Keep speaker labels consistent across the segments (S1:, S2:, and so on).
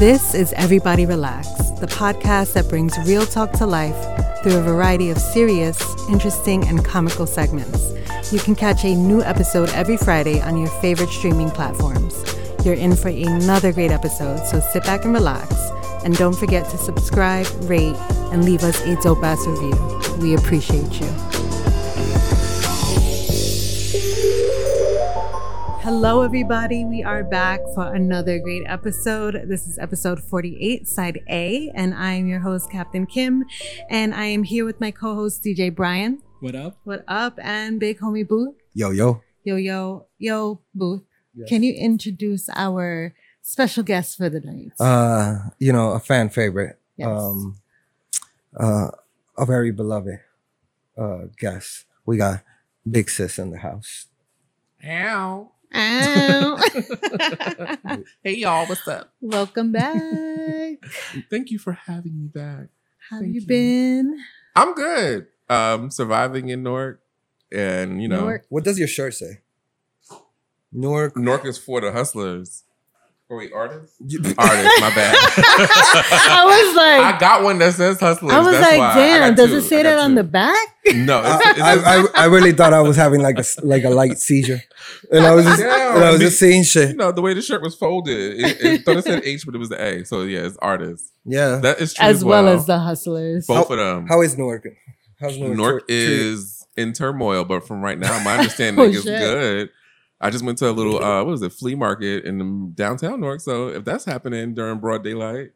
S1: This is Everybody Relax, the podcast that brings real talk to life through a variety of serious, interesting, and comical segments. You can catch a new episode every Friday on your favorite streaming platforms. You're in for another great episode, so sit back and relax. And don't forget to subscribe, rate, and leave us a dope ass review. We appreciate you. Hello, everybody. We are back for another great episode. This is episode 48, side A, and I'm your host, Captain Kim. And I am here with my co host, DJ Brian.
S2: What up?
S1: What up? And big homie Booth.
S3: Yo, yo.
S1: Yo, yo, yo, Booth. Can you introduce our special guest for the night?
S3: Uh, you know, a fan favorite.
S1: Yes.
S3: Um, uh, a very beloved uh guest. We got Big Sis in the house.
S4: Ow.
S1: Ow.
S4: hey y'all, what's up?
S1: Welcome back.
S4: Thank you for having me back.
S1: How
S4: Thank
S1: you
S4: you.
S1: been?
S4: I'm good. Um, surviving in Newark, and you know, Newark,
S1: Newark.
S3: What does your shirt say? Newark.
S4: is for the hustlers. Oh, wait, artists?
S3: You-
S4: Artists, my bad.
S1: I was
S4: I
S1: like,
S4: got one that says hustlers.
S1: I, was
S4: That's
S1: like,
S4: why. I
S1: damn,
S4: got
S1: does
S4: two.
S1: it
S4: I
S1: say
S4: got
S1: that on
S4: two.
S1: the back?
S4: No,
S3: I,
S4: it's, it's,
S3: I, I, I really thought I was having like a s- like a light seizure, and I was just
S4: Yeah,
S3: and I was
S4: me-
S3: just seeing
S4: you
S3: shit.
S4: know the way the shirt was folded. It, it thought it said H, but it was the A. So yeah, it's artists.
S3: Yeah.
S4: That is true
S1: As well as
S4: the
S1: the hustlers.
S4: both of them.
S3: How is Newark? How's Newark?
S4: Newark
S3: treat- treat-
S4: is in turmoil, but from right now, my understanding
S1: Oh,
S4: is
S1: shit.
S4: good. I just went to a little uh what was it flea market in um, downtown Newark. So if that's happening during broad daylight,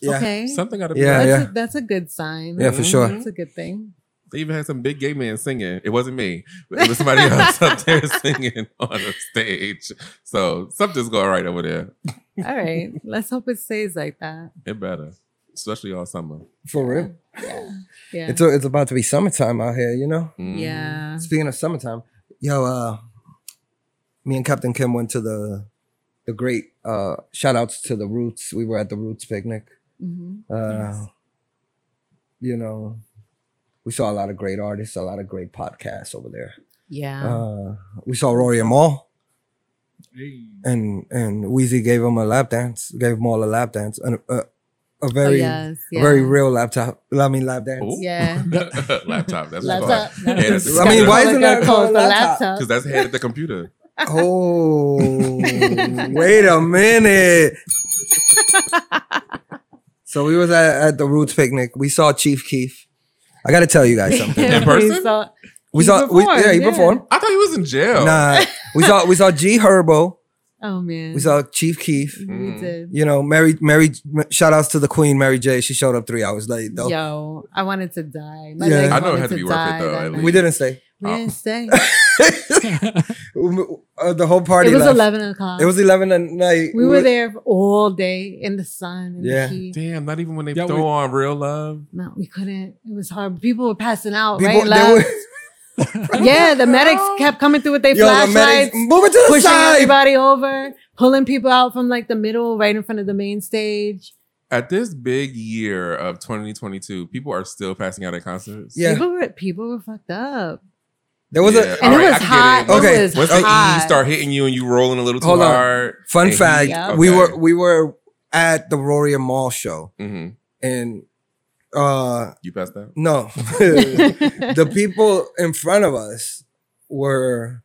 S3: Yeah.
S1: Okay. Mm-hmm.
S4: something got to be.
S3: Yeah,
S4: done.
S1: that's,
S3: yeah.
S1: A, that's a good sign.
S3: Yeah, for sure.
S1: That's a good thing.
S4: They even had some big gay man singing. It wasn't me. but It was somebody else up there singing on a stage. So something's going right over there. Mm-hmm.
S1: All right. Let's hope it stays like that.
S4: It better, especially all summer.
S3: for real.
S1: Yeah. Yeah.
S3: It's a, it's about to be summertime out here. You know.
S4: Mm.
S1: yeah.
S3: Speaking of summertime, yo, uh, me and Captain Kim went to the the great uh shout outs to the Roots. We were at the Roots picnic.
S1: Mhm.
S3: Uh you know, we saw a lot of great artists, a lot of great podcasts over there.
S1: Yeah.
S3: Uh we saw Rory and Maul
S2: Hey.
S3: and and Wheezy gave him a lap dance, gave Maul a lap dance, and a, a
S1: Oh,
S3: very
S1: yes.
S3: a very real laptop. I mean lap dance.
S4: Ooh.
S1: Yeah.
S4: laptop. That's
S1: Laptop.
S4: Yeah, that's-
S3: I mean, why isn't that
S1: called
S3: called
S1: the
S3: a
S1: laptop?
S4: because that's head at the computer.
S3: Oh, wait a minute. so we was at, at the Roots picnic. We saw Chief Keef. I got to tell you guys something.
S4: In person?
S1: So,
S3: We
S1: He
S3: saw, we,
S1: performed,
S3: yeah, he
S1: yeah.
S3: performed.
S4: I thought he was in jail.
S3: Nah, we saw we saw G Herbo.
S1: oh man.
S3: We saw Chief Keef.
S4: Mm.
S1: We did.
S3: You know, Mary, Mary. Shout outs to the Queen, Mary J. She showed up three hours late though.
S1: Yo, I wanted to die. My
S3: Yeah.
S1: legs
S3: I
S4: know it
S1: wanted
S4: had to be worth it,
S1: die
S4: though,
S1: that
S4: at
S1: night.
S3: We didn't stay.
S1: We didn't stay.
S3: Uh, the whole party.
S1: it was
S3: left.
S1: eleven o'clock.
S3: It was eleven at night.
S1: We were there all day in the sun. In
S3: Yeah.
S1: The heat.
S4: Damn, not even when they
S2: Yeah,
S4: throw
S2: we-
S4: on real love.
S1: No, we couldn't. It was hard. People were passing out.
S3: People-
S1: right.
S3: they
S1: left.
S3: were-
S1: yeah, the medics kept coming through with their
S3: Yo, the medics,
S1: flashlights,
S3: move it to the
S1: pushing
S3: side.
S1: everybody over, pulling people out from like the middle, right in front of the main stage.
S4: At this big year of 2022, people are still passing out at concerts.
S3: Yeah.
S1: People were people were fucked up.
S3: There was
S4: Yeah.
S3: a
S1: And
S4: All
S1: it
S4: right,
S1: was
S4: I get
S1: hot.
S4: it.
S1: It
S3: Okay,
S1: was
S4: Once
S1: hot.
S4: the E start hitting you and you rolling a little too
S3: Hold on.
S4: hard.
S3: Fun
S4: and he-
S3: fact:
S1: Yeah.
S3: we
S4: Okay.
S3: were we were at the Rory and Mall show,
S4: Mhm.
S3: and uh
S4: You passed out.
S3: no, the people in front of us were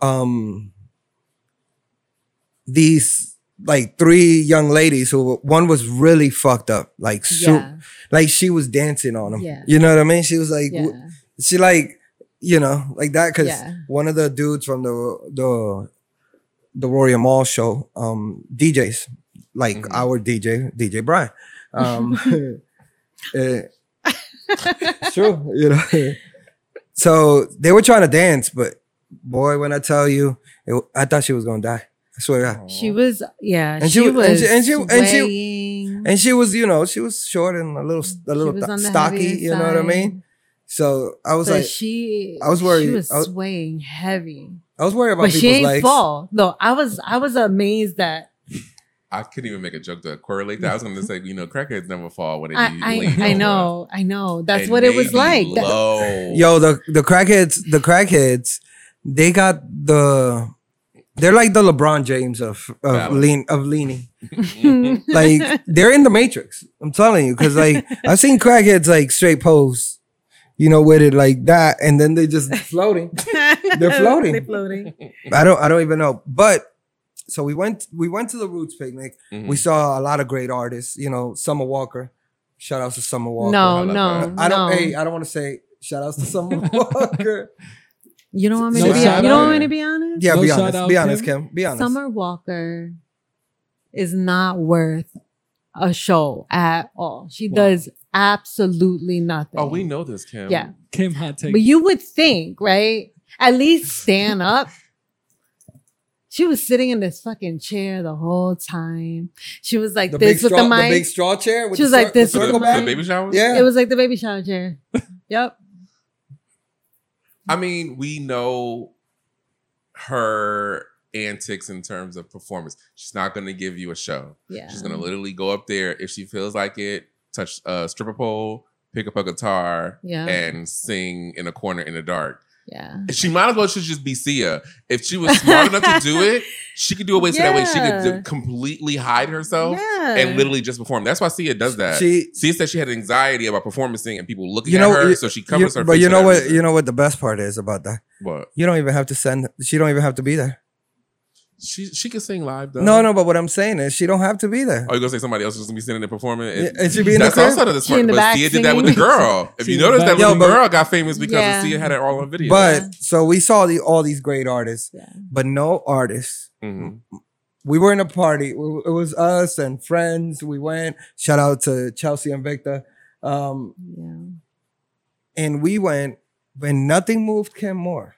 S3: um these like three young ladies who were- one was really fucked up, like su-
S1: yeah,
S3: like she was dancing on them.
S1: Yeah.
S3: You know what I mean? She was like,
S1: yeah,
S3: w- she like you know like that because
S1: Yeah.
S3: one of the dudes from the the the Rory and Mall show um DJs like
S4: Mhm.
S3: our DJ DJ Brian um eh, it's true you know so they were trying to dance but boy when I tell you it, w- I thought she was gonna die I swear to God.
S1: she was. Yeah,
S3: And
S1: she,
S3: she
S1: was.
S3: was- and she- and she- and she-
S1: swaying.
S3: and she was you know she was short and a little a
S1: She
S3: little
S1: was on the
S3: stocky
S1: heavier
S3: you know what I
S1: side.
S3: mean so I was
S1: But
S3: like
S1: she,
S3: I was worried.
S1: She was
S3: I was-
S1: swaying heavy,
S3: I was worried about
S1: but
S3: people's
S1: she ain't
S3: legs
S1: fall. No, I was, I was amazed that
S4: I couldn't even make a joke to correlate that. I was going to say, you know, crackheads never fall when they
S1: I,
S4: be laid
S1: I, I
S4: over.
S1: know, I know. That's
S4: And
S1: what it
S4: they
S1: was
S4: be
S1: like. That-
S4: Low.
S3: Yo, the the crackheads, the crackheads, they got the They're like the LeBron James of of
S4: Valid.
S3: lean of leaning.
S4: Mm-hmm.
S3: Like they're in the Matrix. I'm telling you, because like I've seen crackheads like straight pose, you know, with it like that, and then they just floating.
S1: They're
S3: floating.
S1: They're floating.
S3: I don't I don't even know. But so we went we went to the Roots picnic.
S4: Mhm.
S3: We saw a lot of great artists. You know, Summer Walker. Shout outs to Summer Walker.
S4: I
S1: No,
S4: love
S1: no,
S4: that.
S3: I don't.
S1: no.
S3: Hey, I don't want to say shout outs to Summer Walker.
S1: You don't want me
S3: No
S1: to be. You
S3: shout
S1: don't
S4: out.
S1: want me to be honest.
S3: Yeah,
S2: No
S3: be
S2: shout
S3: honest.
S2: out,
S3: be honest,
S2: Kim?
S3: Kim. Be honest.
S1: Summer Walker is not worth a show at all. She
S2: Wow.
S1: does absolutely nothing.
S4: Oh, we know this, Kim.
S1: Yeah.
S2: Kim hot take.
S1: But you would think, right? At least stand up. She was sitting in this fucking chair the whole time. She was like
S3: the big
S1: this with
S3: straw,
S1: the mic.
S3: big straw chair. With
S1: She was
S3: the
S1: like
S3: cir-
S1: this
S3: The
S4: For the,
S3: circle
S1: with the
S4: for the
S3: back.
S4: baby showers?
S3: Yeah.
S1: It was like the baby shower chair. yep.
S4: I mean, we know her antics in terms of performance. She's not going to give you a show.
S1: Yeah.
S4: She's going to literally go up there if she feels like it, touch a stripper pole, pick up a guitar,
S1: Yeah.
S4: and sing in a corner in the dark.
S1: yeah.
S4: She might as well should just be Sia. If she was smart enough to do it, she could do it way so that way. She could
S1: Yeah.
S4: do, completely hide herself
S1: yeah.
S4: and literally just perform. That's why Sia does that.
S3: She,
S4: Sia said she had anxiety about performing and people looking
S3: You know,
S4: at her,
S3: you-
S4: so she
S3: you,
S4: covers her.
S3: but
S4: face
S3: you
S4: for
S3: know
S4: that
S3: what?
S4: reason.
S3: You know what the best part is about that.
S4: What?
S3: You don't even have to send. She don't even have to be there.
S4: She she can sing live though.
S3: No, no. But what I'm saying is, she don't have to be there.
S4: Oh, you gonna say somebody else is gonna be sitting there performing?
S3: Yeah,
S4: It,
S3: and she be in the
S4: that's
S3: crib.
S4: also the
S1: She in
S4: smart.
S1: the
S4: But
S1: back
S4: Sia did that with the
S1: singing.
S4: girl. If
S2: She
S4: you
S2: in the
S4: notice, that
S2: back.
S3: Yo,
S4: little
S3: but-
S4: girl got famous because
S1: Yeah.
S4: of Sia had it all on video.
S1: Yeah.
S3: But so we saw the all these great artists,
S1: Yeah.
S3: but no artists.
S4: Mhm.
S3: We were in a party. It was us and friends. We went. Shout out to Chelsea and Victor. Um,
S1: Yeah.
S3: and we went, but nothing moved Kim more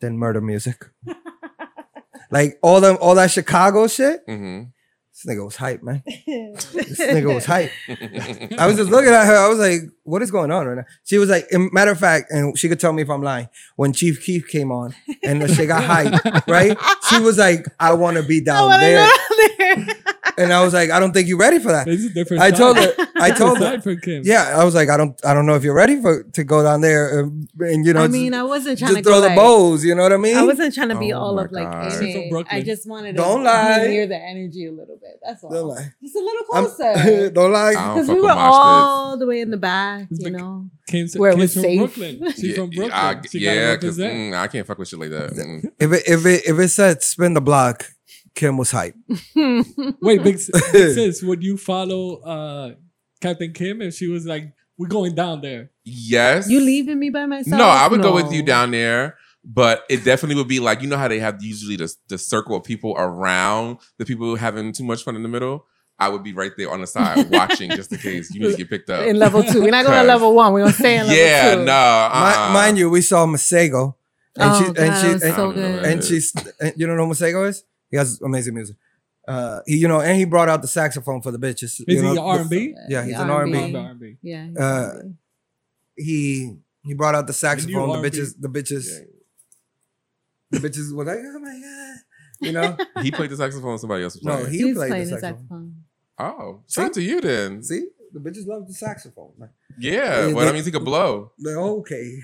S3: than murder music. like all them, all that Chicago shit.
S4: Mhm.
S3: This nigga was hype, man.
S1: this
S3: This nigga was hype. I was just looking at her. I was like, "What is going on right now?" She was like, and "Matter of fact," and she could tell me if I'm lying. When Chief Keef came on and the shit got hype, right? She was like, "I want to be down there," and I was like, "I don't think you're ready for that."
S2: This is different.
S3: I told her.
S2: side.
S3: I told her.
S2: Side for Kim.
S3: Yeah, I was like, I don't, I don't know if you're ready for to go down there and, and you know,
S1: I
S3: just-
S1: mean, I wasn't trying
S3: just
S1: to
S3: throw
S1: go,
S3: the
S1: like-
S3: bowls. You know what I mean?
S1: I wasn't trying to be
S4: Oh
S1: all
S4: my
S1: of like
S4: God.
S2: She's from
S1: anything. I
S2: Brooklyn.
S1: just wanted to
S3: Don't
S1: be
S3: lie.
S1: near the energy a little bit. That's all.
S3: Don't lie.
S1: Just a little
S3: I'm-
S1: closer.
S3: don't
S4: I
S3: lie.
S4: don't
S1: Because
S4: fuck
S1: we
S4: with
S1: were
S4: mosh pits.
S1: all the way in the back, you
S2: Like-
S1: know.
S2: Kim's,
S1: Where it
S2: Kim's
S1: was
S2: from
S1: safe.
S2: Brooklyn. She's
S4: Yeah,
S2: from Brooklyn.
S4: I,
S2: she
S4: yeah, mm.
S2: because
S4: because I can't fuck with shit like that. Mm.
S3: If it if it if it said spin the block, Kim was hype.
S2: Wait, big, s- big sis, would you follow uh, Captain Kim if she was like, "We're going down there"?
S4: Yes.
S1: you leaving me by myself?
S4: No, I would go with you
S1: No.
S4: down there, but it definitely would be like you know how they have usually the, the circle of people around the people who having too much fun in the middle. I would be right there on the side watching just in case you need to get picked up.
S1: in level two. We're not going to
S4: Cause-
S1: level one. We're going to stay in level
S4: yeah,
S1: two.
S4: no, uh-uh.
S3: Mi- mind you, we saw Masego, and
S1: oh,
S3: she
S1: God, that
S3: and
S1: was
S3: she and,
S1: so
S4: and-
S1: good.
S3: and she's and you don't know who Masego is. He has amazing music. Uh, he, you know, and he brought out the saxophone for the bitches.
S2: Is
S3: you know,
S2: he
S3: the-
S2: R and B?
S3: Yeah, he's an
S2: R
S3: R&B.
S2: and B, R&B.
S1: Yeah. he's
S3: Uh,
S1: R&B.
S3: He he brought out the saxophone. The
S2: R&B.
S3: bitches, the bitches, the bitches were like, oh my god, you know.
S4: he played the saxophone. Somebody else was
S3: No,
S4: playing.
S3: he
S1: He's
S3: played the
S1: playing the
S3: saxophone.
S1: saxophone.
S4: oh, shout out to you then.
S3: See, the bitches love the saxophone. man.
S4: Yeah,
S3: Yeah,
S4: well,
S3: they-
S4: that means he could blow.
S3: They're okay.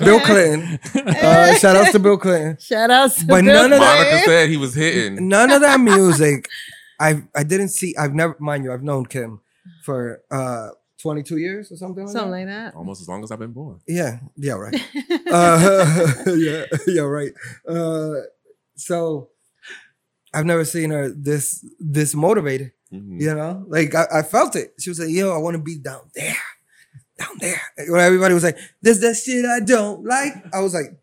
S3: Bill Clinton. Uh, shout outs to Bill Clinton.
S1: Shout out to
S3: But
S1: Bill
S3: none of that-
S4: Monica
S1: Clinton.
S4: said he was hitting.
S3: None of that music. I I didn't see. I've never mind you. I've known Kim for uh 22 years or something. Like
S1: Something
S3: that.
S1: like that.
S4: Almost as long as I've been born.
S3: yeah. Yeah. Right. Uh, yeah. Yeah. Right. Uh, so I've never seen her this this motivated.
S4: Mhm.
S3: You know, like I, I felt it. She was like, "Yo, I want to be down there, down there." When everybody was like, "There's that shit I don't like," I was like,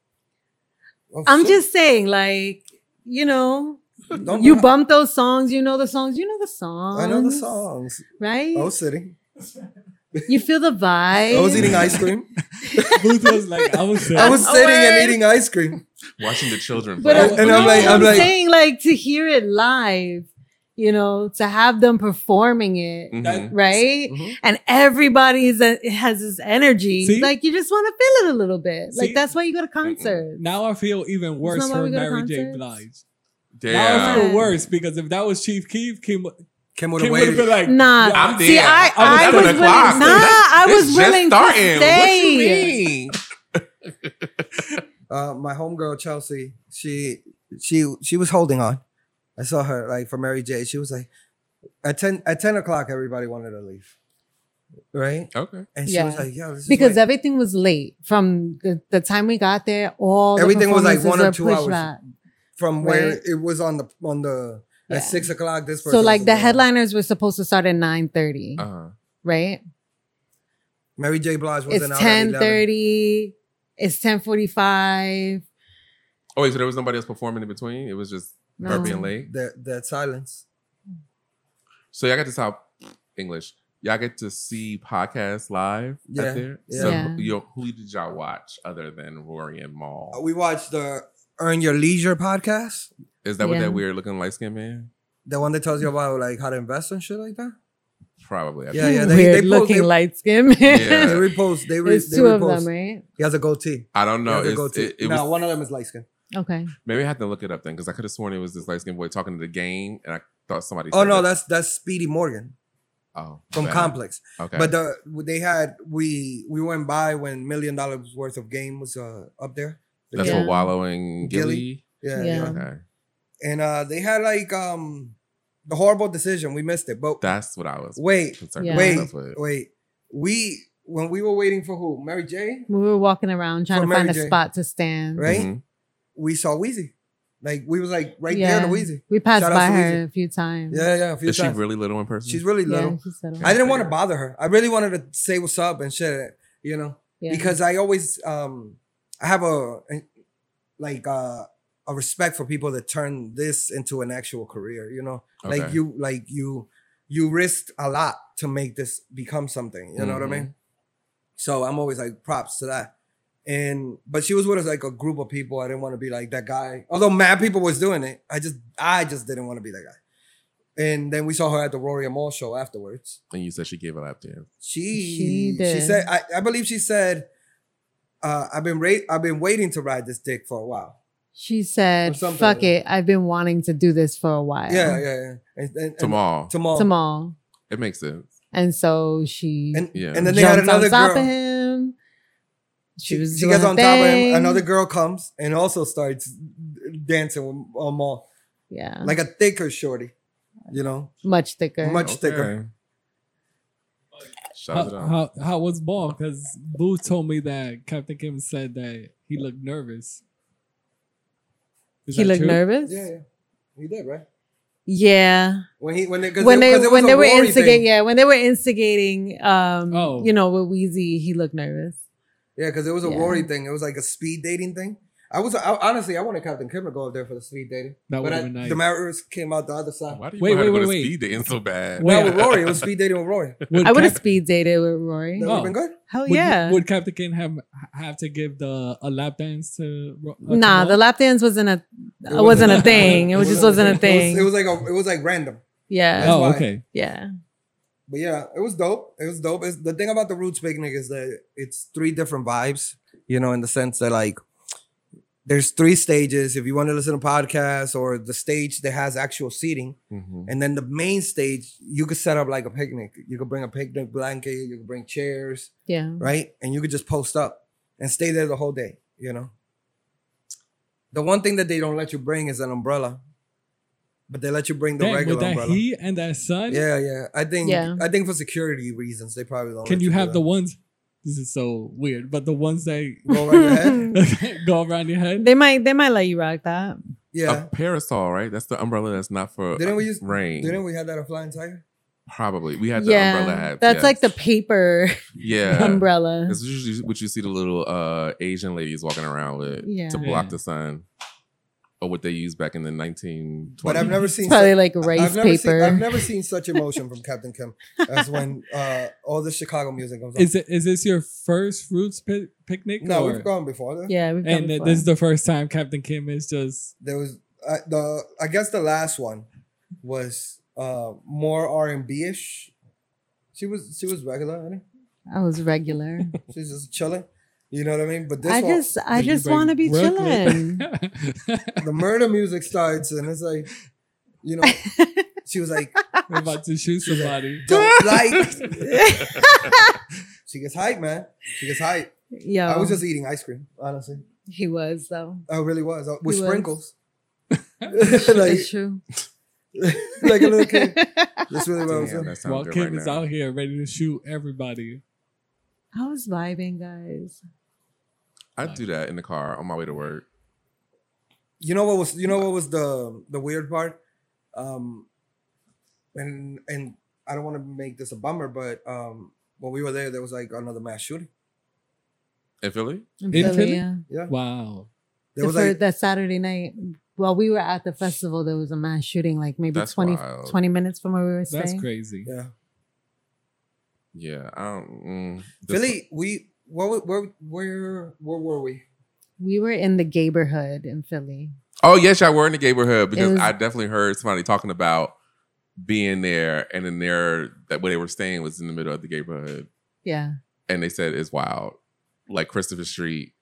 S3: oh,
S1: I'm
S3: shit.
S1: just saying, like, you know,
S3: Don't-
S1: you bump those songs, you know the songs, you know the songs.
S3: I know the songs.
S1: Right?
S3: I was sitting.
S1: You feel the vibe.
S3: I was eating ice cream.
S2: Booth was like, "I was."
S3: I was
S1: Oh,
S3: sitting and
S1: word.
S3: eating ice cream.
S4: Watching the children.
S1: But
S4: play.
S1: uh,
S3: And- and I'm
S1: no,
S3: like- I'm like-
S1: saying, like, to hear it live, you know, to have them performing it,
S4: Mhm.
S2: That-
S1: right?
S3: Mhm.
S1: And everybody's a, has this energy.
S2: See?
S1: Like, you just want to feel it a little bit.
S2: See?
S1: Like, that's why you go to concerts.
S2: Now I feel even worse
S1: not why
S2: for
S1: we go to
S2: Mary J.
S1: concerts.
S2: Blige. Now I
S4: Damn.
S1: Yeah.
S2: feel worse because if that was Chief Keef, Kim,
S3: Kim would
S2: Kim
S3: have
S2: would have been
S3: waited.
S2: like,
S1: Nah,
S2: "Yo,
S4: I'm
S1: see,
S4: there.
S1: I,
S2: I was
S1: I was
S2: at the
S1: willing. Nah,
S2: clock.
S1: I
S4: It's
S1: was
S4: just
S1: willing to
S4: starting.
S1: stay.
S4: What you mean?
S3: uh, my homegirl Chelsea, she she she was holding on. I saw her like for Mary J. She was like at ten at ten o'clock. Everybody wanted to leave, right?
S4: Okay.
S3: And she
S1: Yeah.
S3: was like, "Yo, this is
S1: because
S3: like-
S1: everything was late from the, the time we got there. All the
S3: Everything was like
S1: performances
S3: one or
S1: were
S3: two
S1: pushed
S3: hours
S1: back.
S3: from where
S1: Right.
S3: it was on the on the
S1: Yeah.
S3: at six o'clock. This person
S1: So
S3: was
S1: like the
S3: gone.
S1: headliners were supposed to start at nine thirty,
S4: Uh-huh.
S1: right?
S3: Mary J. Blige wasn't
S1: It's
S3: out. at
S1: ten
S3: 11.
S1: thirty. It's ten forty five.
S4: Oh, wait, so there was nobody else performing in between? It was just her being late.
S3: That that silence.
S4: So y'all got to talk English. Y'all get to see podcasts live
S3: Yeah,
S4: out there.
S3: yeah.
S4: So
S1: Yeah.
S4: Yo, who did y'all watch other than Rory and Maul?
S3: Oh, Uh, We watched the Earn Your Leisure podcast,
S4: Is that what
S1: Yeah.
S4: that weird looking light skinned man?
S3: the one that tells you about like how to invest and shit like that.
S4: Probably. I
S3: Yeah,
S4: think-
S3: yeah, they- they
S1: Weird
S3: pulled-
S1: looking
S3: they-
S1: light skin man.
S3: They
S4: Yeah.
S3: repost. They, re,
S1: It's
S3: they
S1: two of
S3: repost.
S1: them, right?
S3: He has a goatee.
S4: I don't know.
S3: He has a
S4: It's-
S3: goatee.
S4: it, it
S3: no,
S4: was,
S3: one of them is light skin.
S1: Okay.
S4: maybe I had to look it up then because I could have sworn it was this light skinned boy talking to the game and I thought somebody
S3: Oh
S4: said
S3: no,
S4: that-
S3: that's that's Speedy Morgan
S4: oh,
S3: from
S4: bad.
S3: Complex.
S4: Okay.
S3: But the they had we we went by when Million Dollars Worth of Game was uh, up there.
S4: that's
S1: Yeah.
S4: what Wallowing Gilly.
S1: Yeah.
S3: Yeah, yeah.
S4: Okay.
S3: And uh, they had like um the horrible decision. We missed it, but
S4: That's what I was
S3: wait,
S4: concerned
S1: Yeah.
S3: wait,
S4: myself with.
S3: wait. We when we were waiting for who? Mary J.
S1: We were walking around trying
S3: For
S1: to find
S3: Mary
S1: a
S3: J.
S1: spot to stand.
S3: Right?
S4: Mhm.
S3: We saw Wheezy. Like we was like right
S1: Yeah.
S3: there to Wheezy.
S1: We passed
S3: Shout out
S1: by
S3: to
S1: her
S3: Weezy.
S1: a few times.
S3: Yeah, yeah. A few
S4: Is she
S3: times.
S4: really little in person?
S3: She's really
S1: Yeah,
S3: little.
S1: she settled.
S3: I didn't want to
S4: Yeah.
S3: bother her. I really wanted to say what's up and shit, you know,
S1: Yeah.
S3: because I always um I have a like uh a respect for people that turn this into an actual career, you know. Like
S4: Okay.
S3: you like you you risked a lot to make this become something, you know what I
S4: Mhm.
S3: mean? So I'm always like props to that. And but she was with us like a group of people. I didn't want to be like that guy. Although mad people was doing it, I just I just didn't want to be that guy. And then we saw her at the Rory and Mall show afterwards
S4: And you said she gave a lap dance.
S3: she she,
S1: did.
S3: said I, I believe she said uh, I've been ra- I've been waiting to ride this dick for a while.
S1: She
S3: Or
S1: said,
S3: something.
S1: "Fuck it, I've been wanting to do this for a while."
S3: Yeah, yeah, yeah. And, and, and
S4: Tomorrow.
S3: tomorrow.
S1: Tomorrow,
S4: It makes sense.
S1: and so she
S3: And,
S4: Yeah.
S3: and then they had
S1: jumped
S3: another
S1: on top
S3: girl.
S1: of him. She was
S3: she
S1: doing
S3: gets
S1: her
S3: on top of
S1: thing.
S3: him. Another girl comes and also starts dancing with a mall
S1: yeah,
S3: like a thicker shorty, you know.
S1: much thicker.
S3: Much- thicker.
S4: Shout
S2: How,
S4: it out.
S2: how, how was ball? Because Boo told me that Captain Kim said that he looked nervous. Is
S1: he
S2: that
S1: looked
S2: true?
S1: nervous.
S3: Yeah, yeah. He did, right?
S1: Yeah,
S3: When he when they 'cause
S1: when
S3: it-
S1: they
S3: 'cause it was
S1: when
S3: a
S1: they were
S3: Rory
S1: instigating,
S3: thing.
S1: yeah, when they were instigating, um,
S2: Oh.
S1: you know, with Wheezy, he looked nervous.
S3: Yeah, because it was a
S1: Yeah.
S3: Rory thing. It was like a speed dating thing. I was I, honestly I wanted Captain Kim to go up there for the speed dating.
S2: That
S3: but
S2: would have
S3: I-
S2: been nice.
S3: the marriers came out the other side.
S4: Why do you
S2: Wait,
S4: want her
S2: wait,
S4: to go
S2: wait,
S4: to
S2: wait.
S4: speed dating so bad?
S2: Wait.
S3: No, with Rory. It was speed dating with Rory. That
S2: Would
S1: I would have
S2: Cap-
S1: speed dated with Rory.
S3: would
S2: Oh.
S3: have been good.
S1: Hell
S2: would,
S1: yeah.
S2: Would Captain Kim have have to give the a lap dance to? Ro- uh, to
S1: nah,
S2: Ball?
S1: the lap dance wasn't a
S3: It
S1: it wasn't a
S2: wasn't-
S1: thing. It was just wasn't a thing.
S3: It was, it was like a, it was like random.
S1: yeah,
S2: Oh,
S3: why.
S2: okay.
S1: yeah,
S3: But yeah, it was dope. It was dope. It's, the thing about the Roots Picnic is that it's three different vibes, you know, in the sense that like there's three stages. If you want to listen to podcasts or the stage that has actual seating,
S4: Mhm.
S3: and then the main stage, you could set up like a picnic. You could bring a picnic blanket, you could bring chairs,
S1: yeah.
S3: right? And you could just post up and stay there the whole day, you know. The one thing that they don't let you bring is an umbrella, but they let you bring the
S2: Dang,
S3: regular
S2: with that
S3: umbrella.
S2: heat and that sun,
S3: Yeah, yeah. I think
S1: Yeah.
S3: I think for security reasons they probably don't.
S2: can
S3: let
S2: you
S3: do
S2: have the
S3: that.
S2: ones? This is so weird, but the ones that
S3: go right ahead?
S2: go around your head.
S1: They might they might let you rock that.
S3: Yeah.
S4: A parasol, right? That's the umbrella that's not for
S3: Didn't
S4: uh,
S3: we use-
S4: rain.
S3: Didn't we have that at Flying Tiger?
S4: Probably. We had the umbrella hat.
S1: that's
S4: yes.
S1: like the paper
S4: yeah.
S1: umbrella.
S4: That's usually what you see the little uh, Asian ladies walking around with
S1: Yeah.
S4: to block
S2: Yeah.
S4: the sun, or what they used back in the 1920s.
S3: But I've never
S1: It's
S3: seen.
S1: probably
S3: such-
S1: like rice
S3: I've never Seen, I've
S1: paper.
S3: never seen such emotion from Captain Kim as when uh, all the Chicago music comes on.
S2: Is it is this your first roots pi- picnic?
S3: no,
S2: or-
S3: we've gone before. That.
S1: yeah, we've done
S2: and th-
S1: before.
S2: this is the first time Captain Kim is just
S3: There was uh, the. I guess the last one was uh, more R and B ish. She was she was regular. wasn't
S1: I was regular.
S3: she? She's just chilling. You know what I mean? But this
S1: I
S3: one,
S1: just I
S2: Did you
S1: just
S2: bring
S1: want to be
S2: Brooklyn?
S1: chilling.
S3: the murder music starts and it's like, you know, she was like,
S2: We're about to shoot somebody.
S3: don't like. She gets hype, man. She gets hype.
S1: Yo, Oh.
S3: I was just eating ice cream, honestly.
S1: He was though.
S3: I really was uh, with
S1: He was.
S3: sprinkles. like,
S1: It's true.
S3: like a little kid. That's really what I'm
S4: Damn,
S3: saying.
S4: that sounds
S2: While
S4: good
S2: Kim
S4: right
S2: is
S4: now.
S2: out here ready to shoot everybody.
S1: I was vibing, guys.
S4: I do that in the car on my way to work.
S3: You know what was you know what was the the weird part? Um and and I don't want to make this a bummer, but um when we were there, there was like another mass shooting.
S4: In Philly?
S1: In
S2: In Philly?
S1: Philly, yeah.
S2: Wow.
S3: There
S1: The
S3: was
S1: fir-
S3: like
S1: that Saturday night, while we were at the festival, there was a mass shooting, like maybe
S4: That's
S1: 20,
S4: wild.
S1: 20 minutes from where we were staying.
S2: That's crazy.
S3: yeah.
S4: Yeah. I don't mm, this-
S3: Philly, we what wa- where where where were we?
S1: We were in the neighborhood in Philly.
S4: Oh yes, y'all were in the neighborhood because
S1: was-
S4: I definitely heard somebody talking about being there and then there that where they were staying was in the middle of the neighborhood.
S1: Yeah.
S4: And they said it's wild. Like Christopher Street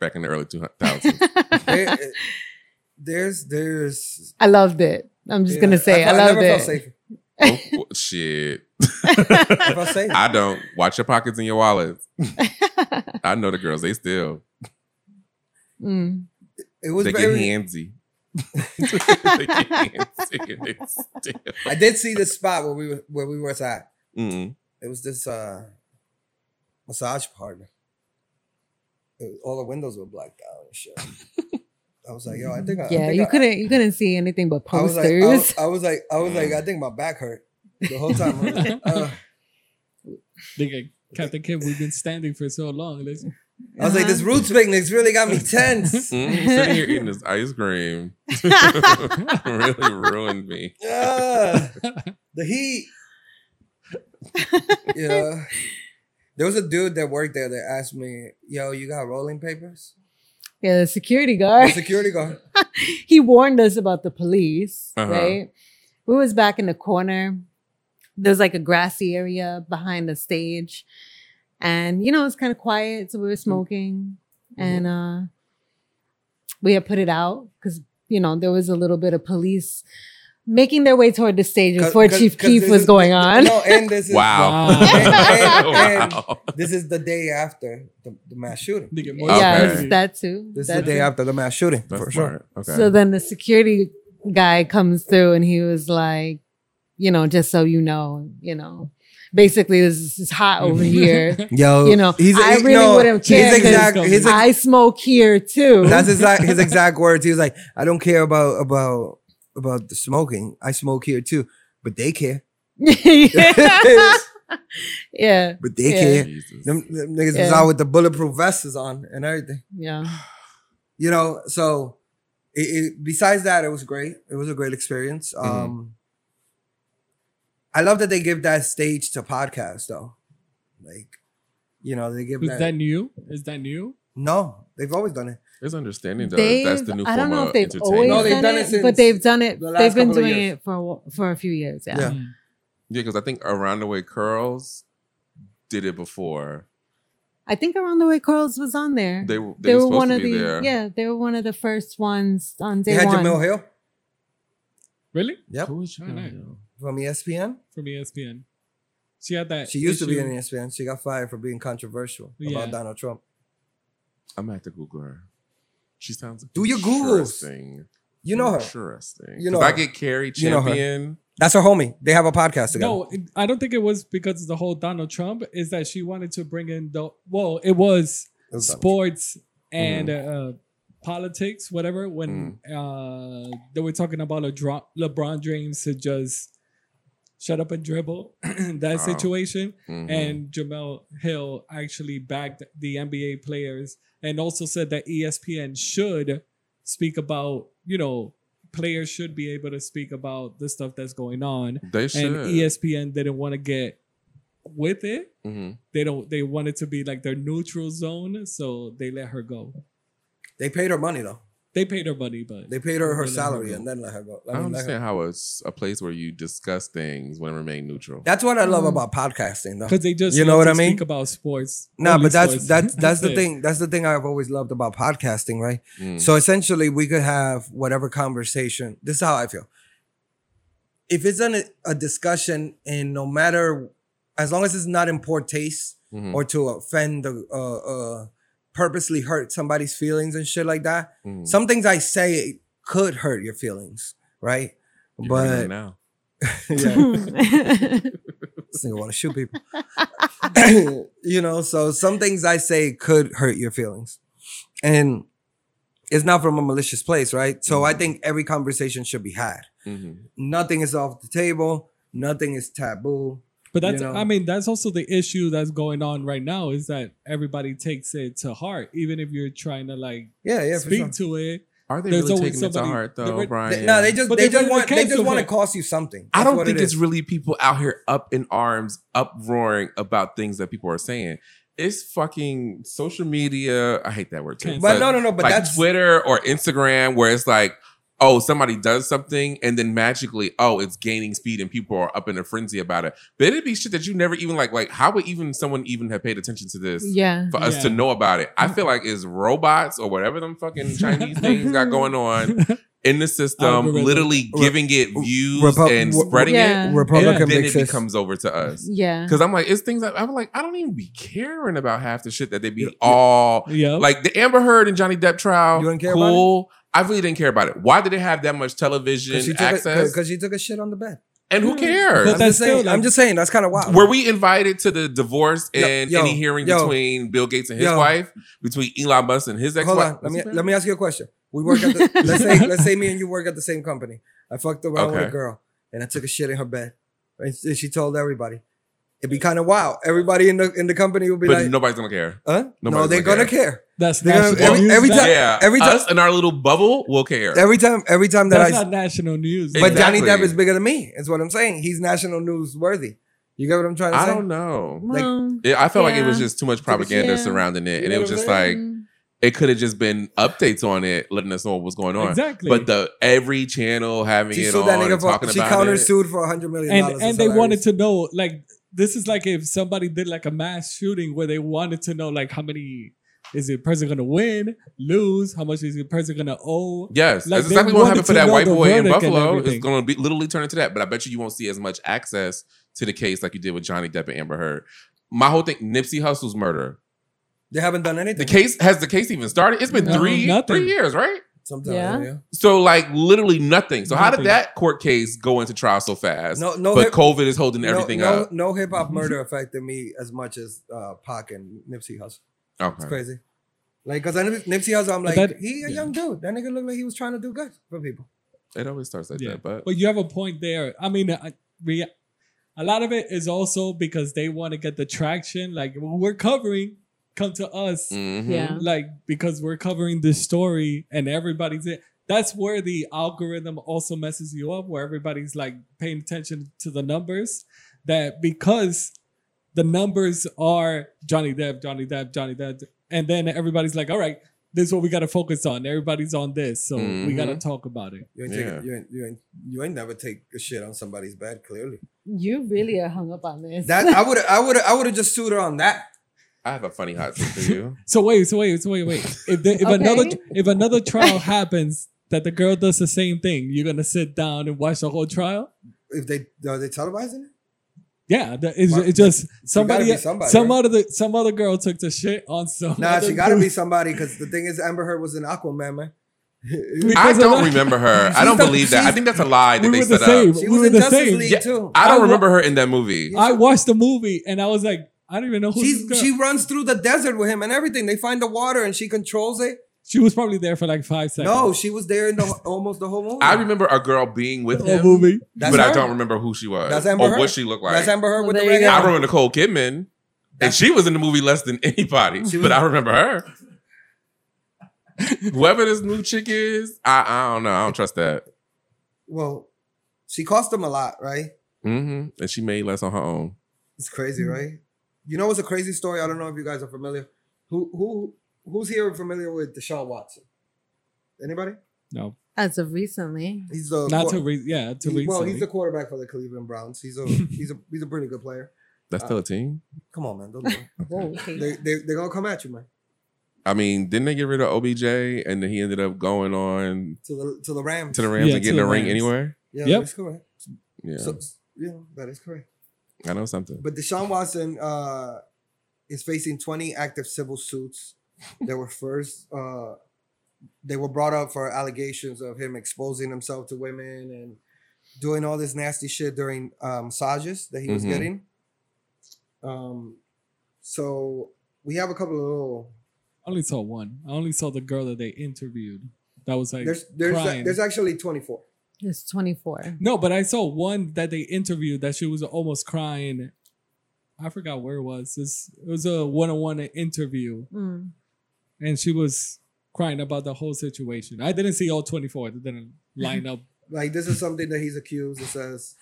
S4: back in the early two thousands.
S3: There- eh, there's there's
S1: I loved it. I'm just
S3: yeah,
S1: gonna say I,
S3: felt-
S1: loved
S3: never
S1: it.
S3: Felt safe.
S4: oh, well, shit.
S3: I felt safe.
S4: I don't watch your pockets and your wallets. I know the girls, they still
S1: Mm.
S3: It was
S4: they
S3: very
S4: get handsy. they get handsy and they still.
S3: I did see the spot where we were where we were at.
S4: Mm-mm.
S3: It was this uh massage parlor. It was- all the windows were blacked out and shit. I was like, yo, I think I I
S1: Yeah,
S3: think
S1: you
S3: I-
S1: couldn't you couldn't see anything but
S3: I was like,
S1: posters.
S3: I was, I was like, I was like, I think my back hurt the whole time. I was like, uh,
S2: Nigga, Captain Kim, we've been standing for so long. Let's-
S3: I was like, this
S1: Uh-huh.
S3: roots picnic's really got me tense.
S4: Mm, sitting here eating this ice cream really ruined me.
S3: Ah, the heat. Yeah. There was a dude that worked there that asked me, yo, you got rolling papers?
S1: yeah, the security
S3: The
S1: guard.
S3: security guard.
S1: he warned us about the police,
S4: Uh-huh.
S1: right? We was back in the corner. There's like a grassy area behind the stage. And you know, it's kind of quiet, so we were
S3: Mm-hmm.
S1: smoking. And uh we had put it out because you know there was a little bit of police making their way toward the stage
S3: 'Cause-
S1: before
S3: 'cause-
S1: Chief
S3: 'cause
S1: Keef
S3: this
S1: was
S3: is-
S1: going on.
S3: No, and this is
S4: Wow.
S2: Wow.
S3: And-
S4: wow.
S3: this is the day after the, the mass shooting.
S2: Nigga, more
S1: Yeah,
S4: Okay.
S1: it's that too.
S3: This is
S1: that
S3: the day
S1: too.
S3: after the mass shooting.
S4: That's
S3: for sure.
S4: smart. Okay.
S1: So then the security guy comes through and he was like, you know, just so you know, you know, basically this is hot
S4: Mm-hmm.
S1: over here.
S3: Yo,
S1: You know, I really wouldn't care
S3: His
S1: if
S3: exact,
S2: it's
S3: his ex-
S1: I smoke here too.
S3: that's exact, his exact words. He was like, "I don't care about about about the smoking. I smoke here too, but they care.
S1: yeah. yeah.
S3: But they
S1: Yeah.
S3: care.
S4: Jesus.
S3: Them, them niggas was
S1: Yeah.
S3: out with the bulletproof vests on and everything.
S1: Yeah.
S3: You know, so it, it, besides that, it was great. It was a great experience. Um, I love that they give that stage to podcasts, though. Like, you know, they give
S2: Is
S3: that.
S2: that new? Is that new?
S3: No, they've always done it.
S4: It's understanding that
S1: They've,
S4: that's the new form
S1: I don't know
S4: of
S1: if they've
S4: entertainment.
S1: always
S3: No, they've
S1: done,
S3: done it
S1: it,
S3: since
S1: but they've done it.
S3: the
S1: they've
S3: last
S1: been
S3: couple of
S1: doing
S3: years.
S1: it for a, wh- for a few years. Yeah.
S3: Yeah.
S2: Mm.
S4: yeah, because I think Around the Way Curls did it before.
S1: I think Around the Way Curls was on there. Mm-hmm.
S4: They,
S1: They,
S4: were- they,
S1: were
S4: were, supposed
S1: one
S4: to
S1: of
S4: be
S1: the
S4: there.
S1: yeah. They were one of the first ones on day
S3: They had
S1: one.
S3: Jamil Hill
S2: Really?
S3: Yep.
S4: Who is she?
S2: Oh, nice.
S3: from E ESPN.
S2: From E ESPN. She had that.
S3: She used to be
S2: issue-
S3: in E ESPN. She got fired for being controversial
S2: Yeah.
S3: about Donald Trump.
S4: I'm gonna have to Google her. She sounds
S3: Do your Googles.
S4: interesting.
S3: You know her.
S4: Interesting.
S3: You
S4: You
S3: know
S4: know I
S3: her.
S4: get Carrie
S3: You know her.
S4: Champion.
S3: That's her homie. They have a podcast together.
S2: No, it- I don't think it was because of the whole Donald Trump. Is that she wanted to bring in the well? It was
S3: It was Donald
S2: sports and uh, politics, whatever. When uh, they were talking about LeBron, LeBron James to just shut up and dribble that
S4: Oh.
S2: situation,
S4: Mhm.
S2: and Jamel Hill actually backed the NBA players and also said that E ESPN should speak about you know players should be able to speak about the stuff that's going on
S4: they should.
S2: and E ESPN didn't want to get with it.
S4: Mhm.
S2: They don't. They wanted to be like their neutral zone, so they let her go.
S3: Trump. They paid her money though.
S2: They paid her money, but
S3: They paid her her
S2: Let her
S3: salary
S2: go.
S3: and then let her go.
S4: I
S3: Let me-
S4: don't
S3: let her-
S4: understand how it's a place where you discuss things when remain neutral.
S3: That's what I love
S1: Mhm.
S3: about podcasting though.
S2: because they just
S3: You know
S2: love
S3: what
S2: to
S3: I mean?
S2: Speak about sports.
S3: No,
S2: only
S3: but that's
S2: sports.
S3: that's that's the
S2: it.
S3: thing. That's the thing I've always loved about podcasting, right?
S4: Mm.
S3: So essentially, we could have whatever conversation. This is how I feel. If it's an, a discussion, and no matter, as long as it's not in poor taste
S4: Mhm.
S3: or to offend the uh, uh, purposely hurt somebody's feelings and shit like that.
S4: Mm.
S3: Some things I say could hurt your feelings, right?
S4: You're
S3: but
S4: hurting me now.
S3: yeah, this nigga want to shoot people. you know, so some things I say could hurt your feelings. And it's not from a malicious place, right? So I
S4: Mhm.
S3: think every conversation should be had.
S4: Mhm.
S3: Nothing is off the table, nothing is taboo.
S2: But that's
S3: you know?
S2: I mean that's also the issue that's going on right now is that everybody takes it to heart even if you're trying to like
S3: Yeah, yeah, for
S2: speak
S3: sure.
S2: to it.
S4: Are they
S2: There's
S4: really
S2: always
S4: taking it
S2: somebody-
S4: to heart
S2: They
S4: though,
S2: were-
S4: Brian?
S3: They- no, they just
S2: But
S3: they,
S2: they
S3: just
S2: really
S3: want they just
S2: cancel
S3: want to
S2: him.
S3: cost you something.
S4: I
S3: That's
S4: don't
S3: what
S4: think
S3: it
S4: it's
S3: is.
S4: really people out here up in arms, uproaring about things that people are saying. It's fucking social media. I hate that word too.
S2: Cancel.
S3: But no, no, no. But
S4: like
S3: that's
S4: Twitter or Instagram, where it's like, oh, somebody does something, and then magically, oh, it's gaining speed, and people are up in a frenzy about it. But it'd be shit that you never even like. Like, how would even someone even have paid attention to this?
S1: yeah.
S4: For us to
S2: Yeah.
S4: know about it, I feel like it's robots or whatever them fucking Chinese things got going on in the system,
S2: Algorithm.
S4: literally
S3: Re-
S4: giving it views
S3: Repu-
S4: and
S3: w-
S4: spreading it
S1: Yeah.
S2: Yeah.
S3: Republican
S4: then
S3: big
S4: it
S3: sis.
S4: becomes over to us.
S1: Yeah.
S4: Because I'm like, it's things that I'm like, I don't even be caring about half the shit that they be all
S2: Yeah.
S4: like the Amber Heard and Johnny Depp trial.
S3: You didn't care about
S4: cool. I really didn't care about it. Why did they have that much
S3: because
S4: television
S3: she took a,
S4: access?
S3: 'cause she took a shit on the bed.
S4: and
S1: Mm.
S4: who cares?
S2: But
S3: I'm just
S2: that's still,
S3: saying.
S2: like-
S3: I'm just saying. That's kind of wild.
S4: Were we invited to the divorce
S3: Yo-
S4: and
S3: yo,
S4: any hearing
S3: yo.
S4: between Bill Gates and his
S3: Yo.
S4: wife, between Elon Musk and his ex
S3: Hold
S4: wife?
S3: on. Let me let me ask you a question. We work at the, let's say let's say me and you work at the same company. I fucked around with a
S4: Okay.
S3: girl and I took a shit in her bed, and s- and she told everybody. It'd be kind of wild. Everybody in the in the company would be
S4: But
S3: like,
S4: nobody's gonna care.
S3: "Huh? No,
S4: nobody's
S3: they're
S4: gonna
S3: gonna care."
S2: that's
S3: They're gonna-
S2: national
S3: every-
S2: news.
S3: every
S2: That-
S3: Yeah, time-
S4: Yeah,
S3: every time-
S4: us in our little bubble will care.
S3: Every time, every time that
S2: that's
S3: I.
S2: not national news.
S3: But
S2: though.
S3: Johnny Depp
S4: Exactly.
S3: is bigger than me. Is what I'm saying. He's national news worthy. You get what I'm trying to
S4: I
S3: say?
S4: don't know.
S1: Well,
S4: It, I felt like it was
S1: Yeah.
S4: just too much propaganda
S1: Yeah.
S4: surrounding it, and
S3: You
S4: it was
S3: know
S4: just
S3: what I'm
S4: like
S1: Um,
S4: it could have just been updates on it, letting us know what was going on.
S2: exactly.
S4: But the every channel having
S3: She
S4: it
S3: sued
S4: on,
S3: that nigga
S4: and
S3: for.
S4: talking
S3: She
S4: about it.
S3: countersued for a hundred million
S2: and
S3: dollars.
S2: and they wanted to know like this is like if somebody did like a mass shooting where they wanted to know like how many is the person gonna win, lose, how much is the person gonna owe.
S4: Yes,
S2: Like,
S4: that's
S2: they
S4: exactly what
S2: wanted
S4: happened for
S2: to
S4: that
S2: know
S4: white
S2: the
S4: boy in
S2: verdict and
S4: Buffalo. It's
S2: everything.
S4: going to be literally turn into that, but I bet you you won't see as much access to the case like you did with Johnny Depp and Amber Heard. My whole thing, Nipsey Hussle's murder.
S3: They haven't done anything.
S4: The case has the case even started? It's been
S2: No,
S4: three
S2: nothing.
S4: three years, right?
S3: Sometimes,
S1: Yeah.
S3: yeah.
S4: So like literally nothing. So how did
S2: Nothing.
S4: that court case go into trial so fast?
S3: No, no.
S4: but
S3: hip-
S4: COVID is holding everything
S3: Oh, no,
S4: up.
S3: No, no hip
S2: Mm-hmm.
S3: hop murder affected me as much as uh, Pac and Nipsey Hussle. It's
S4: Okay.
S3: crazy. Like, cause I knew Nipsey Hussle, I'm like,
S2: But that-
S3: he a
S2: yeah.
S3: young dude. That nigga looked like he was trying to do good for people.
S4: It always starts like
S2: Yeah.
S4: that, but
S2: But you have a point there. I mean, I, we, a lot of it is also because they want to get the traction. Like we're covering, come to us.
S4: Mhm.
S1: Yeah.
S2: Like because we're covering this story and everybody's in. That's where the algorithm also messes you up, where everybody's like paying attention to the numbers. That because the numbers are Johnny Depp, Johnny Depp, Johnny Depp, and then everybody's like, all right, this is what we got to focus on. Everybody's on this, so we got
S1: Mm-hmm.
S2: to
S4: Mhm.
S2: talk about it.
S3: You ain't,
S4: Yeah.
S3: taking, you, ain't, you, ain't, you ain't never take a shit on somebody's bed. Clearly,
S1: You really are hung up on this.
S3: that I would, I would, I would have just sued her on that.
S4: I have a funny hot tip for you.
S2: So wait, so wait, so wait, wait. If the, if
S1: Okay.
S2: another if another trial happens that the girl does the same thing, you're gonna sit down and watch the whole trial.
S3: If they are they televising it,
S2: Yeah, that is
S3: Well,
S2: it's just
S3: be
S2: somebody, e,
S3: somebody,
S2: some
S3: right?
S2: other the some other girl took the shit on some.
S3: nah,
S2: other
S3: she gotta
S2: dude.
S3: be somebody. Cause the thing is, Amber Heard was in Aquaman, man.
S4: I
S2: Because of
S4: don't
S2: that-
S4: remember her. I don't
S3: She's the-
S4: believe that. I
S3: she's-
S4: think that's a lie that
S2: We
S4: they
S2: were the
S4: set
S2: same.
S4: up.
S3: she
S2: We
S3: was
S2: were
S3: in
S2: the
S3: Justice
S2: same.
S3: League
S4: Yeah,
S3: too.
S4: I
S2: I
S4: don't
S2: wa-
S4: remember her in that movie.
S2: I watched the movie and I was like, I don't even know who this
S3: She's,
S2: girl.
S3: she
S2: She,
S3: runs through the desert with him and everything. They find the water and she controls it.
S2: was probably there for like five seconds.
S3: No, she was there in the almost the whole movie.
S4: I remember a girl being
S2: the
S4: with
S2: whole
S4: him,
S2: movie.
S3: Oh, That's
S4: but I
S3: her.
S4: don't remember who she was
S3: That's Amber
S4: or
S3: Heard.
S4: what she looked like.
S3: That's Amber Heard
S1: Well,
S3: with the
S1: there you
S3: red
S1: go.
S4: I
S3: hair.
S4: remember Nicole Kidman, and
S3: That's-
S4: she was in the movie less than anybody,
S3: She was-
S4: but I remember her. Whoever this new chick is, I, I don't know. I don't trust that.
S3: Well, she cost him a lot, right?
S4: hmm And she made less on her own.
S3: It's crazy,
S1: Mm-hmm.
S3: right? You know what's a crazy story? I don't know if you guys are familiar. Who who who's here familiar with Deshaun Watson? Anybody?
S2: No,
S1: As of recently.
S3: He's the
S2: not
S3: quar-
S2: to read. Yeah, to
S3: he-
S2: read.
S3: well, he's the quarterback for the Cleveland Browns. He's a he's a he's a pretty good player.
S4: That's still a team.
S3: Come on, man. Don't lie.
S1: Whoa,
S3: they,
S1: okay.
S3: they they're gonna come at you, man.
S4: I mean, didn't they get rid of OBJ, and then he ended up going on
S3: To the to the Rams.
S4: to the Rams
S2: Yeah,
S4: and
S2: to
S4: getting
S2: the
S4: a ring
S2: Rams.
S4: anyway?
S3: yeah,
S2: Yep.
S3: that's correct.
S4: Yeah,
S3: So yeah, that is correct.
S4: I know something.
S3: But Deshaun Watson uh, is facing 20 active civil suits they were first uh, they were brought up for allegations of him exposing himself to women and doing all this nasty shit during um, massages that he was
S4: Mhm.
S3: getting. Um, so we have a couple of little.
S2: I only saw one. I only saw the girl that they interviewed. That was like
S3: There's there's
S2: crying.
S3: there's actually 24.
S1: It's
S3: Mm.
S1: 24.
S2: no, but I saw one that they interviewed that she was almost crying. I forgot where it was. It's, it was a one-on-one interview,
S1: Mm.
S2: and she was crying about the whole situation. I didn't see all twenty-four. They didn't line up.
S3: Like this is something that he's accused. It says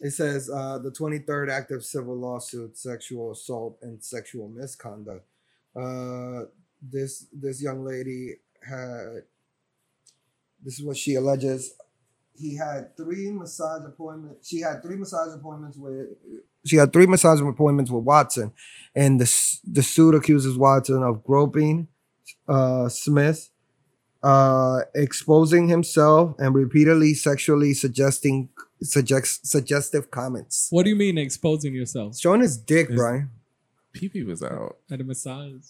S3: it says uh, the 23rd act of civil lawsuit, sexual assault and sexual misconduct. Uh, this this young lady had this is what she alleges. He had three massage appointments. She had three massage appointments with. She had three massage appointments with Watson, and the s- the suit accuses Watson of groping uh, Smith, uh, exposing himself, and repeatedly sexually suggesting suggest suggestive comments.
S2: what do you mean exposing yourself
S3: Showing his dick,
S4: Is-
S3: Brian.
S4: Pee pee was out.
S2: at a massage?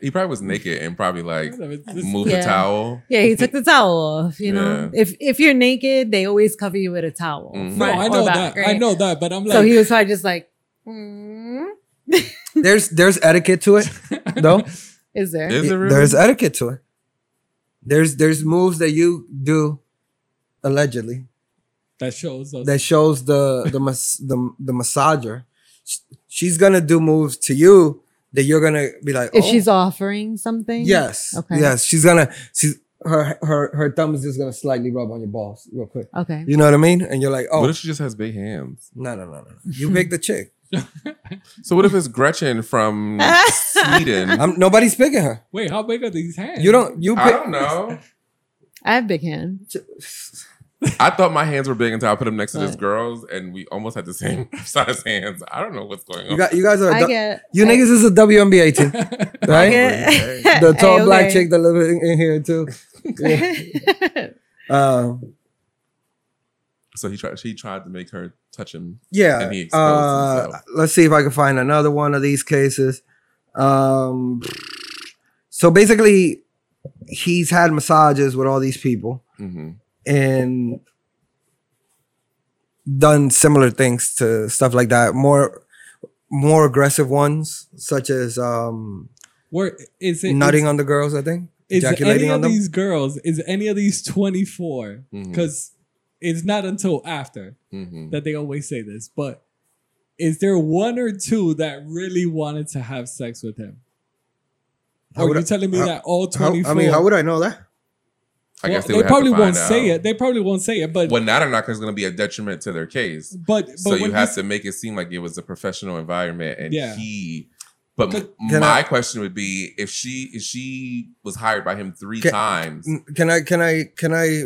S4: He probably was naked and probably like moved
S1: Yeah.
S4: the towel.
S1: Yeah, he took the towel off. You know, if if you're naked, they always cover you with a towel.
S3: Mm.
S4: Mhm.
S2: no,
S1: front
S2: I
S1: or
S2: know
S1: back,
S2: that. I
S1: right?
S2: know that, but I'm like,
S1: So he was probably just like, mm,
S3: There's there's etiquette to it, though.
S1: is there?
S4: Is it
S3: It-
S4: really?
S3: There's etiquette to it. There's there's moves that you do allegedly
S2: that shows us.
S3: that shows the the mas- the, the massager. Sh- She's gonna do moves to you that you're gonna be like,
S1: if
S3: oh,
S1: she's offering something?
S3: yes,
S1: Okay.
S3: yes, she's gonna she's her her her thumb is just gonna slightly rub on your balls real quick.
S1: Okay.
S3: You know what I mean? And you're like, oh
S4: What if she just has big hands?
S3: no no no no, you pick the chick.
S4: So what if it's Gretchen from Sweden?
S3: I'm, nobody's picking her.
S2: Wait, how big are these hands?
S3: You don't you pick.
S4: I don't know.
S1: I have big hands.
S4: I thought my hands were big until I put them next to this girl's, and we almost had the same size hands. I don't know what's going
S3: You
S4: on.
S3: got you guys are
S1: I
S3: du-
S1: get
S3: you
S1: I-
S3: niggas is a WNBA team, right?
S1: get-
S3: the tall
S1: Hey,
S3: black
S1: okay.
S3: chick that live in, in here too. Yeah. Um,
S4: so he tried. She tried to make her touch him.
S3: yeah.
S4: And he exposed
S3: Uh,
S4: himself.
S3: let's see if I can find another one of these cases. Um, so basically, he's had massages with all these people
S4: hmm
S3: and done similar things to stuff like that. More, more aggressive ones, such as um,
S2: Where is it?
S3: nutting on the girls. I think
S2: is, is any
S3: ejaculating on
S2: of
S3: them. Mm-hmm.
S2: these girls? Is any of these twenty four? Because it's not until after
S4: hmm
S2: that they always say this. But is there one or two that really wanted to have sex with him?
S3: How
S2: Are
S3: would
S2: you
S3: I-
S2: telling me
S3: how-
S2: that all
S3: how,
S2: twenty four?
S3: I mean, how would I know that?
S4: I guess they,
S2: they,
S4: would have to
S2: probably
S4: find
S2: won't
S4: out.
S2: say it. They probably won't say it. But
S4: Well, now they're not because it's going to be a detriment to their case.
S2: but but
S4: so you
S2: when
S4: have
S2: this-
S4: to make it seem like it was a professional environment, and
S2: Yeah.
S4: he. But
S2: Could-
S3: Can
S4: my
S3: I-
S4: question would be if she if she was hired by him three
S3: Can- mm,
S4: times.
S3: Can I can I can I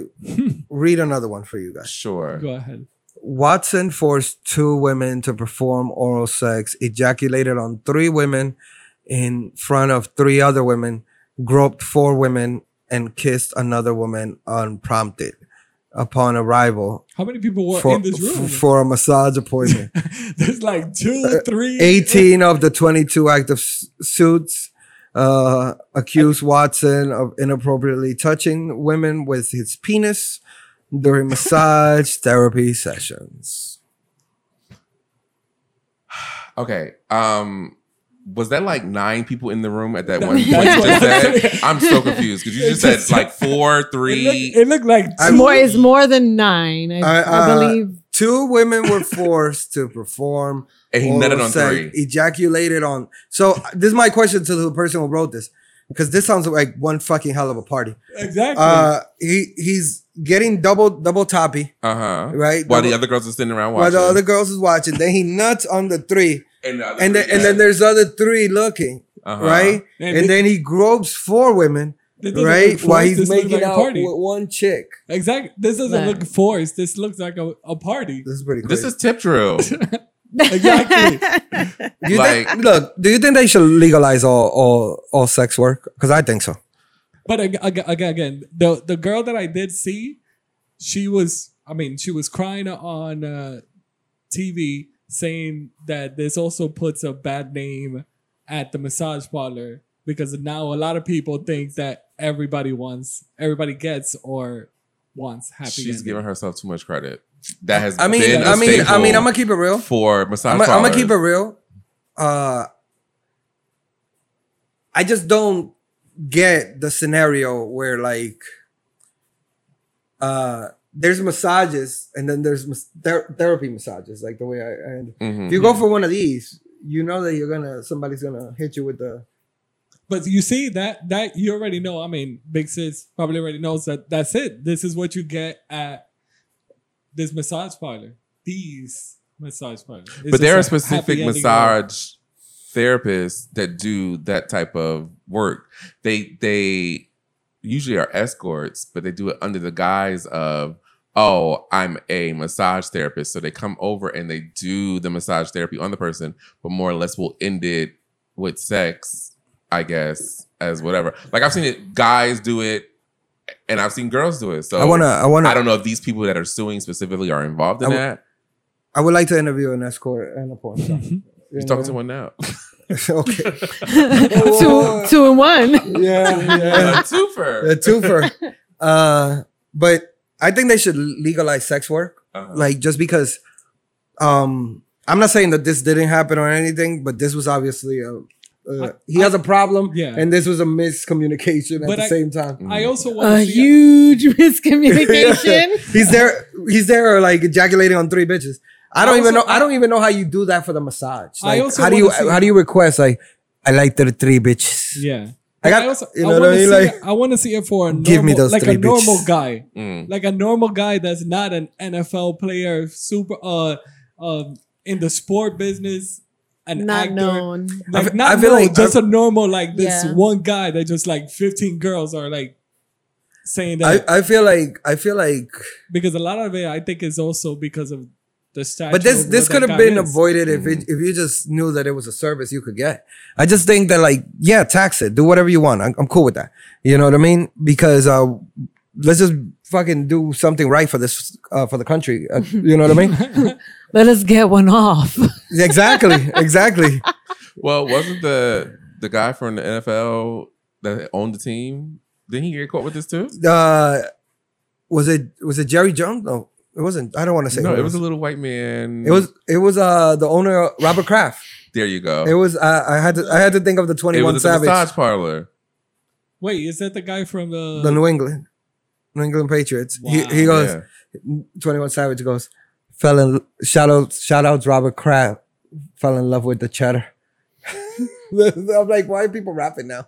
S3: read another one for you guys?
S4: Sure.
S2: go ahead.
S3: Watson forced two women to perform oral sex, ejaculated on three women in front of three other women, groped four women, and kissed another woman unprompted upon arrival
S2: How many people were
S3: for,
S2: in this room?
S3: f- for Uh, a massage appointment.
S2: There's like two, three,
S3: 18 of the 22 active s- suits uh, accused Watson of inappropriately touching women with his penis during massage therapy sessions.
S4: Okay. Um, was that like nine people in the room at that
S2: That-
S4: one point? You
S2: that's
S4: just
S2: what-
S4: said? I'm so confused because you
S2: It
S4: just said
S2: just-
S4: like
S2: It
S4: four,
S2: looked,
S4: three.
S2: it looked like two.
S3: I-
S1: it's more is more than nine. I,
S3: I- uh,
S1: I
S3: I-
S1: believe.
S3: Two women were forced to perform.
S4: And he
S3: oral
S4: nutted on
S3: sex,
S4: three.
S3: Ejaculated on. So uh, this is my question to the person who wrote this, because this sounds like one fucking hell of a party.
S2: exactly.
S3: Uh, he he's getting double double toppy,
S4: Uh huh.
S3: right?
S4: While
S3: Double-
S4: the other girls are sitting around
S3: while
S4: watching.
S3: the other girls is watching. Then he nuts on the three,
S4: and, the other
S3: and then
S4: three
S3: and then
S4: guys.
S3: there's other three looking,
S4: Uh-huh.
S3: right?
S2: And
S3: and
S2: thi-
S3: then he gropes four women,
S2: This doesn't
S3: right?
S2: look
S3: While
S2: forced,
S3: he's
S2: this looks
S3: making
S2: like a
S3: out
S2: party.
S3: with one chick.
S2: Exactly. This doesn't
S1: Nah.
S2: look forced. This looks like a, a party.
S3: This is pretty. Crazy.
S4: This is tip drill.
S2: Exactly.
S3: Do you
S4: Like-
S3: think, look, do you think they should legalize all all, all sex work? Because I think so.
S2: But ag- ag- again, again, the the girl that I did see, she was. I mean, she was crying on uh, TV saying that this also puts a bad name at the massage parlor because now a lot of people think that everybody wants, everybody gets, or wants happy.
S4: She's
S2: ending.
S4: giving herself too much credit. That has
S3: I mean,
S4: been a
S3: I mean, I mean,
S4: staple
S3: I'm gonna keep it real.
S4: for massage.
S3: I'm, gonna keep it real. Uh, I just don't get the scenario where like uh, there's massages and then there's mas- ther- therapy massages, like the way I. I
S4: Mm-hmm.
S3: if you go for one of these, you know that you're gonna somebody's gonna hit you with the.
S2: But you see that that you already know. I mean, Big Sis probably already knows that that's it. This is what you get at this massage parlor. These massage parlors. It's
S4: but
S2: just
S4: there
S2: a
S4: are
S2: happy
S4: specific
S2: ending
S4: massage therapists that do that type of work. They they usually are escorts, but they do it under the guise of oh, I'm a massage therapist. So they come over and they do the massage therapy on the person, but more or less will end it with sex, I guess, as whatever. Like I've seen it guys do it and I've seen girls do it. So
S3: I wanna, I wanna,
S4: I don't know if these people that are suing specifically are involved
S3: I
S4: in
S3: w-
S4: that.
S3: I would like to interview an escort and a porn star.
S2: Mhm.
S4: You're talking to one now.
S3: okay.
S1: two, two and one.
S3: Yeah, yeah.
S4: A twofer.
S3: a twofer. Uh, but I think they should legalize sex work,
S4: Uh-huh.
S3: like just because. Um, I'm not saying that this didn't happen or anything, but this was obviously a. Uh, he has a problem,
S2: Yeah.
S3: and this was a miscommunication at
S2: But
S3: the
S2: I-
S3: same time.
S2: I
S4: Mm,
S2: also want
S1: A
S2: to see
S1: huge miscommunication.
S3: He's there. He's there, like ejaculating on three bitches. I don't
S2: I
S3: even know.
S2: also-
S3: I don't even know how you do that for the massage.
S2: I
S3: Like,
S2: also
S3: how do you
S2: wanna see-
S3: how do you request like? I like the three bitches.
S2: Yeah.
S3: I got-
S2: But also,
S3: you
S2: I
S3: know what
S2: wanna
S3: I mean?
S2: see
S3: Like-
S2: it- I want to see it for a normal,
S3: Give me those
S2: like
S3: three
S2: a normal
S3: bitches.
S2: guy,
S4: Mm.
S2: like a normal guy that's not an NFL player, super, uh, um, in the sport business, an
S1: Not
S2: actor.
S1: known.
S3: I
S2: Like
S3: fe-
S2: not
S3: I feel
S2: no,
S3: like-
S2: just a normal like this
S1: Yeah.
S2: one guy that just like 15 girls are like saying that
S3: I, I feel like I feel like
S2: because a lot of it I think is also because of the stature.
S3: but this
S2: of
S3: this
S2: what
S3: could
S2: that
S3: have
S2: guy
S3: been
S2: is.
S3: avoided if it, if you just knew that it was a service you could get. I just think that like yeah, tax it, do whatever you want. I'm, I'm cool with that. You know what I mean? Because uh, let's just fucking do something right for this uh, for the country. Uh, you know what I mean?
S1: Let us get one off.
S3: exactly, exactly.
S4: Well, wasn't the the guy from the NFL that owned the team? Didn't he get caught with this too?
S3: Uh, was it was it Jerry Jones? No, it wasn't. I don't want to say.
S4: No,
S3: who
S4: it was a little white man.
S3: It was it was uh the owner Robert Kraft.
S4: There you go.
S3: It was I, I had to I had to think of the twenty
S4: Oh. It
S3: one
S4: was at the
S3: Savage,
S4: massage parlor.
S2: Wait, is that the guy from the,
S3: the New England, New England Patriots. He
S2: Wow.
S3: he goes.
S4: Yeah.
S3: 21 Savage goes, fell in shout out shout outs Robert Kraft, fell in love with the cheddar. I'm like, why are people rapping now?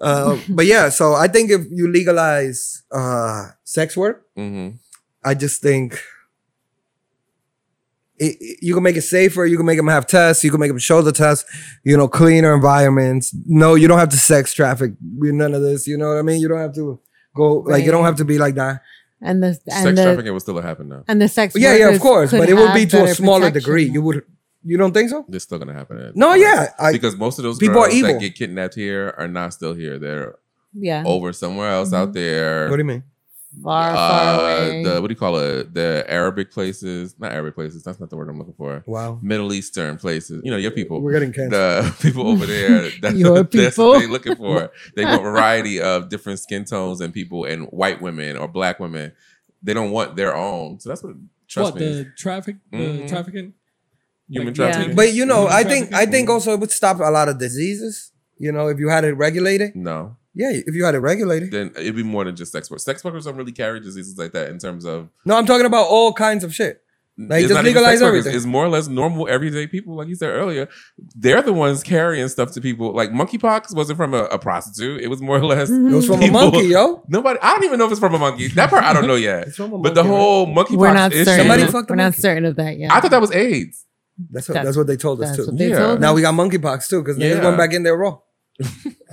S3: Uh, but yeah, so I think if you legalize uh, sex work,
S4: hmm
S3: I just think it, it- you can make it safer. You can make them have tests. You can make them shoulder tests. You know, cleaner environments. No, you don't have to sex traffic. None of this. You know what I mean? You don't have to go like you don't
S1: Right.
S3: have to be like that.
S1: And the
S4: Sex
S1: and the
S4: trafficking was still happening now.
S1: and the sex.
S3: yeah, yeah, of
S1: workers
S3: course,
S1: could
S3: but it would
S1: have
S3: be to a
S1: better
S3: smaller
S1: protection.
S3: degree. You would, you don't think so?
S4: It's still gonna happen.
S3: No, yeah, I,
S4: because most of those
S3: people
S4: people
S3: are
S4: girls
S3: evil.
S4: that get kidnapped here are not still here. They're
S1: yeah,
S4: over somewhere else out there.
S3: what do you mean?
S1: far, far
S4: Oh, uh,
S1: away.
S4: the what do you call it? The Arabic places, not Arabic places. That's not the word I'm looking for.
S3: Wow,
S4: Middle Eastern places. You know your people.
S3: we're getting canceled.
S4: the people over there. That's,
S1: Your
S4: that's
S1: people.
S4: what they're looking for. They want variety of different skin tones and people and white women or black women. They don't want their own. So that's what trust
S2: what
S4: me.
S2: the traffic the
S4: Mhm.
S2: trafficking?
S4: Human
S2: like,
S4: trafficking.
S2: yeah.
S3: But you know,
S2: Human
S3: I think I
S2: trafficking.
S3: think also it would stop a lot of diseases. You know, if you had it regulated,
S4: no.
S3: yeah, if you had it regulated.
S4: Then it'd be more than just sex workers. Sex workers don't really carry diseases like that in terms of
S3: No, I'm talking about all kinds of shit. Like,
S4: it's
S3: just
S4: not even
S3: legalize
S4: sex workers.
S3: everything.
S4: It's more or less normal everyday people, like you said earlier. They're the ones carrying stuff to people. Like monkeypox wasn't from a, a prostitute. It was more or less
S3: It was from
S4: People-
S3: a monkey, yo.
S4: nobody. I don't even know if it's from a monkey. That part I don't know yet.
S3: It's from a
S4: But the
S3: monkey, right?
S4: whole monkeypox
S1: We're not
S4: issue.
S1: certain.
S3: Somebody
S1: of-
S3: fucked a
S1: We're not
S3: monkey.
S1: certain of that yet.
S4: I thought that was AIDS.
S3: that's what
S1: that's-
S3: that's what they told us
S1: That's
S3: too.
S1: what they
S4: Yeah.
S1: told
S3: Now
S1: us.
S3: we got monkeypox too because they
S4: Yeah.
S3: went back in there raw. Uh,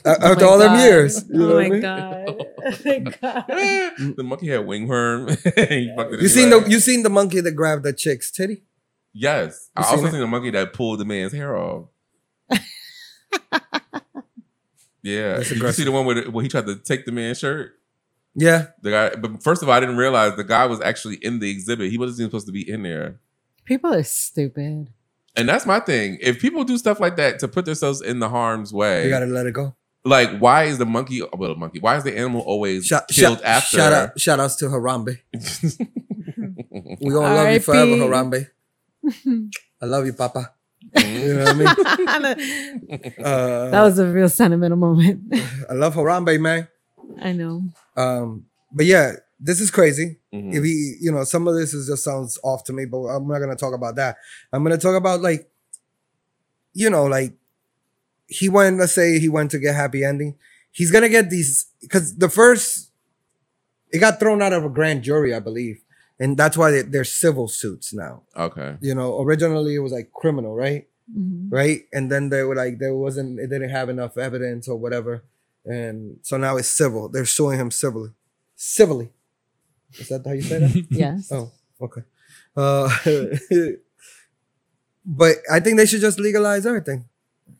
S1: Oh
S3: After
S1: my
S3: all them
S1: God.
S3: years, you know
S1: Oh
S3: what I
S1: my
S3: mean?
S1: god. Oh my god.
S4: the monkey had wingworm. He fucked it
S3: Mm. You seen the
S4: anyway.
S3: you seen the monkey that grabbed that chick's titty?
S4: yes. I
S3: you
S4: also
S3: seen
S4: seen,
S3: it?
S4: the monkey that pulled the man's hair off. yeah,
S3: That's
S4: Did you see
S3: aggressive.
S4: the one where, the- where he tried to take the man's shirt.
S3: Yeah,
S4: The guy, but first of all, I didn't realize the guy was actually in the exhibit. He wasn't even supposed to be in there.
S1: People are stupid.
S4: And that's my thing. If people do stuff like that to put themselves in the harm's way,
S3: you gotta let it go.
S4: Like, why is the monkey? Well, the monkey. Why is the animal always
S3: Shout,
S4: killed
S3: shout,
S4: after?
S3: shout out, shout outs to Harambe. We gonna love you
S1: R.I.P..
S3: forever, Harambe. I love you, Papa.
S4: Mm-hmm.
S3: You know what I mean?
S1: that
S3: Uh,
S1: was a real sentimental moment.
S3: I love Harambe, man.
S1: I know.
S3: Um, but yeah, this is crazy.
S4: Mhm.
S3: If he, you know, some of this is just sounds off to me, but I'm not gonna talk about that. I'm gonna talk about like, you know, like he went. Let's say he went to get happy ending. He's gonna get these because the first it got thrown out of a grand jury, I believe, and that's why they, they're civil suits now.
S4: Okay.
S3: You know, originally it was like criminal, right?
S1: Mhm.
S3: right? And then they were like, there wasn't, it didn't have enough evidence or whatever, and so now it's civil. They're suing him civilly, civilly. Is that how you say that?
S1: Yes.
S3: oh, okay. Uh, but I think they should just legalize everything,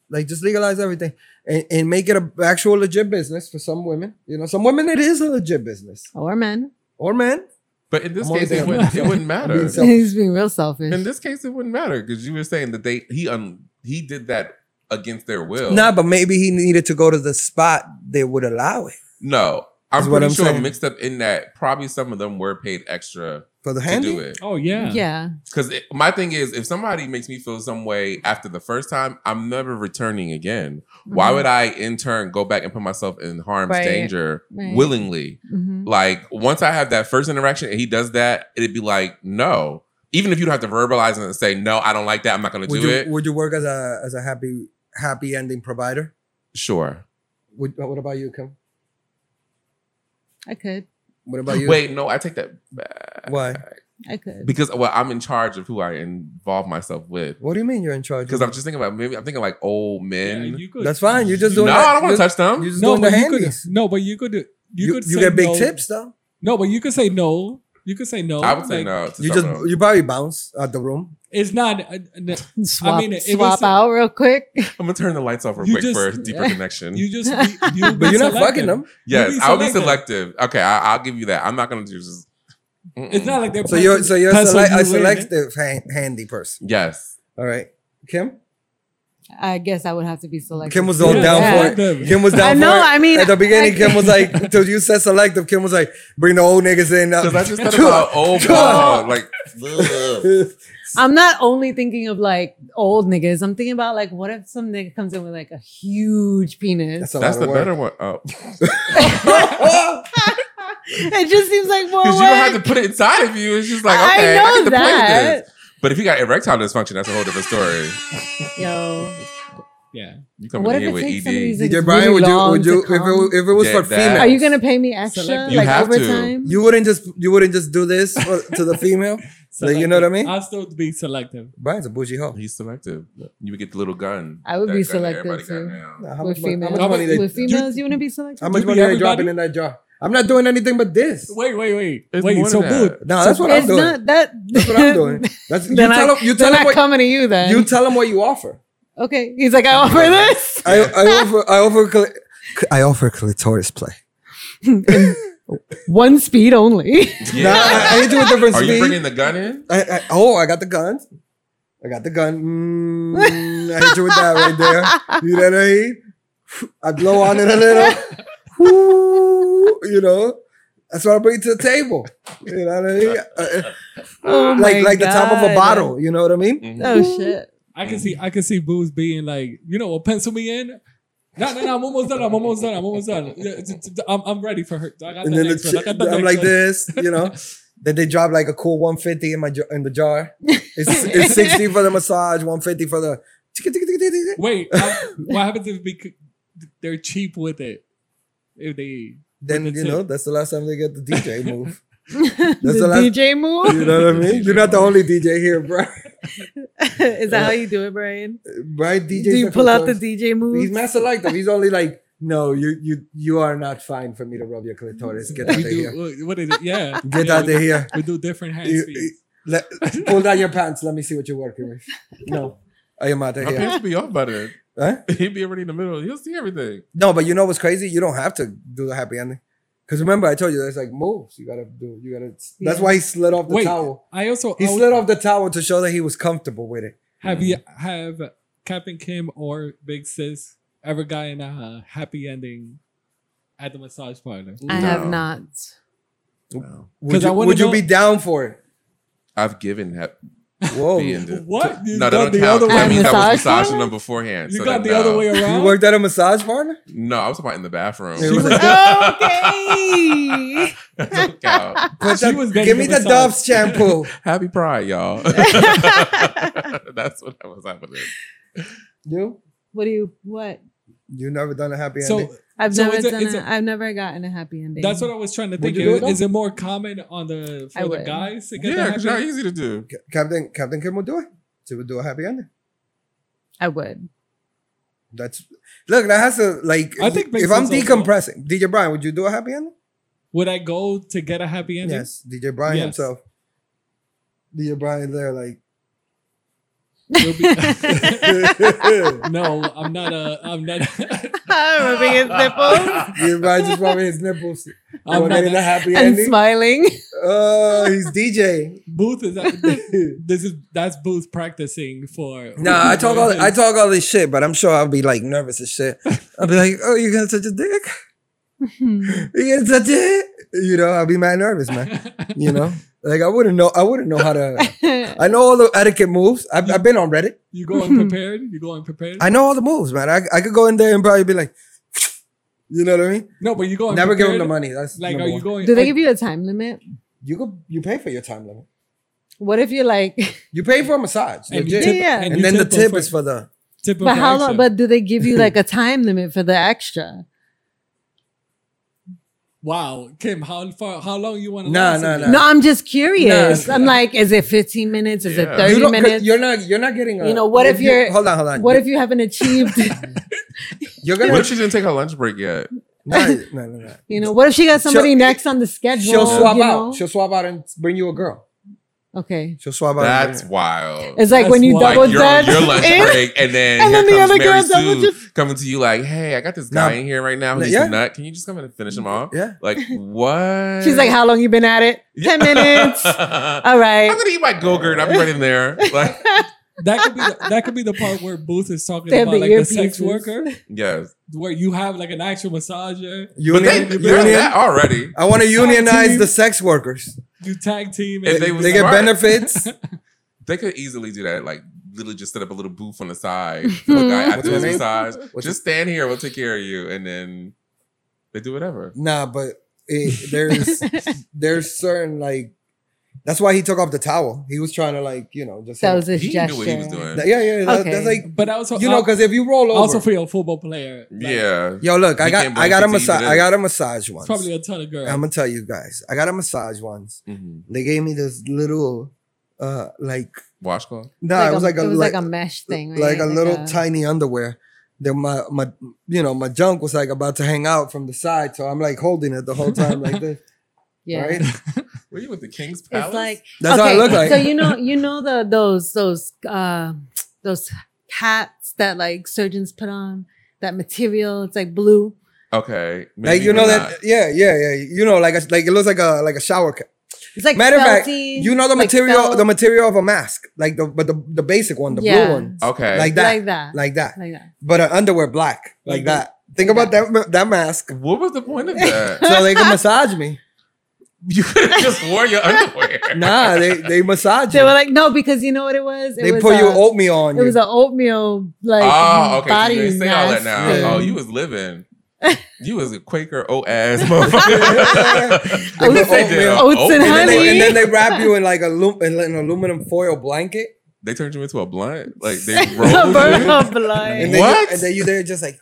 S3: like just legalize everything, and, and make it a actual legit business for some women. You know, some women it is a legit business,
S1: Or men.
S3: or men.
S4: But in this
S3: I'm only
S4: case, it
S3: thinking
S4: wouldn't,
S3: about-
S4: it wouldn't
S3: I'm
S4: matter.
S3: being self-
S1: He's being real selfish.
S4: In this case, it wouldn't matter because you were saying that they he un, he did that against their will.
S3: Nah, but maybe he needed to go to the spot they would allow it
S4: no, I'm
S3: Is what
S4: pretty
S3: I'm
S4: sure
S3: saying.
S4: mixed up in that. Probably some of them were paid extra
S3: for the
S4: to
S3: handy.
S4: do it.
S2: Oh yeah.
S1: yeah.
S4: Because my thing is, if somebody makes me feel some way after the first time, I'm never returning again. Why would I, in turn, go back and put myself in harm's
S1: Mm-hmm. Right.
S4: danger
S1: Right.
S4: willingly?
S1: hmm
S4: Like, once I have that first interaction and he does that, it'd be like, no. Even if you don't have to verbalize it and say, no, I don't like that, I'm not going to do
S3: Would you
S4: it.
S3: would you work as a as a happy happy ending provider?
S4: Sure.
S3: Would, what about you, Kim?
S1: I could.
S3: What about you?
S4: Wait, no, I take that back.
S3: why?
S1: I could.
S4: Because, well, I'm in charge of who I involve myself with.
S3: What do you mean you're in charge?
S4: Because I'm just thinking about maybe I'm thinking like old
S2: Yeah,
S4: men.
S2: you could-
S3: that's fine. You're just
S4: no,
S3: doing. that.
S4: I don't want to
S3: You're-
S4: touch them.
S3: You're just
S2: No,
S3: doing the
S2: but you could,
S3: handies.
S2: no, but you could. You,
S3: You,
S2: could.
S3: you
S2: say
S3: get big
S2: no.
S3: tips though.
S2: No, but you could say no. You could say no.
S4: I would say
S2: Like,
S4: no. To
S3: You just
S4: someone else.
S3: you probably bounce out the room.
S2: It's not. uh, n-
S1: Swap,
S2: mean, if
S1: swap
S2: it's a-
S1: out real quick.
S4: I'm gonna turn the lights off real
S2: You
S4: quick
S2: just-
S4: for a deeper
S1: Yeah.
S4: connection.
S2: You just. Be, you
S3: But you're not fucking them.
S4: yes,
S2: be
S4: I'll be
S2: selective.
S4: selective. Okay, I, I'll give you that. I'm not gonna do just. Mm-mm.
S2: It's not like they're.
S3: So you're so you're
S2: pencil
S3: sele-
S2: you
S3: a
S2: in.
S3: selective han- handy person.
S4: Yes,
S3: All right, Kim.
S1: I guess I would have to be selective.
S3: Kim was
S2: Yeah,
S3: all down
S1: yeah.
S3: for
S2: selective.
S3: it. Kim was down
S1: I
S3: for
S1: know.
S3: it.
S1: I mean,
S3: At the beginning,
S1: I-
S3: Kim was like, until you said selective, Kim was like, bring the old niggas in. now."
S4: because I just thought about old people, like ugh.
S1: I'm not only thinking of like old niggas. I'm thinking about like, what if some nigga comes in with like a huge penis?
S3: a
S4: that's
S3: lot
S4: the
S3: of work.
S4: better one. Oh,
S1: it just seems like more
S4: because you don't have to
S1: work.
S4: put it inside of you. It's just like okay, I,
S1: I
S4: get
S1: know
S4: to play with
S1: that.
S4: this. But if you got erectile dysfunction, that's a whole different story.
S1: Yo,
S2: Yeah.
S4: You come
S1: what
S4: in
S1: if
S4: here
S1: it
S4: with E
S1: takes some of
S4: ED.
S1: these?
S3: DJ
S1: it's
S3: Brian,
S1: really
S3: would you
S1: long
S3: would
S1: to
S3: you if it,
S1: come?
S3: w- if it was
S4: Get
S3: for
S4: that.
S3: females?
S1: Are you gonna pay me extra,
S2: Select-
S4: You
S1: like
S4: have to.
S1: overtime?
S3: You wouldn't just you wouldn't just do this for, to the female. Like, you know what I mean?
S2: I'll still be selective.
S3: Brian's a bougie hoe.
S4: He's selective. You would get the little gun.
S1: I would
S4: That
S1: be
S4: gun that
S1: selective,
S4: everybody got
S1: too.
S4: now.
S3: Nah, how,
S1: with
S3: much money, how
S1: females,
S3: much money they
S1: with females, you want to be selective?
S3: how much
S2: You
S3: money
S2: be
S3: they dropping
S2: everybody?
S3: in that jar? I'm not doing anything but this.
S2: Wait, wait, wait,
S4: It's
S2: wait.
S4: more
S2: So
S4: than that.
S2: Booth,
S3: No, that's what I'm
S1: it's
S3: doing.
S1: not that.
S3: that's what I'm doing. That's you
S1: then
S3: tell
S1: I,
S3: them you
S1: then
S3: tell them
S1: I
S3: what
S1: coming to you then.
S3: you tell them what you offer.
S1: okay, he's like, I offer this.
S3: I, I offer I offer cli- I offer clitoris play.
S1: One speed only.
S4: Yeah.
S3: Nah, I, I need to do a different
S4: Are you
S3: speed.
S4: bringing the gun in?
S3: I, I, oh, I got the guns. I got the gun. Mm, I hit you with that right there. You know what I mean? I blow on it a little. Woo, you know, that's what I bring to the table. You know what I mean? Uh,
S1: oh my
S3: like like the top of a
S1: God.
S3: bottle. You know what I mean?
S4: Mhm.
S1: Oh shit.
S2: I can see, I can see Booth being like, you know, what, pencil me in. No, no, no, I'm almost done. I'm almost done. I'm almost done. Yeah, t- t- I'm, I'm ready for her. I got the
S3: And then the
S2: next one. I
S3: chi-
S2: got the next
S3: I'm like
S2: one.
S3: this. You know. Then they drop like a cool 150 in my jar, in the jar. It's, it's 60 for the massage, 150 for the.
S2: Wait, how- what happens if bec- they're cheap with it? If they
S3: Then
S2: With the
S3: you know
S2: tip.
S3: that's the last time they get the DJ move.
S1: the
S3: the last-
S1: DJ move.
S3: You know what I mean? You're not the only DJ here, bro.
S1: Is that how you do it, Brian?
S3: Right? DJ.
S1: do you pull out the DJ move?
S3: He's not selective. He's only like, no, you you you are not fine for me to rub your clitoris. Get out
S2: we
S3: of here.
S2: do what is it? Yeah,
S3: Get
S2: yeah,
S3: out of
S2: we,
S3: here.
S2: we do different hand
S3: You-
S2: speeds.
S3: Let, pull down your pants. Let me see what you're working with. No, I am out of
S4: My
S3: here.
S4: pants would be off by then.
S3: Huh?
S4: He'd be already in the middle. He'll see everything.
S3: No, but you know what's crazy? You don't have to do the happy ending. Because remember, I told you there's like moves. You gotta do. You gotta. That's why he slid off the
S2: Wait,
S3: towel.
S2: I also
S3: He
S2: I would-
S3: slid off the towel to show that he was comfortable with it.
S2: Have you have Captain Kim or Big Sis ever gotten a happy ending at the massage parlor?
S1: I have
S4: No.
S1: not.
S4: No.
S3: Would
S2: 'Cause I
S3: you,
S2: wanna
S3: would you
S2: know-
S3: be down for it?
S4: I've given hap-
S3: Whoa.
S4: the
S3: Oh, you
S4: end of-
S2: What? You
S4: No,
S2: got
S4: that don't
S2: the
S4: count.
S2: other
S4: That
S1: way-
S4: means I was
S1: Massage parlor?
S4: massaging them beforehand.
S2: You
S4: so
S2: got
S4: that,
S2: the
S4: no.
S2: other way around.
S3: worked at a massage parlor?
S4: No, I was talking about in the bathroom.
S3: She was-
S1: Oh, okay.
S4: That don't count.
S3: Put
S2: She
S3: that-
S2: was getting
S3: give me
S2: the
S3: the Dove's shampoo.
S4: Happy Pride, y'all. That's what that was happening.
S3: you?
S1: what do you what?
S3: You never done a happy ending?
S2: So
S1: I've
S2: So
S1: never
S2: it's a-
S1: done
S2: it's
S1: a,
S2: a-
S1: a, I've never gotten a happy ending.
S2: that's what I was trying to
S3: Would
S2: think.
S3: you do it,
S2: Is,
S3: though?
S2: it more common on the
S1: I
S2: for the
S1: would.
S2: guys to get
S4: Yeah,
S2: the
S4: because y'all
S2: happy?
S4: easy to do.
S3: Ca- Captain Captain Kim will do it. She will do a happy ending.
S1: I would.
S3: That's look. That has to like.
S2: I think makes
S3: if I'm
S2: sense also.
S3: decompressing, DJ Brian, would you do a happy ending?
S2: Would I go to get a happy ending?
S3: Yes, DJ Brian
S2: Yes.
S3: himself. DJ Brian there, like
S2: It'll be- no, I'm not a. I'm not.
S1: Rubbing his nipples
S3: DJ Brian just rubbing his nipples.
S2: I'm
S3: I'm
S2: not
S3: getting a
S2: a
S3: happy
S1: and
S3: ending.
S1: smiling.
S3: Oh, he's DJ.
S2: booth is. This is that's booth practicing for.
S3: Nah, I talk all I talk all this shit, but I'm sure I'll be like nervous as shit. I'll be like, "Oh, you gonna touch a dick? You gonna touch it? You know, I'll be mad nervous, man. You know, like I wouldn't know. I wouldn't know how to. I know all the etiquette moves. I've, I've been on Reddit.
S2: you go unprepared. You go unprepared.
S3: I know all the moves, man. I, I could go in there and probably be like, you know what I mean?
S2: no, but you go.
S3: Never give them the
S2: unprepared.
S3: money. That's
S2: Like,
S3: number
S2: are you
S3: one.
S2: going?
S1: do they give you a time limit?
S3: You could you pay for your time limit.
S1: What if you're like
S3: You pay for a massage,
S2: And you
S3: legit.
S2: tip,
S1: Yeah.
S3: And,
S2: you
S3: then the
S2: them
S3: tip
S2: for-
S3: is for the.
S2: tip them
S1: but
S2: for
S1: how
S2: extra.
S1: long but do they give you like a time limit for the extra?
S2: Wow, Kim, how far? How long you want to?
S3: Nah, nah,
S1: No, I'm just curious.
S3: Nah.
S1: I'm like, is it 15 minutes? Is
S4: Yeah.
S1: it
S3: You
S1: 30
S3: don't,
S1: minutes?
S3: You're not. You're not getting. A,
S1: You know, what if you're-
S3: Hold on, hold on.
S1: What if you haven't achieved?
S3: you're
S4: What
S3: gonna?
S4: if she didn't take her lunch break yet?
S3: nah, nah, nah, nah.
S1: you know, what if she got somebody
S3: She'll-
S1: next on the schedule?
S3: She'll swap
S1: you know?
S3: out. She'll swap out and bring you a girl.
S1: okay.
S3: She'll swap out. and
S4: That's
S3: bring
S4: wild.
S1: It's like
S2: That's
S1: when you
S2: wild.
S1: double
S4: like you're on
S1: dutch
S4: your lunch
S1: in-
S4: break, and then
S1: and
S4: here
S1: then the
S4: comes
S1: other
S4: Mary
S1: girl double
S4: Sue coming to you like, "Hey, I got this guy
S3: Nah.
S4: in here right now who's
S3: Yeah.
S4: a nut. Can you just come in and finish him off?"
S3: you. Yeah.
S4: Like what?
S1: She's like, how long you been at it? 10 minutes.
S4: I'm
S1: All right.
S4: gonna eat my go-gurt. I'm right in there. Like
S2: that could be the, that could be the part where Booth is talking
S1: They have
S2: about
S1: the
S2: like the sex
S1: earpieces.
S2: worker,
S4: yes,
S2: where you have like an actual massager,
S3: Union,
S4: but they they're
S3: union.
S4: that already.
S3: I want to unionize
S2: Team.
S3: the sex workers.
S2: you tag team,
S4: If
S2: and
S4: they
S2: you
S4: was
S3: They get
S4: Smart.
S3: benefits.
S4: They could easily do that. Like literally, just set up a little booth on the side for the guy after
S3: What's
S4: his
S3: her name?
S4: massage.
S3: What's-
S4: just stand here. We'll take care of you, and then they do whatever.
S3: Nah, but it, there's there's certain like that's why he took off the towel. He was trying to like you know just
S1: That was his
S4: he
S1: gesture.
S4: knew what he was doing.
S3: yeah yeah that- that's
S1: Okay.
S3: like
S2: but also
S3: you know because if you roll over
S2: uh, also for your football player, like,
S3: e-
S4: yeah,
S3: yo look I
S4: You
S3: got
S4: can't
S3: I got a
S4: bring it to
S3: massage
S4: either.
S3: I got a massage
S2: it's
S3: once.
S2: probably a ton of girls.
S3: I'm gonna tell you guys I got a massage once.
S4: hmm
S3: They gave me this little uh like
S4: washcloth.
S3: no
S1: Like
S3: it was
S1: a-
S3: like a
S1: it was like,
S3: like,
S1: a mesh thing. Right?
S3: like a little tiny underwear. Then my my you know my junk was like about to hang out from the side, so I'm like holding it the whole time like this,
S1: Yeah.
S3: right?
S4: Were you with the King's Palace?
S1: It's like
S3: That's how it looked like.
S1: So you know, you know the those those uh those hats that like surgeons put on, that material, it's like blue.
S4: okay,
S3: like
S4: maybe
S3: you know
S4: we're
S3: that
S4: not.
S3: yeah yeah yeah you know like a, like it looks like a like a shower cap.
S1: It's like
S3: matter of fact
S1: felty,
S3: you know the
S1: like
S3: material
S1: felt,
S3: the material of a mask like the but the, the basic one the
S1: Yeah.
S3: blue one
S4: Okay,
S3: like that
S1: like that.
S3: like that
S1: Like that.
S3: but an underwear black like,
S2: Like
S3: that think about that ma- that mask
S4: what was the point of that?
S3: so they can massage me
S4: you could have just wore your underwear.
S3: nah they they massage
S1: They
S3: you.
S1: were like, no, because you know what it was? It
S3: they
S1: was
S3: put you
S1: a-
S3: oatmeal on
S1: It
S3: you
S1: was an oatmeal like
S4: oh, okay.
S1: body
S4: so you didn't say all that now.
S1: mask
S3: thing.
S4: Oh, you was living. You was a Quaker old ass motherfucker.
S1: Oats-
S4: Yes, they did.
S1: oats and
S3: and,
S4: Oatmeal.
S3: then
S1: honey.
S3: they, and then they wrap you in like a lu- in an aluminum foil blanket
S4: They turned you into a blunt. Like they
S1: A burp
S4: rolled you.
S1: of blood.
S3: and then
S4: What?
S3: You, and then you there just like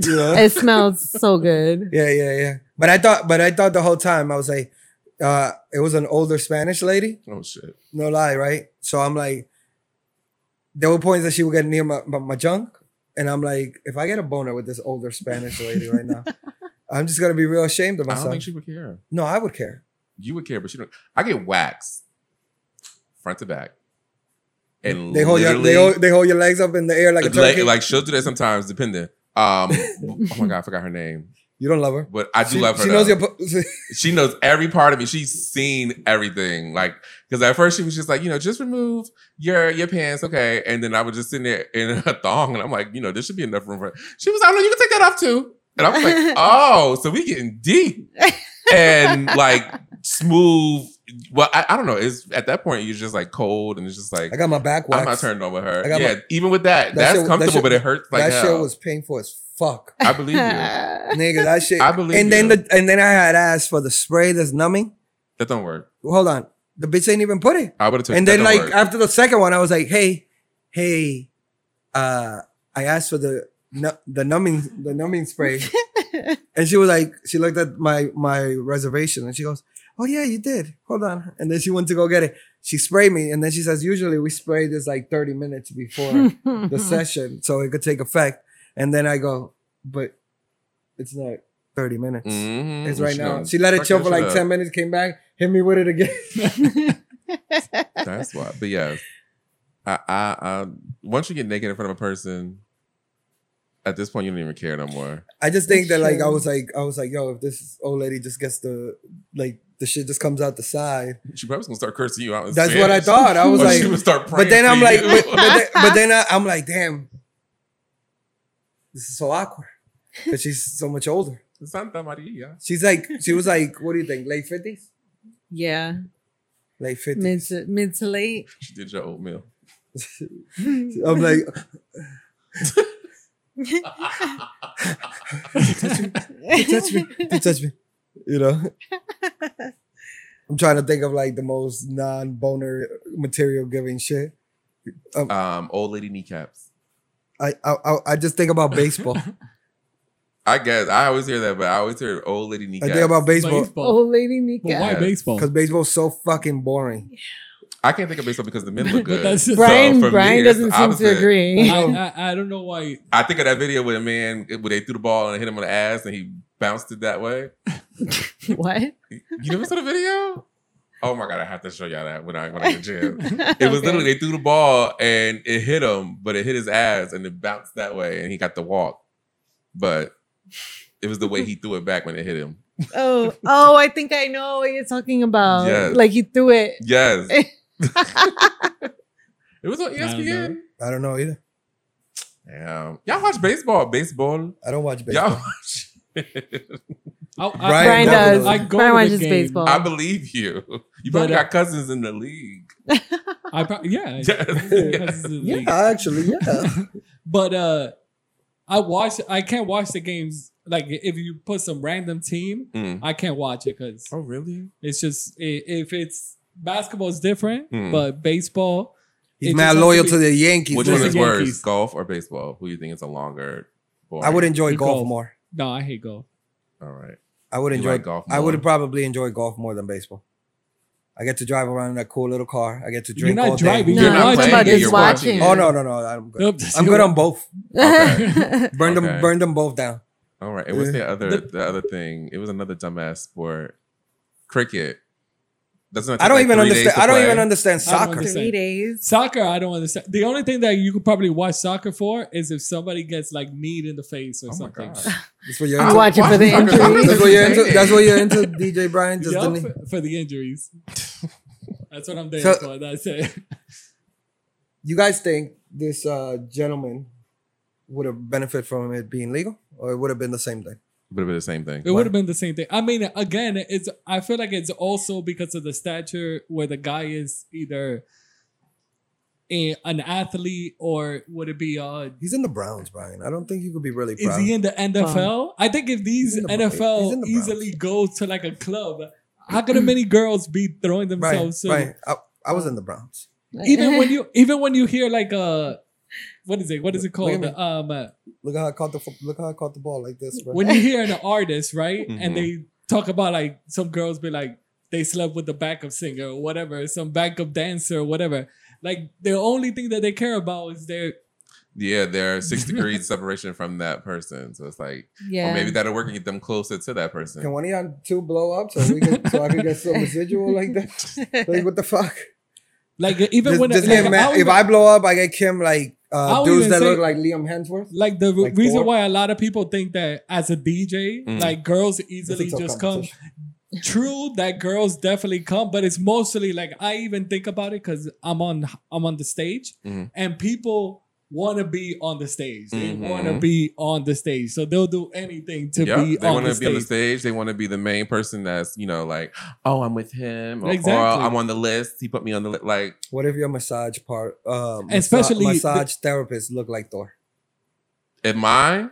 S3: you know
S1: It smells so good.
S3: Yeah, yeah, yeah. But I thought, but I thought the whole time I was like, uh, it was an older Spanish lady.
S4: Oh shit.
S3: No lie, right? So I'm like, there were points that she would get near my, my, my junk, and I'm like, if I get a boner with this older Spanish lady right now, I'm just gonna be real ashamed of
S4: I don't
S3: myself.
S4: think she would care.
S3: no, I would care.
S4: You would care, but she don't. I get waxed front to back, and
S3: They hold your
S4: literally-
S3: they hold, they hold your legs up in the air like a
S4: like,
S3: turkey.
S4: like she'll do that sometimes, depending. Um, oh my god, I forgot her name.
S3: You don't love her.
S4: But I do
S3: she,
S4: love her.
S3: She
S4: though.
S3: knows your. po-
S4: she knows every part of me. She's seen everything. Like, because at first she was just like, you know, just remove your your pants, okay? And then I was just sitting there in a thong, and I'm like, you know, there should be enough room for. She was, like, oh no, you can take that off too. And I was like, oh, so we getting deep and like smooth. Well, I, I don't know. It's at that point you're just like cold, and it's just like
S3: I got my back waxed.
S4: I'm not turned on with her.
S3: I got
S4: Yeah,
S3: my-
S4: even with
S3: That
S4: that, that's
S3: shit- that
S4: comfortable,
S3: shit-
S4: but it hurts like
S3: that
S4: hell.
S3: shit was painful as fuck,
S4: I believe you.
S3: nigga. That shit.
S4: I believe
S3: and then
S4: you.
S3: the and then I had asked for the spray that's numbing.
S4: That don't work.
S3: Well, hold on, the bitch ain't even put it.
S4: I would have took.
S3: and
S4: that
S3: then
S4: don't
S3: like
S4: work.
S3: after the second one, I was like, hey, hey, uh, I asked for the nu- the numbing the numbing spray, and she was like, she looked at my my reservation and she goes, oh yeah, you did. Hold on, and then she went to go get it. She sprayed me, and then she says, usually we spray this like thirty minutes before the session so it could take effect. And then I go, but it's not thirty minutes.
S4: Mhm.
S3: It's
S4: You
S3: right
S4: should
S3: now.
S4: know.
S3: She let it
S4: Fuck
S3: chill
S4: that
S3: for
S4: shit
S3: like
S4: up.
S3: 10 minutes, came back, hit me with it again.
S4: That's why. But yes, I, I, I, once you get naked in front of a person, at this point you don't even care no more.
S3: I just think that
S1: That's
S3: like I
S1: true.
S3: was like I was like yo if this old lady just gets the like the shit just comes out the side
S4: She probably was gonna start cursing you out. in
S3: that's what I
S4: Spanish.
S3: thought I was
S4: Or
S3: like
S4: she would start praying.
S3: but then
S4: to
S3: I'm like
S4: you.
S3: but, but then, but then I, I'm like damn this is so awkward because she's so much older
S4: Santa Maria.
S3: she's like she was like what do you think late fifties
S1: yeah,
S3: late
S1: mid
S3: fifties
S1: to, mid to late.
S4: She did your oatmeal.
S3: I'm like touch me don't touch me you know I'm trying to think of like the most non boner material giving shit.
S4: Um, old lady kneecaps.
S3: I I I- I just think about baseball.
S4: I guess I always hear that, but I always hear old lady
S3: I
S4: kneecaps.
S3: think about baseball
S2: baseball.
S1: Old lady
S2: But why
S1: Nika.
S4: Yeah.
S2: baseball?
S3: because baseball's so fucking boring.
S4: I can't think of baseball because the men look good.
S2: that's just-
S4: So
S1: Brian,
S4: for me,
S1: Brian
S4: it's the
S1: doesn't seem to
S4: opposite.
S2: I,
S1: agree.
S2: I, I don't know why.
S4: I think of that video with a man where they threw the ball and hit him on the ass and he bounced it that way.
S1: what?
S4: You never saw the video? Oh my god, I have to show y'all that when I when I get jail.
S1: it
S4: It was literally they threw the ball and it hit him, but it hit his ass and it bounced that way and he got the walk. But it was the way he threw it back when it hit him.
S1: Oh, oh, I think I know what you're talking about.
S4: Yes.
S1: Like you threw it.
S4: Yes. It was on E
S2: I don't
S4: ESPN.
S3: I don't know either.
S4: Damn. Y'all watch baseball, baseball.
S3: I don't watch baseball.
S4: Y'all watch
S2: I, I,
S1: Brian
S3: Brian
S1: does.
S3: definitely-
S2: I go
S1: Brian
S2: to the
S1: watches
S2: game.
S1: baseball.
S4: I believe you.
S2: But,
S4: You probably
S2: uh,
S4: got cousins in the league.
S2: I pro- yeah.
S4: Yes.
S2: Because it's a
S3: Yeah,
S2: league.
S3: actually, yeah.
S2: But uh, I watch. I can't watch the games. Like if you put some random team,
S4: Mm.
S2: I can't watch it because
S4: Oh really?
S2: it's just i- if it's basketball is different,
S4: Mm.
S2: but baseball.
S3: He's
S2: It just has
S3: mad
S2: to
S3: loyal
S2: be-
S3: to the Yankees.
S4: Which
S2: just
S4: one
S2: the
S4: is
S3: man.
S4: worse,
S2: Yankees.
S4: golf or baseball? Who do you think is a longer? Boring?
S3: I would enjoy
S2: He
S3: golf
S2: golf.
S3: more.
S2: No, I hate golf.
S4: All right.
S3: I would
S4: You
S3: enjoy
S4: like golf
S3: I would
S4: more?
S3: probably enjoy golf more than baseball. I get to drive around in that cool little car. I get to
S2: You're
S3: drink. all
S2: not
S3: day.
S2: driving.
S1: No,
S2: you're
S1: I'm talking
S2: watching.
S1: about
S4: it,
S1: just
S4: you're
S1: watching.
S3: Oh no, no, no! I'm good.
S2: Nope,
S3: I'm good on both.
S4: Okay.
S3: Burn them,
S4: Okay.
S3: burn them both down.
S4: All right. It was the other
S2: The-
S4: the other thing. It was another dumbass sport. Cricket. Doesn't it
S3: I don't
S4: take, like,
S3: even
S4: three days
S3: understand.
S4: to
S3: I don't
S4: play?
S3: even understand
S2: I don't
S3: soccer.
S2: understand.
S1: Three days.
S2: Soccer, I don't understand. The only thing that you could probably watch soccer for is if somebody gets like kneed in the face or
S4: Oh my
S2: something.
S4: god.
S3: That's what you're
S1: I'm
S3: into.
S1: watching for the
S4: Soccer's
S1: injury.
S4: amazing.
S3: That's what you're into. That's what you're into, DJ Brian. Just
S2: Yup,
S3: didn't
S2: for, for the injuries. That's what I'm there
S3: So-
S2: for. That's it.
S3: you guys think this uh, gentleman would have benefited from it being legal, or it would have been the same thing?
S4: Would have been the same thing.
S2: It would have been the same thing. I mean, again, it's I feel like it's also because of the stature where the guy is either a, an athlete or would it be uh
S3: He's in the Browns, Brian. I don't think you could be really
S2: is
S3: proud.
S2: he in the NFL? I think if these
S3: He's in the- he's in
S2: NFL
S3: the
S2: easily go to like a club, how could many girls be throwing
S3: Brian,
S2: themselves to
S3: Brian, I, I was in the Browns.
S2: even when you even when you hear like a what is it? What is it
S3: Wait a
S2: called?
S3: minute.
S2: Um uh,
S3: Look how I caught the fo- look how I caught the ball like this, bro.
S2: when you hear an artist, right?
S3: Mm-hmm.
S4: Mhm.
S2: And they talk about like some girls be like they slept with the backup singer or whatever, some backup dancer or whatever. Like the only thing that they care about is their
S4: Yeah, there are six degrees separation from that person. So it's like,
S1: yeah.
S4: well, maybe that'll work and get them closer to that person.
S3: can one of y'all two blow up so we can so I can get some residual like that? Like what the fuck?
S2: like even
S3: Just-
S2: when
S3: just
S2: like,
S3: get mad-
S2: I
S3: if I blow up, I get Kim like uh,
S2: would
S3: dudes
S2: even
S3: that
S2: say-
S3: look like Liam Hemsworth.
S2: Like the
S3: Like
S2: reason
S3: Thor?
S2: why a lot of people think that as a DJ,
S4: Mm.
S2: like girls
S3: That's a
S2: easily
S3: tough
S2: just come.
S3: competition.
S2: True that girls definitely come, but it's mostly like I even think about it because I'm on I'm on the stage
S4: Mhm.
S2: and people want to be on the stage. They want to
S4: Mhm.
S2: be on the stage, so they'll do anything to
S4: Yep,
S2: be
S4: they
S2: on
S4: want
S2: the
S4: to be on the
S2: stage.
S4: stage. They want to be the main person that's you know like, oh, I'm with him, or, or
S2: Exactly.
S4: I'm on the list. He put me on the list. Like,
S3: What if your massage part, uh, massa-
S2: Especially the-
S3: massage therapists look like Thor?
S4: am I?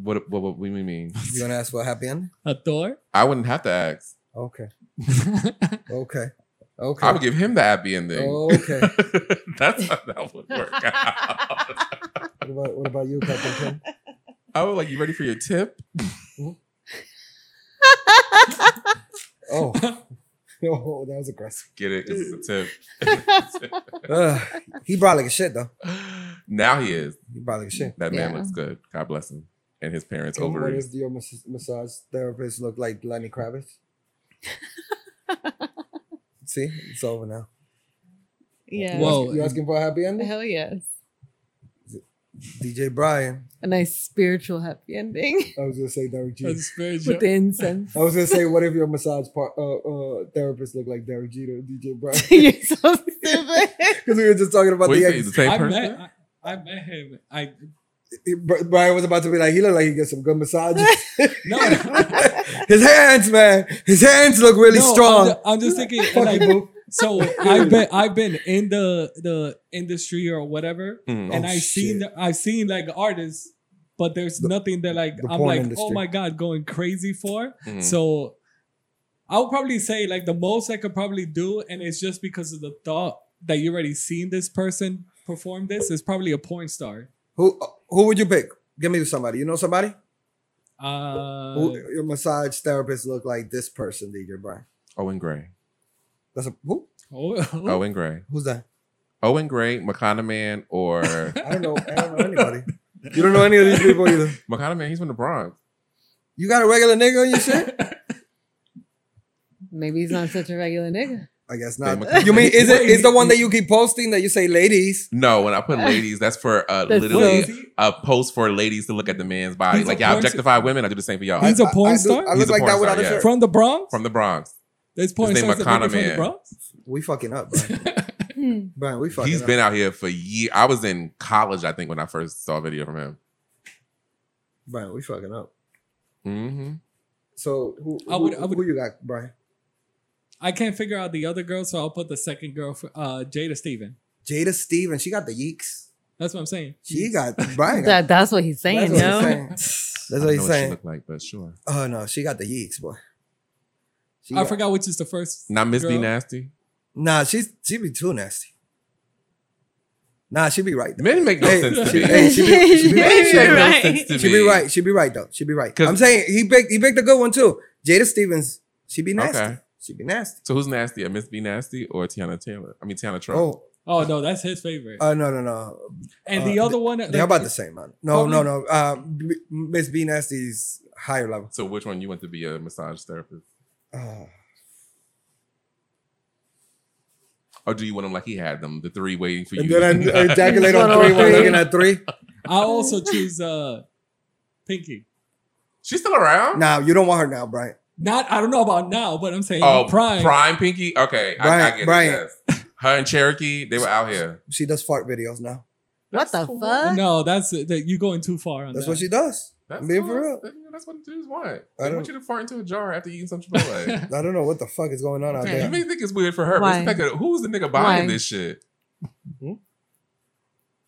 S4: What what what we mean?
S3: You gonna ask for a happy ending?
S2: A Thor.
S4: I wouldn't have to ask.
S3: Okay, okay, okay, Oh.
S4: I would give him the happy ending.
S3: okay.
S4: that's how that would work out.
S3: what about what about you, Captain Kim?
S4: I would like you ready for your tip?
S3: Oh, oh, that was aggressive.
S4: Get it? 'cause It's a
S3: Ugh. he brought like a shit though.
S4: tip. now he is.
S3: He brought like a shit.
S4: That man
S1: Yeah.
S4: looks good. God bless him and his parents
S3: Kim,
S4: over
S3: What
S4: it.
S3: if your mas- massage therapist look like Lenny Kravitz? See, it's over now.
S1: yeah.
S2: Whoa.
S3: You asking for a happy ending?
S1: Hell yes.
S3: DJ Brian.
S1: A nice spiritual happy ending
S3: I was gonna say Derek Jeter.
S2: That's very
S1: with the incense.
S3: I was gonna say, what if your massage part, uh, uh, therapist look like Derek Jeter, and DJ Brian?
S1: You're so stupid.
S3: Because we were just talking about
S4: What do
S3: the
S4: you
S3: ex.
S4: think? The same
S2: I
S4: person?
S2: met, I, I met him. I
S3: he- Bri- Brian was about to be like, he looked like he gets some good massages.
S2: no,
S3: His hands, man, his hands look really
S2: no, I'm
S3: strong.
S2: ju- I'm just, thinking.
S3: Fuck you,
S2: Like,
S3: boo.
S2: so I've been I've been in the the industry or whatever,
S4: Mm.
S2: and
S3: Oh,
S2: I've seen
S3: shit.
S2: I've seen like artists, but there's
S3: The-
S2: nothing that like
S3: the
S2: I'm
S3: porn
S2: like oh
S3: industry.
S2: my god going crazy for.
S4: Mm.
S2: So I would probably say like the most I could probably do, and it's just because of the thought that you already seen this person perform this is probably a porn star.
S3: Who who would you pick? Give me somebody. You know somebody?
S2: Uh,
S3: who, your massage therapist look like this person, DJ Brian.
S4: Owen Gray.
S3: That's a who?
S2: oh,
S4: Owen Gray.
S3: Who's that?
S4: Owen Gray, McConaughey Man, or
S3: I don't know. I don't know anybody. You don't know any of these people either.
S4: McConaughey Man. He's from the Bronx.
S3: You got a regular nigga on your shit?
S1: Maybe he's not such a regular nigga.
S3: I guess
S4: Hey,
S3: not.
S4: Mac-
S3: You mean is it is the one that you keep posting that you say ladies?
S4: No, when I put ladies, that's for uh,
S1: That's
S4: literally
S2: so-
S4: a post for ladies to look at the man's body.
S2: He's a
S4: like y'all
S2: porn
S4: objectify women, I do the same for y'all.
S2: He's
S3: a
S2: a porn star?
S3: I look
S4: He's a
S3: like
S4: porn
S3: that
S4: star,
S3: without
S4: yeah.
S3: a shirt.
S2: from the Bronx.
S4: from the Bronx.
S2: There's porn
S4: name
S2: stars that make it from the
S4: McConaughey.
S2: Bronx.
S3: We fucking up, Brian.
S1: Hmm.
S3: Brian we fucking
S4: He's
S3: up.
S4: been out here for years. I was in college, I think, when I first saw a video from him.
S3: Brian, we fucking up.
S4: hmm
S3: So who, who,
S2: I would- I would-
S3: who you got, Brian?
S2: I can't figure out the other girl, so I'll put the second girl, for, uh, Jada Steven.
S3: Jada Stevens. She got the yeeks.
S2: That's what I'm saying.
S3: She got Brian. Got,
S1: That, that's what he's saying,
S3: that's what
S1: no?
S3: he's saying. That's
S4: I
S3: what
S4: don't
S3: he's
S4: know she
S3: saying.
S4: looked like, but sure.
S3: Oh no, she got the yeeks, boy. She
S2: I
S3: got-
S2: forgot which is the first.
S4: Not Miss B
S2: Girl.
S4: Nasty.
S3: Nah, she's she be too nasty. Nah, she be right. Though.
S4: Men make no
S3: Hey,
S4: sense to
S3: she-
S4: me.
S3: hey, she be- she be-
S4: Men
S3: she be
S4: make no
S1: right.
S4: sense to me.
S3: She be right. She be right though. She be right.
S4: 'Cause-
S3: I'm saying he picked he picked a good one too. Jada Stevens. She be nasty.
S4: Okay.
S3: She be nasty.
S4: So who's nastier, Miss B Nasty or Tiana Taylor? I mean Tiana Trump.
S3: Oh,
S2: Oh no, that's his favorite.
S3: uh, no, no, no.
S2: and the
S3: uh,
S2: other one,
S3: They're about the same, man. No,
S2: Probably-
S3: no, no. Uh, B- Miss B Nasty's higher level.
S4: So which one you want to be a massage therapist?
S3: Uh,
S4: Or do you want them like he had them, the three waiting for
S3: and
S4: you?
S3: then I uh, ejaculate on
S1: One
S3: three
S1: on
S3: while
S1: three.
S3: looking at three.
S2: I also choose uh, Pinky.
S4: She's still around?
S3: Now you don't want her now, Brian.
S2: Not I don't know about now, but I'm saying
S4: Oh,
S2: Prime.
S4: Prime. Pinky. Okay, I, I
S3: Brian,
S4: get
S3: Brian.
S4: it. Yes. Her and Cherokee, they were out here.
S3: She does fart videos now.
S1: What the
S4: cool.
S1: fuck?
S2: No, that's that you're going too far on
S3: That's
S2: that.
S3: what she does.
S4: That's
S3: Being
S4: cool.
S3: for real.
S4: That's, that's what dudes want.
S3: I
S4: They
S3: don't-
S4: want you to fart into a jar after eating some Chipotle.
S3: I don't know what the fuck is going on out
S1: Okay.
S4: You
S3: there.
S4: may think it's weird for her,
S1: Why?
S4: but it's like, who's the nigga buying
S1: Why?
S4: this shit?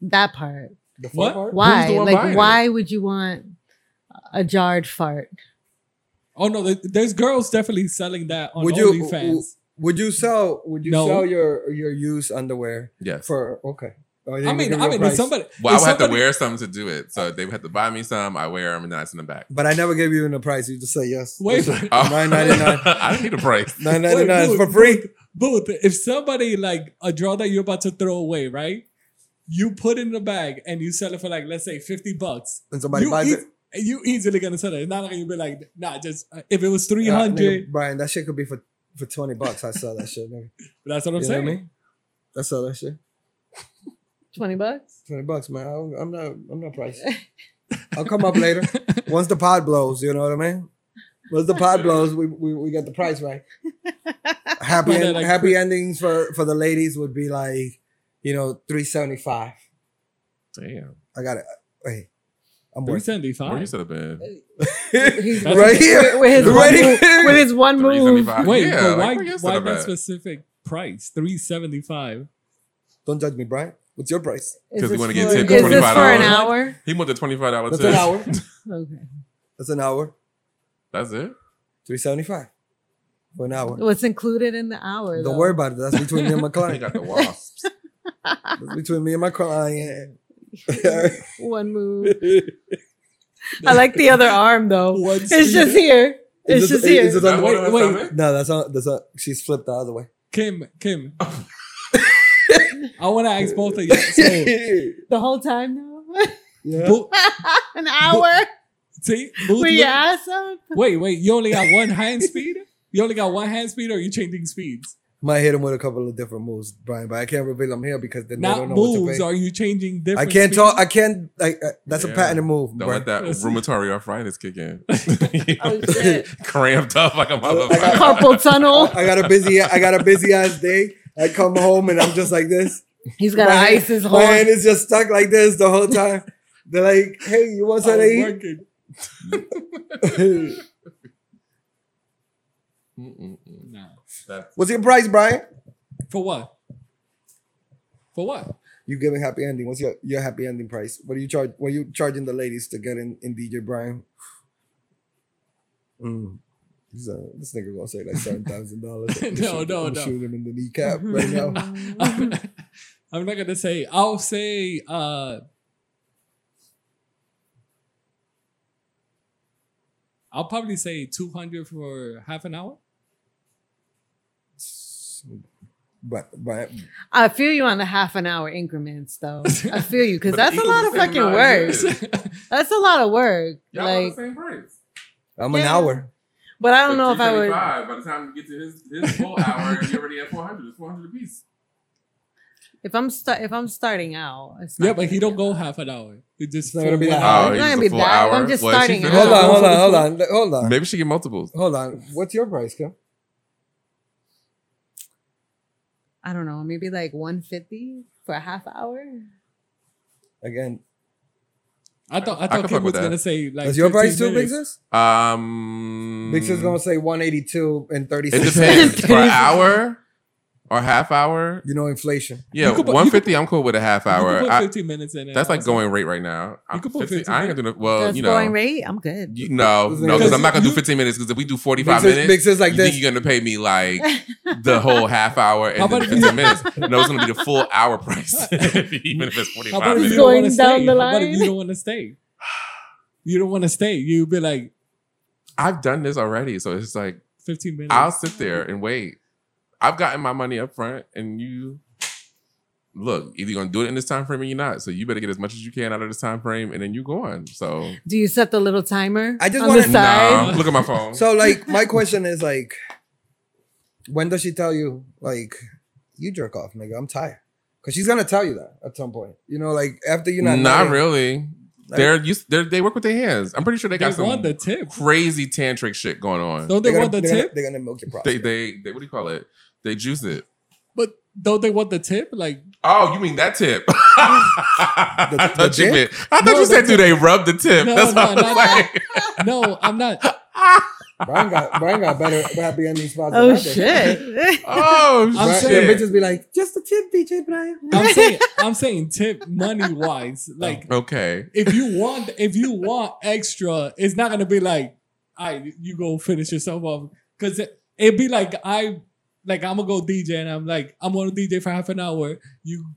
S1: That part.
S3: The
S2: What?
S3: fart part?
S1: Why?
S4: the one buying
S1: Like,
S4: it?
S1: why would you want a jarred fart?
S2: oh no, there- there's girls definitely selling that on
S3: Would you-
S2: OnlyFans.
S3: Would you sell? Would you
S2: No.
S3: sell your your used underwear
S4: Yes.
S3: for? Okay. Oh,
S2: I
S3: you
S2: mean,
S3: give me
S2: I
S3: a
S2: mean, if
S3: price.
S2: somebody.
S4: well, I
S2: if
S4: would have to
S2: somebody-
S4: wear some to do it. So they would have to buy me some. I wear them and then I send them back.
S3: But I never gave you the price. You just say yes.
S2: Wait,
S3: $9.99.
S4: I don't need a price.
S2: wait,
S3: nine ninety nine
S2: Booth,
S3: for free.
S2: Booth, Booth, if somebody like a draw that you're about to throw away, right? You put it in the bag and you sell it for like let's say fifty bucks.
S3: And somebody
S2: you,
S3: buys
S2: eas-
S3: it.
S2: you easily gonna sell it. It's not like you be like, nah, just uh, if it was three
S3: Nah, nigga,
S2: hundred.
S3: Brian, that shit could be for for twenty bucks. I sell that shit, nigga.
S2: that's what I'm
S3: You know what I
S2: saying.
S3: mean? I sell that shit.
S1: 20 bucks?
S3: Twenty bucks, man. I don't- I'm not. I'm not priced. I'll come up later once the pod blows. You know what I mean? Once the pod blows, we we, we get the price right. Happy
S2: Why not,
S3: en-
S2: like,
S3: happy
S2: quick-
S3: endings for for the ladies would be like, you know, three seventy five.
S4: Damn.
S3: I got it. Wait, I'm
S2: Three
S3: working.
S2: seventy
S4: Where you
S2: five.
S4: set up in?
S1: He's-
S3: right here,
S1: With his, one
S3: right
S1: move, with
S3: here.
S1: his one move.
S4: 375.
S2: Wait,
S4: yeah,
S2: but
S4: like,
S2: why
S4: where you set
S2: why
S4: up
S2: that
S4: at?
S2: specific price? Three seventy five.
S3: Don't judge me, Brian. What's your price?
S1: Is
S4: 'Cause we
S1: this
S4: wanna get
S1: for-
S4: tipped
S1: Is this
S2: $25.
S1: for an hour?
S4: He wanted twenty five dollars.
S3: That's an hour.
S1: Okay.
S3: That's an hour.
S4: That's it.
S3: Three seventy five for an hour.
S1: What's included in the hour?
S3: Don't
S1: though?
S3: worry about it. That's between me and my
S4: He
S3: client.
S4: got the wasps.
S3: That's between me and my client.
S1: One move. I like the other arm though.
S2: One
S1: It's just
S2: speed.
S1: here. It's
S3: this-
S1: just here.
S3: is this
S4: That
S3: Wait,
S4: one on
S2: wait.
S4: the stomach?
S3: No, that's not. That's not. She's flipped the other way.
S2: Kim, Kim. I want to ask both of you. So,
S1: the whole time now?
S3: yeah.
S2: bo-
S1: an hour?
S2: see, booth
S1: With
S2: look-
S1: your ass up?
S2: wait, wait. You only got one hand speed. You only got one hand speed, or you changing speeds?
S3: Might hit him with a couple of different moves, Brian. But I can't reveal I'm here because then they
S2: Not
S3: don't know what
S2: moves.
S3: to pay.
S2: Are you changing
S3: I
S2: different?
S3: can't
S2: speeds?
S3: talk. I can't. Like uh, that's a
S4: Yeah.
S3: pattern move,
S4: Don't let
S3: Brian.
S4: that
S2: Yes.
S4: rheumatoid arthritis kick in.
S1: Oh, shit.
S4: Cramped up like a
S3: I
S4: motherfucker.
S1: Carpal tunnel.
S3: I got a busy. I got a busy ass day. I come home and I'm just like this.
S1: He's got to
S3: My-
S1: ice his
S3: My hand
S1: horn.
S3: is just stuck like this the whole time. They're like, "Hey, you want
S2: Oh,
S3: something to
S2: working.
S3: eat?"
S4: Mm-mm-mm.
S2: Nah.
S4: That's-
S3: What's your price, Brian?
S2: For what? For what?
S3: You giving happy ending? What's your, your happy ending price? What do you charge? What are you charging the ladies to get in, in DJ Brian? Mm. He's, uh, this nigga gonna say like seven thousand dollars.
S2: No, no, no.
S3: Shoot him in the kneecap right now.
S2: I'm not, I'm not gonna say. I'll say uh I'll probably say 200 for half an hour.
S3: But Brian,
S1: I feel you on the half an hour increments though. I feel you because
S4: But
S1: that's a
S4: equals
S1: lot
S4: the
S1: of
S4: same
S1: fucking
S4: amount of
S1: work.
S4: years.
S1: That's a lot of work.
S4: Y'all are the
S1: like,
S4: same price.
S3: I'm an
S1: Yeah.
S3: hour.
S1: but I don't know if I would.
S4: $375, By the time you get to his, his full hour, you're already at 400. It's 400 apiece.
S1: If I'm start, if I'm starting out, it's not
S2: Yeah, but he
S1: gonna
S2: don't go half an hour. It just
S3: It's not gonna be
S2: for
S3: that
S2: one hour.
S1: Oh, It's not gonna be that. I'm just
S4: she
S1: starting
S4: finished-
S1: out.
S3: Hold on, hold on, hold on, hold on,
S4: Maybe she get multiples.
S3: hold on. What's your price, Kim?
S1: be- I don't know. Maybe like one fifty for a half hour.
S3: Again,
S2: I thought I
S4: can
S2: thought
S4: fuck
S2: Kim was
S4: with that.
S2: gonna say like
S3: is your price
S2: 15
S3: too, Big
S2: minutes.
S3: Sis?
S4: Um,
S3: Big Sis gonna say one eighty two and thirty
S4: It
S3: six.
S4: depends for an hour or half hour.
S3: You know inflation.
S4: Yeah,
S2: You could put-
S4: one fifty. I'm cool with a half
S2: You could
S4: hour.
S2: put
S4: I,
S2: 15 minutes in it.
S4: that's like
S2: also.
S4: going rate right now. I'm
S2: could put
S4: 15
S2: 15
S4: I ain't gonna do. Well,
S1: That's
S4: Oh, you know,
S1: going rate. I'm good.
S4: You, no,
S3: This
S4: no,
S3: nigga-
S4: because I'm not gonna do
S2: You-
S4: 15 minutes. Because if we do 45
S3: Big Sis,
S4: minutes,
S3: Big Sis like
S4: you
S3: this.
S4: think you're gonna pay me like the whole half hour
S2: How
S4: and
S2: about
S4: then
S2: if
S4: 15 minutes? No, it's gonna be the full hour price, even if it's
S2: How about if
S4: 45 minutes.
S2: you don't
S1: Going
S2: want to
S1: down
S2: stay?
S1: the
S2: How about if you
S1: line.
S2: don't want to stay? You don't want to stay. You'd be like
S4: I've done this already, so it's like
S2: 15 minutes.
S4: I'll sit there and wait. I've gotten my money up front, and you look either you're gonna do it in this time frame or you're not. So you better get as much as you can out of this time frame, and then you go on. So
S1: Do you set the little timer?
S3: I just
S1: on
S3: wanna-
S1: the side.
S4: Nah, look at my phone.
S3: So like my question is like when does she tell you like you jerk off nigga I'm tired cuz she's going to tell you that at some point you know like after you're not
S4: not,
S3: nodding,
S4: really.
S3: like,
S4: they're used. They're, they work with their hands. I'm pretty sure they
S2: they
S4: got
S2: want
S4: some
S2: the tip.
S4: crazy tantric shit going on.
S2: Don't they
S3: they're
S2: want
S3: gonna-
S2: the
S3: they're gonna-
S2: tip?
S3: they're going to milk your
S4: they,
S3: profit
S4: they they what do you call it? They juice it.
S2: But don't they want the tip? Like
S4: Oh, you mean that tip? I
S3: The-
S4: thought
S3: the
S4: you
S3: tip?
S4: meant. I thought
S2: No,
S4: you said
S2: the
S4: do they rub the tip?
S2: No,
S4: That's
S2: no,
S4: what I was
S2: no,
S4: like.
S2: no, I'm not.
S3: Brian got Brian got better happy ending spots than
S1: Oh
S3: I did.
S1: shit!
S4: Oh
S2: I'm
S3: Brian,
S2: saying-
S3: and
S4: shit!
S3: bitches be like just a tip DJ Brian
S2: I'm saying I'm saying tip money wise.
S3: Oh.
S2: Like
S4: Okay.
S2: if you want if you want extra, it's not gonna be like, I you go finish yourself off because it, it'd be like I like I'm gonna go DJ and I'm like I'm gonna DJ for half an hour. You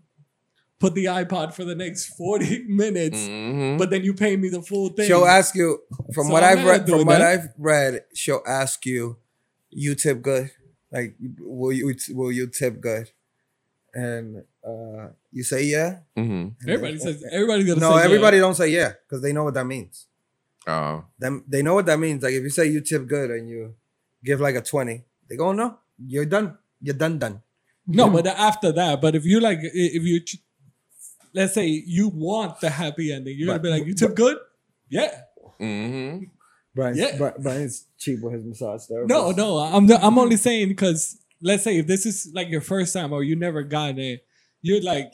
S2: put the iPod for the next forty minutes,
S3: Mm-hmm.
S4: Mhm.
S2: but then you pay me the full thing.
S3: she'll ask you from
S2: So
S3: what
S2: I'm
S3: I've
S2: not
S3: read
S2: doing
S3: from what
S2: that.
S3: I've read she'll ask you you tip good like will you will you tip good and uh you say yeah
S4: Mhm.
S2: everybody says everybody's gonna
S3: No,
S2: say yeah.
S3: everybody don't say yeah because they know what that means.
S4: Oh,
S3: Them they know what that means. Like if you say you tip good and you give like a twenty, they go no, you're done. You're done. Done.
S2: No, but after that, but if you like, i- if you ch- let's say you want the happy ending, you're
S3: But-
S2: gonna be like, you tip good? Yeah.
S4: Mm-hmm.
S3: Brian's,
S2: Yeah.
S3: Bri- Brian's cheap with his massage therapist.
S2: No, no, I'm I'm only saying because let's say if this is like your first time or you never got it, you're like,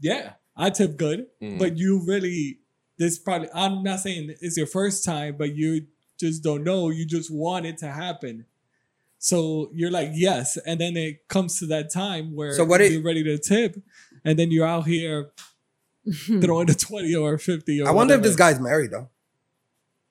S2: yeah, I tip good,
S4: Mm.
S2: but you really this probably I'm not saying it's your first time, but you just don't know. You just want it to happen. So you're like yes, and then it comes to that time where
S3: So what it-
S2: you're ready to tip, and then you're out here
S1: Hmm.
S2: throwing a twenty or a fifty. Or
S3: I wonder if
S2: whatever.
S3: this guy's married though,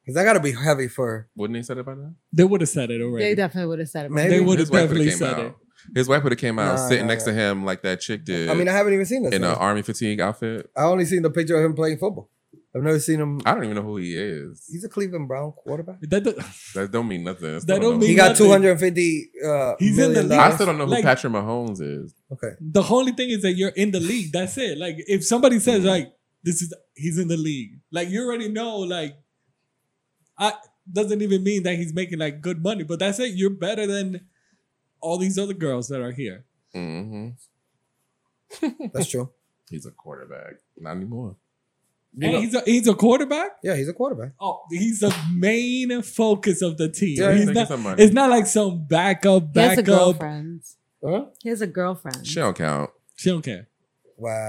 S3: because that got to be heavy for.
S4: Wouldn't they said it by now?
S2: they would have said it
S1: They
S2: already.
S1: definitely would have said it.
S3: Maybe.
S2: They would have
S4: His wife would
S2: definitely
S4: have came
S2: said it.
S4: out. His wife would have came out
S3: Nah,
S4: sitting
S3: nah,
S4: next
S3: nah.
S4: to him like that chick did.
S3: I mean, I haven't even seen this.
S4: in an
S3: man.
S4: army fatigue outfit.
S3: I only seen the picture of him playing football. I've never seen him.
S4: I don't even know who he is.
S3: He's a Cleveland Brown quarterback.
S2: That do-
S4: That don't mean nothing. I still
S2: That don't
S4: know.
S2: mean
S3: He got
S2: nothing.
S3: two hundred and fifty. Uh,
S2: He's in the
S3: million
S2: league.
S4: I
S3: dollars.
S4: still don't know who
S2: Like-
S4: Patrick Mahomes is.
S3: Okay,
S2: the only thing is that you're in the league. That's it. Like if somebody says like this is he's in the league, like you already know like I doesn't even mean that he's making like good money, but that's it. You're better than all these other girls that are here.
S4: hmm
S3: that's true.
S4: He's a quarterback. Not anymore.
S2: and he's a he's a quarterback.
S3: Yeah, he's a quarterback.
S2: Oh, he's the main focus of the team.
S3: Yeah,
S2: he's
S4: Thank you
S2: not,
S4: so much.
S2: it's not like some backup,
S1: He has a
S2: backup.
S1: girlfriend.
S3: Huh?
S1: He has a girlfriend.
S4: She don't count.
S2: She don't care.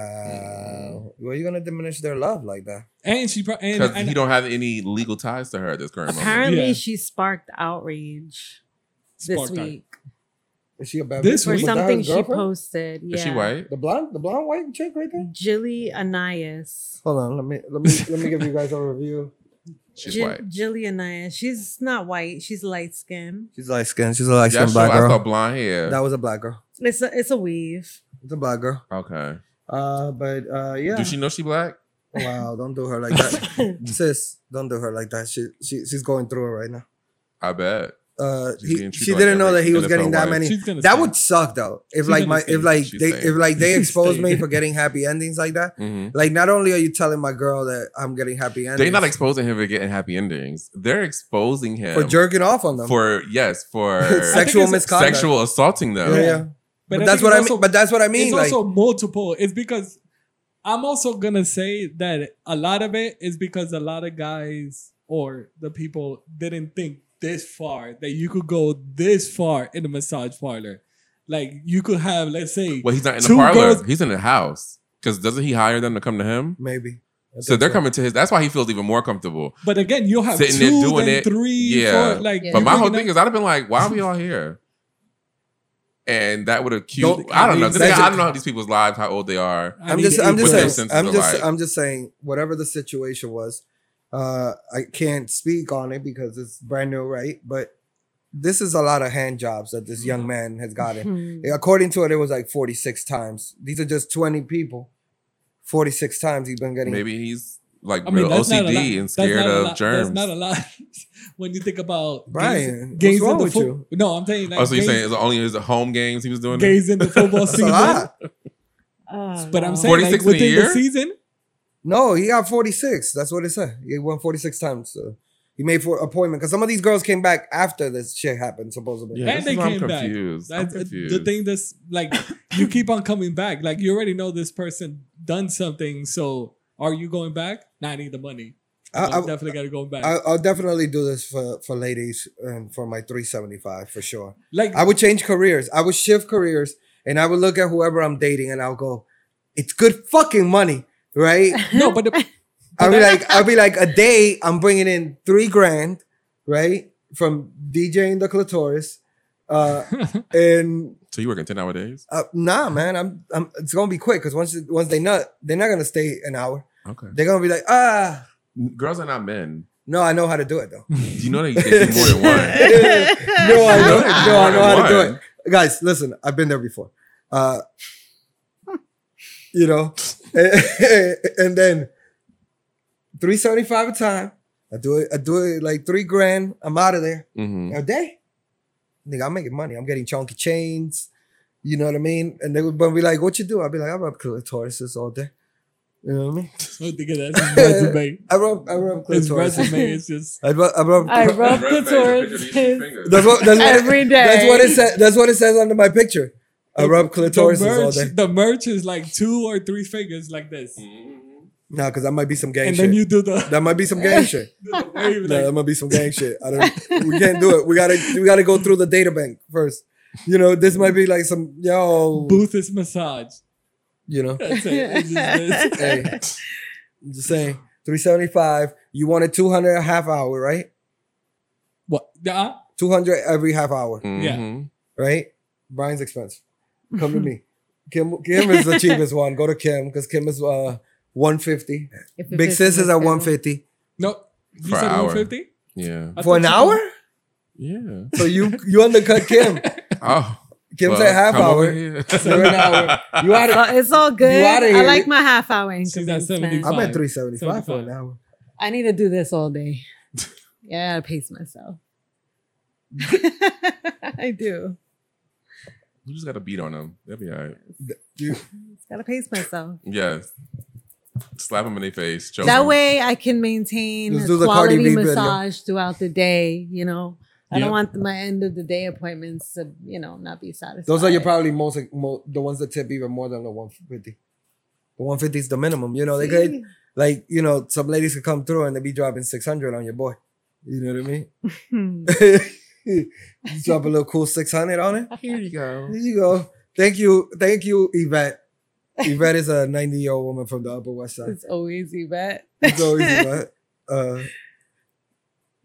S3: Wow. Well, you're gonna diminish their love like that.
S2: And she pro- and,
S4: Because
S2: and
S4: he don't have any legal ties to her at this current moment.
S1: Apparently,
S2: Yeah.
S1: she sparked outrage this
S2: sparked her.
S1: week
S3: Is she a bad
S2: This
S3: bitch?
S1: for
S2: week?
S3: Was that her
S1: something she
S3: girlfriend?
S1: posted. Yeah.
S4: Is she white?
S3: The blonde, the blonde white chick right there.
S1: Jilly Anias.
S3: Mm. Hold on, let me let me let me give you guys a review.
S4: She's
S1: Jill-
S4: white.
S1: Jilly Anias. She's not white. She's light skinned.
S3: She's light skinned. She's a light
S4: Yeah, I
S3: skinned
S4: saw,
S3: black
S4: I saw
S3: girl.
S4: blonde hair.
S3: That was a black girl.
S1: It's a it's a weave.
S3: It's a black girl.
S4: okay.
S3: Uh, but uh, yeah.
S4: Do she know she black?
S3: Wow, don't do her like that, sis. Don't do her like that. She she she's going through it right now.
S4: I bet.
S3: Uh,
S4: She's
S3: he,
S4: being
S3: she
S4: treated like
S3: didn't know
S4: every
S3: that he was
S4: NFL
S3: getting that
S4: wife.
S3: many.
S2: She's gonna
S3: That
S2: stay.
S3: would suck though. If
S2: She's
S3: like my
S2: gonna
S3: if like
S4: She's
S3: they if
S4: staying.
S3: like they
S2: She's
S3: exposed me
S2: staying.
S3: for getting happy endings like that.
S4: hmm
S3: Like not only are you telling my girl that I'm getting happy endings,
S4: They're not exposing him for getting happy endings. They're exposing him
S3: for jerking off on them
S4: for- yes for
S3: sexual
S2: it's
S3: misconduct.
S4: sexual assaulting
S3: yeah,
S4: them.
S3: yeah. But,
S2: But I
S3: that's
S2: think
S3: what
S2: it's
S3: I mean.
S2: also-
S3: But that's what I mean.
S2: it's
S3: Like
S2: also multiple. It's because I'm also gonna say that a lot of it is because a lot of guys or the people didn't think this far that you could go this far in a massage parlor. Like you could have, let's say,
S4: Well, he's not in the
S2: Two
S4: parlor.
S2: girls-
S4: He's in the house. Because doesn't he hire them to come to him?
S3: maybe. I
S4: So
S3: think
S4: they're coming to his. That's why he feels even more comfortable.
S2: but again, you'll have
S4: Sitting
S2: two,
S4: there doing
S2: then
S4: it.
S2: three,
S4: Yeah.
S2: four. Like,
S1: But
S4: But
S1: Yeah.
S4: my
S2: you're
S4: whole
S2: looking
S4: thing
S2: at-
S4: is, I'd have been like, why are we all here? And that would have cued.
S3: Don't-
S4: I don't know.
S2: I mean,
S4: Then again, I
S3: that's-
S4: don't know how these people's lives, how old they are.
S2: I
S3: I'm
S2: need
S3: just
S2: to
S3: I'm
S2: eat
S3: just
S4: with their
S3: saying
S4: senses
S3: I'm just
S4: alike.
S3: I'm just saying whatever the situation was, uh, I can't speak on it because it's brand new, right? But this is a lot of hand jobs that this young man has gotten.
S1: Hmm.
S3: According to it, it was like 46 times. These are just 20 people. 46 times he's been getting.
S4: Maybe he's like
S2: I mean,
S4: real
S2: that's not a lot.
S4: OCD and
S2: That's
S4: scared
S2: not a
S4: of
S2: lot.
S4: germs.
S2: That's not a lot when you think about
S3: Brian,
S2: gays, gays
S3: what's wrong
S2: in the
S3: with
S2: fo-
S3: you?
S2: No, I'm saying like
S4: oh, so you're
S2: gays-
S4: saying it's only his home games he was doing? it?
S2: gays in the football
S3: That's a
S2: season.
S3: lot.
S1: Oh,
S2: But I'm
S1: wow.
S2: saying like,
S4: 46 in a
S2: within the
S4: year?
S2: season,
S3: No, he got 46. That's what it said. He won 46 times. So he made for appointment because some of these girls came back after this shit happened, supposedly.
S4: Yeah,
S2: And
S4: this
S2: they
S4: is why I'm
S2: came back.
S4: confused. I'm
S2: that's
S4: confused.
S2: the thing that's like you keep on coming back. Like you already know this person done something, so are you going back? Nah, I need the money.
S3: I,
S2: I'm
S3: I,
S2: definitely gotta go back.
S3: I, I'll definitely do this for, for ladies and for my 375 for sure.
S2: like
S3: I would change careers. I would shift careers and I would look at whoever I'm dating and I'll go, it's good fucking money, right?
S2: no, but the,
S3: I'll be
S2: that-
S3: like, I'll be like, a day I'm bringing in three grand, right, from DJing the clitoris, uh, and
S4: so you working ten hour days?
S3: uh, nah, man, I'm, I'm, it's gonna be quick because once, once they nut, they're not gonna stay an hour.
S4: Okay.
S3: They're gonna be like, ah,
S4: Girls are not men.
S3: no, I know how to do it though.
S4: Do you know that you can do more than one?
S3: no, I know, no, I know how to do
S4: Why?
S3: it. Guys, listen, I've been there before. Uh, you know, and then three seventy five a time. I do it. I do it like three grand. I'm out of there
S4: Mm-hmm.
S3: a day. Nigga, I'm making money. I'm getting chunky chains. You know what I mean? And they would be like, "What you do?" I'd be like, "I rub clitorises all day." You know what I mean?
S2: oh, nigga, that's his resume.
S3: I rub, I rub
S2: His
S3: clitorises.
S2: resume is just
S3: I rub, I rub.
S1: I rub
S4: Red face,
S1: clitoris
S4: picture these fingers.
S3: that's what, that's what,
S1: every day.
S3: That's what it says. That's what it says under my picture. I rub clitoris all
S2: merch,
S3: day.
S2: the merch is like two or three fingers like this.
S3: No, because that might be some gang
S2: and
S3: shit.
S2: then you do the,
S3: that might be some gang shit.
S2: do the wave.
S3: No, that
S2: like,
S3: might be some gang shit. I don't. We can't do it. We gotta. We gotta go through the data bank first. You know, this might be like some yo.
S2: booth is massage.
S3: You know,
S2: That's it. It's just this.
S3: hey, I'm just saying. Three seventy five. You wanted two hundred a half hour, right?
S2: What? Uh,
S3: Two hundred every half hour,
S2: Yeah.
S3: Mm-hmm.
S4: Mhm.
S3: right? Brian's expensive. Come to me. Kim. Kim is the cheapest one. Go to Kim because Kim is uh one fifty.
S1: If it
S3: Big
S1: fits
S3: sis
S1: in
S3: is
S1: the
S3: at
S1: schedule.
S3: one fifty
S2: no. You
S4: For
S2: said
S4: hour.
S2: 150?
S4: Yeah.
S2: I
S3: for
S2: thought
S3: an
S2: you-
S3: hour.
S4: Yeah.
S3: So you you undercut Kim.
S4: Oh.
S3: Kim's
S4: well,
S3: at half
S4: come over
S3: hour.
S4: here.
S3: You're an hour. You out
S1: Uh, it's all good.
S3: You outta
S1: I
S3: here.
S1: like my half hour
S2: She's at
S1: increments. man.
S2: 75.
S3: I'm at
S2: Five.
S3: 375 for an
S2: 75.
S3: hour.
S1: I need to do this all day. Yeah, I pace myself. I do.
S4: You just got to beat on them. That'll be all right.
S3: You-
S1: Gotta pace myself.
S4: Yes. Slap them in their face. choke
S1: That
S4: 'em.
S1: way I can maintain
S3: Let's
S1: a
S3: do the Cardi B
S1: quality
S3: video.
S1: massage throughout the day, you know. I
S2: Yeah.
S1: don't want my end of the day appointments to, you know, not be satisfied.
S3: Those are your probably most, mo the ones that tip even more than the 150. The 150 is the minimum. You know, they could,
S1: See?
S3: like, you know, some ladies could come through and they be dropping 600 on your boy. You know what I mean?
S1: Hmm.
S3: you drop a little cool 600 on it.
S4: Here you go.
S3: There you go. Thank you. Thank you, Yvette. Yvette is a 90 year old woman from the Upper West Side.
S1: It's always Yvette.
S3: It's always Yvette. Uh,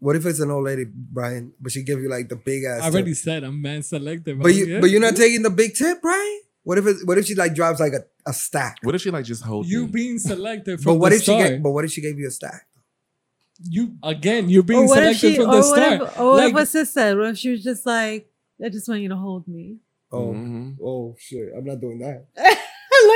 S3: what if it's an old lady, Brian, but she give you like the big ass?
S2: I
S3: tip?
S2: already said I'm man selective.
S3: But
S2: I'm
S3: you,
S2: good.
S3: but you're not taking the big tip, right? What if it, what if she like drops like a, a stack?
S4: What if she like just hold
S2: you
S4: you?
S2: being selected from
S3: But what
S2: the
S3: if she
S2: start.
S3: gave, but what if she gave you a stack?
S2: you again, you're
S1: Or
S2: being
S1: what if she,
S2: selected from
S1: or
S2: the
S1: what
S2: start.
S1: if, or what if
S2: Like-
S1: a sis said, what if she was just like, I just want you to hold me.
S3: Oh,
S2: Mm-hmm.
S4: Mhm.
S3: oh shit! I'm not doing that.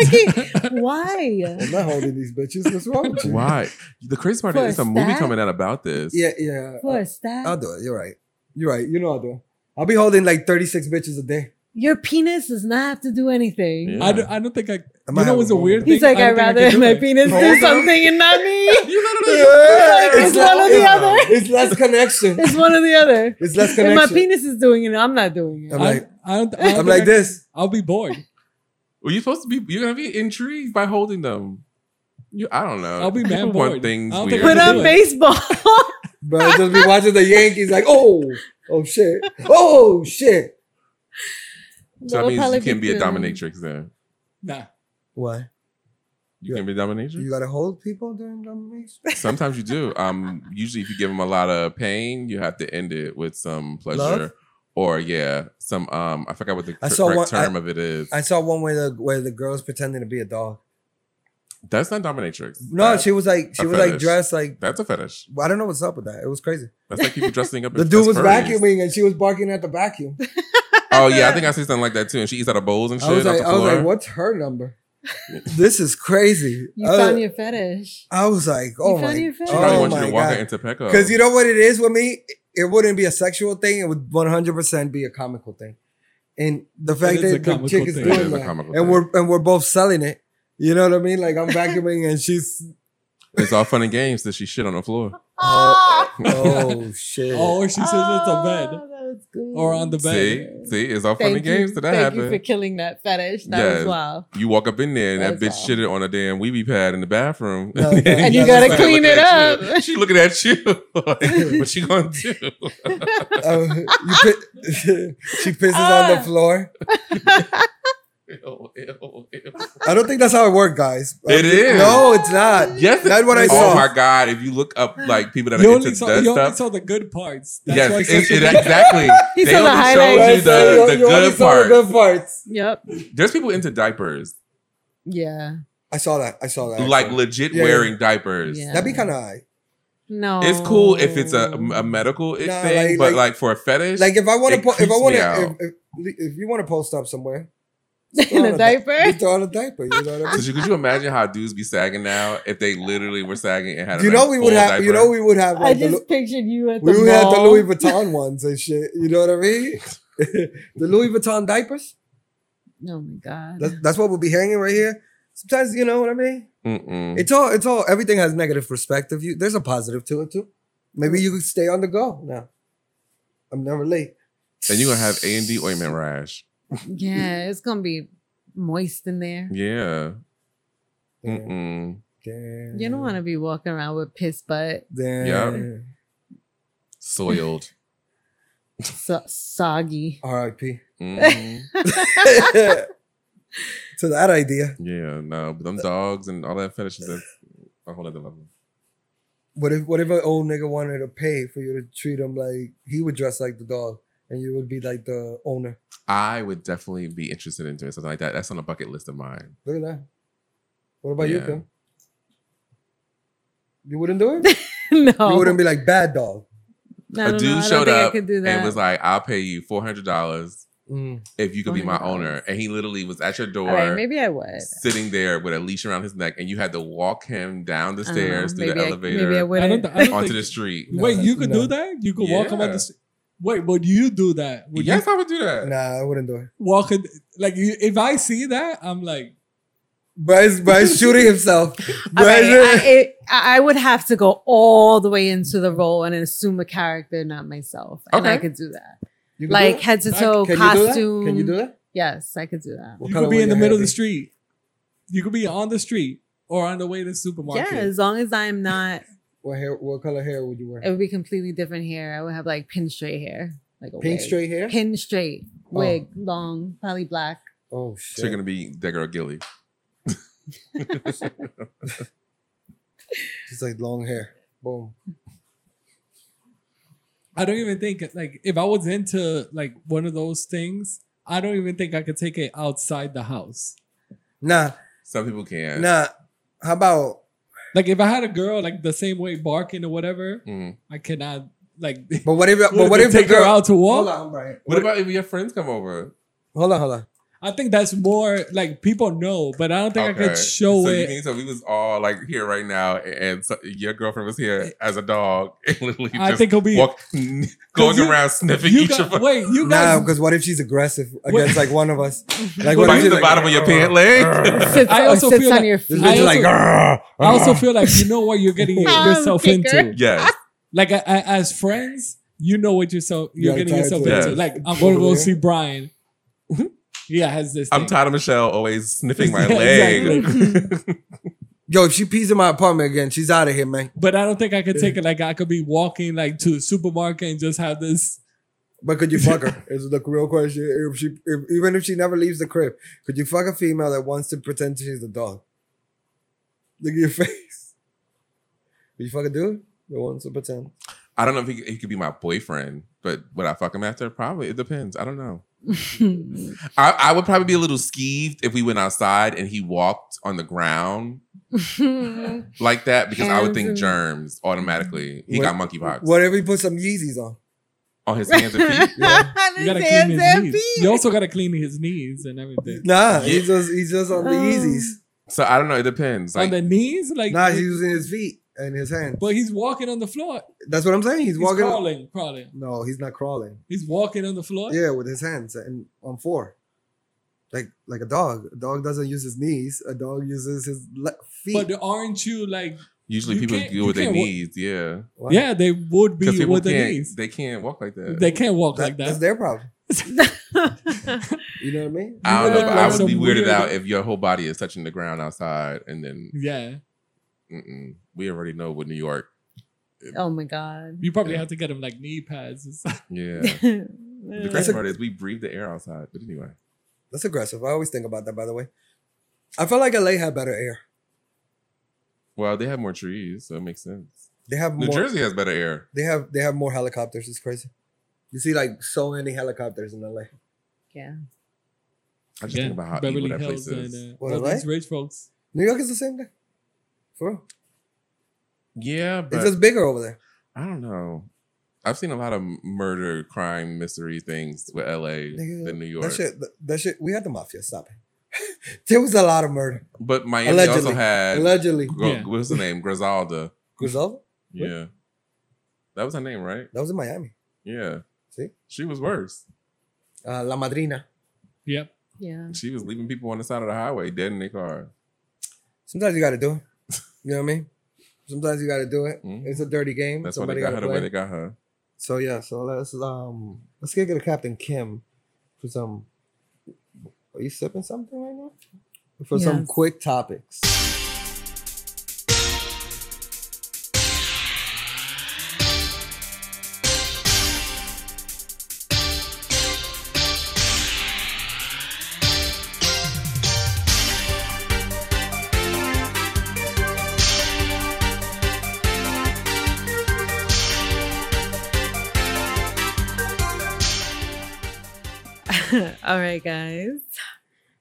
S1: Lucky, why?
S3: I'm not holding these bitches. What's wrong with you?
S4: Why? The crazy part
S1: For
S4: is
S1: a
S4: a movie
S1: stack?
S4: coming out about this.
S3: Yeah, yeah.
S1: For a stack?
S3: I'll do it. You're right. You're right. You know I'll do it. I'll be holding like 36 bitches a day.
S1: Your penis does not have to do anything.
S4: Yeah.
S2: I don't, I don't think I.
S3: I might
S2: you know
S3: have
S2: what's
S3: a
S2: a
S3: moment.
S2: weird thing?
S1: He's like,
S2: I
S1: I'd
S2: don't think I
S1: rather
S2: could
S1: my
S2: do it.
S1: penis
S3: Hold
S1: do
S3: on.
S1: something and not me.
S4: You literally
S1: It's one or the other.
S3: It's less connection.
S1: It's one or the other.
S3: It's
S1: If
S3: less
S1: my
S3: connection.
S1: penis is doing it, I'm not doing
S3: I'm
S1: it.
S3: like,
S2: I, don't, I don't
S3: I'm
S2: think I-
S3: like this.
S2: I'll be bored.
S4: Well, you're supposed to be. You're gonna be intrigued by holding them. You, I don't know.
S2: I'll be
S4: People
S2: mad
S4: want
S2: bored.
S4: things
S2: I don't
S4: weird.
S2: think
S1: Put
S2: I
S1: on
S2: do it.
S1: baseball.
S3: Bro, I'll just be watching the Yankees like, oh, oh shit. Oh shit.
S4: so that
S1: It'll
S4: means
S1: probably
S4: you can be a
S1: good.
S4: dominatrix then.
S2: Nah.
S3: Why?
S4: You can be a
S3: You
S4: dominatrix.
S3: gotta hold people during domination?
S4: Sometimes you do. Um, usually if you give them a lot of pain, you have to end it with some pleasure
S3: Love?
S4: or yeah, some um. I forgot what the
S3: I
S4: cor-
S3: saw
S4: correct
S3: one-
S4: term of it is.
S3: I saw one where the where the girl's pretending to be a dog.
S4: That's not dominatrix.
S3: No,
S4: That-
S3: she was like she
S4: a
S3: was like
S4: fetish.
S3: dressed like
S4: That's a fetish.
S3: I don't know what's up with that. It was crazy.
S4: That's like people dressing up.
S3: The
S4: as-
S3: dude
S4: as
S3: was
S4: furries.
S3: vacuuming and she was barking at the vacuum.
S4: Oh yeah, I think I see something like that too. And she eats out of bowls and shit.
S3: I was
S4: off
S3: like,
S4: the
S3: I was like,
S4: floor.
S3: what's her number? this is crazy.
S1: You
S3: I, was-
S2: Uh,
S1: found your fetish.
S3: I was like, oh
S1: found
S3: my,
S1: your fetish.
S4: She probably
S3: oh
S4: wants you
S3: my
S4: to walk her
S3: god.
S4: into Pecco.
S3: Because you know what it is with me? It wouldn't be a sexual thing. It would 100% be a comical thing. And the fact
S2: is a
S3: that the
S2: comical
S3: chick is
S2: thing.
S4: It is
S3: doing
S4: a
S3: that,
S4: comical
S3: and
S4: thing.
S3: we're and we're both selling it. You know what I mean? Like I'm vacuuming and she's
S4: it's all fun and games that she shit on the floor.
S1: Oh,
S3: oh shit.
S2: Oh, or uh, she says it's a bed
S1: that was good.
S2: or on the
S4: See,
S2: bed.
S4: see, it's all fun
S1: Thank
S4: and games
S1: you.
S4: that that
S1: Thank you
S4: happened.
S1: for killing that fetish. That
S4: Yes.
S1: was wild.
S4: You walk up in there and that,
S1: That's
S4: bitch
S1: all.
S4: shitted on a damn weeby pad in the bathroom.
S3: No,
S4: then
S3: that-
S1: And you
S4: she's
S1: gotta
S4: like
S1: clean
S4: looking
S1: it
S4: at
S1: up.
S4: you. She looking at you. like, what you gonna do?
S3: Uh, you pi- she pisses on the
S1: Ah.
S3: floor.
S4: Ew, ew, ew.
S3: I don't think that's how it worked, guys.
S4: It
S3: Uh,
S4: is.
S3: No, it's not.
S4: Yes,
S3: That's what I
S4: Oh
S3: saw.
S4: my god! If you look up like people that
S2: You
S4: are
S2: only,
S4: into
S2: saw,
S4: that
S2: you only
S4: stuff,
S2: saw the good parts. That's why it's
S4: yes, it,
S2: such a-
S4: it- exactly.
S1: He
S4: they
S1: saw the
S4: only
S1: highlights.
S4: showed you the, the
S3: You only saw
S4: good
S3: the
S4: part.
S3: good parts.
S1: Yep.
S4: There's people into diapers,
S1: Yeah.
S3: I saw that. I saw that.
S4: like
S3: actually.
S4: legit
S3: Yeah, yeah.
S4: wearing diapers.
S1: Yeah.
S3: that'd be kind of high.
S1: No.
S4: It's cool if it's a, um,
S1: Oh.
S4: a medical i-
S3: Nah,
S4: thing,
S3: like-
S4: but
S3: like-
S4: like, for a fetish,
S3: Like if I want to,
S4: It
S3: po- if I
S4: creeps
S3: want
S4: me out.
S3: to, if, if, if you want to post up somewhere,
S1: in a
S3: you
S1: diaper.
S3: throw on a diaper. You know what I
S4: could,
S3: mean?
S4: you, could you imagine how dudes be sagging now if they literally were sagging and had? A
S3: You
S4: nice
S3: know we would
S4: full
S3: have. You
S4: diaper?
S3: know we would have.
S1: I
S3: Like, the, Lu-
S1: just pictured you at the
S3: we would have the
S1: mall.
S3: Louis Vuitton ones and shit. You know what I mean? the Louis Vuitton diapers.
S1: Oh my god.
S3: That's, that's what we'll be hanging right here. Sometimes you know what I mean.
S4: Mm-mm.
S3: It's all. It's all. Everything has negative perspective. You, there's a positive to it too.
S4: Mm.
S3: Maybe you could stay on the go now. I'm never late.
S4: and you're gonna have A and D ointment rash.
S1: Yeah, it's gonna be moist in there.
S4: Yeah.
S3: Damn,
S4: Mm-mm.
S3: damn,
S1: You don't want to be walking around with piss butt,
S3: Damn.
S4: Yup. Soiled.
S1: so- soggy.
S3: R.I.P.
S4: Mm-mm.
S3: to that idea.
S4: yeah. No, but them dogs and all that fetishes. That's a whole other level.
S3: What if what if an old nigga wanted to pay for you to treat him like he would dress like the dog and you would be like the owner?
S4: I would definitely be interested in doing something like that. That's on a bucket list of mine.
S3: Look at that. What about you,
S4: Yeah.
S3: Kim? You wouldn't do it?
S1: no,
S3: You wouldn't be like bad dog.
S1: I
S4: A
S1: don't know.
S4: dude
S1: I don't
S4: showed
S1: think I
S4: up
S1: could do that.
S4: And it was like, I'll pay you four hundred dollars
S3: Mm.
S4: if you could be my
S1: $400.
S4: owner. And he literally was at your door.
S1: All right, maybe I would.
S4: Sitting there with a leash around his neck, and you had to walk him down the
S1: I don't
S4: stairs
S1: know.
S4: through
S1: Uh-huh. Maybe
S4: the
S1: I- Maybe I
S4: elevator
S1: would.
S2: I don't, th- I don't
S4: onto
S2: think-
S4: the street.
S3: No,
S2: Wait, you could
S3: no.
S2: do that? You could walk him on
S4: Yeah.
S2: the street. Wait, would you do that? Would
S4: yes,
S2: you
S4: I would do that.
S3: Nah, I wouldn't do it.
S2: walk in, like you, if I see that, I'm like,
S3: Bryce, Bryce shooting himself.
S1: All
S3: Bryce,
S1: right, I, it, I I would have to go all the way into the role and assume a character, not myself, and I
S4: Okay.
S1: could do that.
S3: you could
S1: Like
S3: do it?
S1: head to
S2: Like,
S1: toe
S3: can
S1: costume.
S3: You do that? Can you do that?
S1: Yes, I could do that.
S3: What
S2: you
S3: color
S2: could be
S3: would
S2: in the
S3: your
S2: middle of
S3: hair
S2: the
S3: be?
S2: street. You could be on the street or on the way to the supermarket.
S1: Yeah, as long as I'm not,
S3: What hair? What color hair would you wear?
S1: it would be completely different hair. I would have like pin straight hair, like a
S3: Pink
S1: wig.
S3: straight hair.
S1: pin straight wig, long, probably black.
S3: Oh
S4: So you're
S3: shit!
S4: gonna be that girl Gilly.
S3: Just like long hair. Boom.
S2: I don't even think like if I was into like one of those things, I don't even think I could take it outside the house.
S3: Nah,
S4: Some people can.
S3: nah. How about
S2: Like if I had a girl like the same way barking or whatever,
S4: Mhm.
S2: I cannot like.
S3: But what if but what if the
S2: take her
S3: girl
S2: out to walk?
S3: Hold on, Brian.
S4: What about if your friends come over?
S3: Hold on, hold on.
S2: I think that's more like people know, but I don't think I could show
S4: so You
S2: it.
S4: mean, so we was all like here right now, and, and so your girlfriend was here as a dog, and literally
S2: Eh. I
S4: just
S2: think it'll be
S4: walk, going
S2: you-
S4: around sniffing
S2: you
S4: each
S2: got-
S4: of us.
S2: Wait, you
S3: Nah,
S2: guys
S3: because what if she's aggressive
S2: What-
S3: against like one of us? Like what if
S4: Bite
S3: she's
S4: the
S3: like,
S4: bottom of your pant leg.
S1: Sits,
S2: I
S1: or
S2: also
S1: sits
S2: feel
S1: on
S2: like-
S1: your
S3: This
S1: feet.
S2: I
S3: bitch is like,
S2: also-
S3: "Grr,
S2: I also
S4: Uh-huh.
S3: grr."
S2: feel like you know what you're getting
S1: I'm
S2: yourself
S1: bigger.
S2: into.
S4: yes.
S2: Like I, I, as friends, you know what yourself
S3: You
S2: you're
S3: gotta
S2: getting
S3: try
S2: yourself
S3: to-
S2: into.
S4: Yes.
S2: Like I'm gonna go
S3: Yeah.
S2: see Brian. yeah, has this.
S4: I'm
S2: thing.
S4: tired of Michelle always sniffing my
S2: Yeah,
S4: leg.
S2: exactly.
S3: Yo, if she pees in my apartment again, she's out of here, man.
S2: But I don't think I could
S3: Yeah.
S2: take it. Like I could be walking like to the supermarket and just have this.
S3: But could you fuck her? Is the real question. If she, if, even if she never leaves the crib, could you fuck a female that wants to pretend she's a dog? Look at your face. Could you fuck a dude that wants to pretend?
S4: I don't know if he, he could be my boyfriend, but would I fuck him after? Probably. It depends. I don't know. I, I would probably be a little skeeved if we went outside and he walked on the ground like that because I would think
S1: Hands and-
S4: germs automatically. He
S3: What-
S4: got monkeypox
S3: What if he put some Yeezys on?
S4: on his hands and feet.
S2: You gotta clean his knees. You also gotta clean his knees and everything.
S3: Nah,
S4: Yeah.
S3: he's just he's just on the
S1: Oh.
S2: Um,
S3: Yeezys.
S4: So I don't know. It depends.
S2: on
S4: Like
S2: the knees, like.
S3: Nah, he's using his feet and his hands.
S2: but he's walking on the floor.
S3: That's what I'm saying. He's,
S2: He's,
S3: walking.
S2: crawling, crawling.
S3: No, he's not crawling.
S2: He's walking on the floor.
S3: Yeah, with his hands and on four, like like a dog. A dog doesn't use his knees. A dog uses his le- feet.
S2: But uh, aren't you like?
S4: usually
S2: You
S4: people
S2: can't-
S4: do
S2: you
S4: what they
S2: can't wa-
S4: need. Yeah,
S3: Wow.
S2: Yeah, they would
S4: because
S2: be
S4: people
S2: with the
S4: can't.
S2: knees.
S4: They can't walk like that.
S2: They can't walk
S3: That-
S2: like
S3: That's
S2: that.
S3: their problem.
S1: That's
S3: You know what I mean?
S4: I don't know, but
S1: Yeah.
S4: I would be
S2: Some
S4: weirded
S2: weird-
S4: out if your whole body is touching the ground outside, and then
S2: yeah,
S4: mm-mm, we already know with New York.
S1: oh my god.
S2: you probably
S4: Yeah.
S2: have to get him like knee pads. or something.
S4: Yeah, the
S3: That's
S4: crazy
S3: a-
S4: part is we breathe the air outside. But anyway,
S3: That's aggressive. I always think about that. By the way, I felt like LA had better air.
S4: well, they have more trees, so it makes sense.
S3: They have
S4: New
S3: more.
S4: Jersey has better air.
S3: They have they have more helicopters. It's crazy. You see like so many helicopters in LA.
S1: yeah.
S4: I just think about how
S2: Beverly
S4: evil that place
S2: Hills
S4: is.
S2: and uh,
S3: What,
S2: all
S3: LA?
S2: these rich folks.
S3: New York is the same thing. For real.
S4: yeah, but
S3: It's just bigger over there.
S4: I don't know. I've seen a lot of murder, crime, mystery things with LA
S3: Nigga,
S4: than New York.
S3: That shit. That, that shit. We had the mafia. Stop it. there was a lot of murder.
S4: But Miami
S3: Allegedly.
S4: also had
S3: Allegedly,
S4: Gro-
S2: Yeah.
S4: what's the name? Griselda.
S3: Griselda. What?
S4: Yeah. That was her name, right?
S3: That was in Miami.
S4: Yeah.
S3: See?
S4: She was worse.
S3: Uh, La Madrina.
S2: Yep.
S1: Yeah.
S4: She was leaving people on the side of the highway dead in their car.
S3: Sometimes you got to do it. You know what I mean? Sometimes you got to do it.
S4: Mhm.
S3: It's a dirty game.
S4: That's why they
S3: Somebody
S4: got
S3: gotta
S4: her the
S3: play.
S4: way they got her.
S3: So yeah, so let's um let's get to Captain Kim for some Are you sipping something right now? For some
S1: Yes.
S3: quick topics.
S1: All right, guys.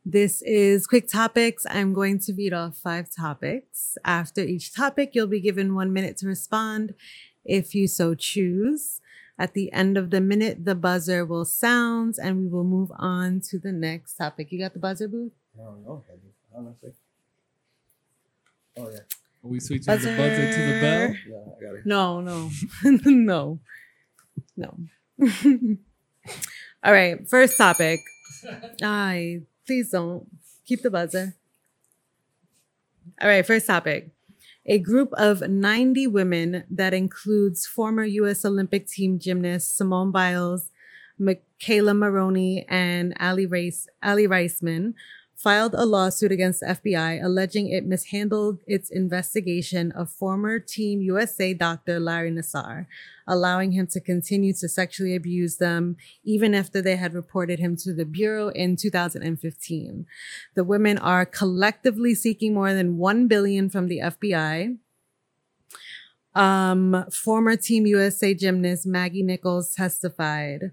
S1: This is Quick Topics. I'm going to read off five topics. After each topic, you'll be given one minute to respond if you so choose. At the end of the minute, the buzzer will sound and we will move on to the next topic. You got the buzzer booth?
S3: I don't know, Heather, honestly. Oh yeah,
S2: Are we switching the buzzer to the bell?
S1: Buzzer.
S3: yeah, I got it.
S1: No, no, no, no. All right, first topic. I please don't keep the buzzer. All right, first topic. A group of 90 women that includes former U.S. Olympic team gymnast Simone Biles, Michaela Maroney, and Ali Rice Ali Reisman filed a lawsuit against the FBI alleging it mishandled its investigation of former Team USA doctor Larry Nassar, allowing him to continue to sexually abuse them even after they had reported him to the Bureau in 2015. The women are collectively seeking more than 1 billion from the FBI. Um, former Team USA gymnast Maggie Nichols testified.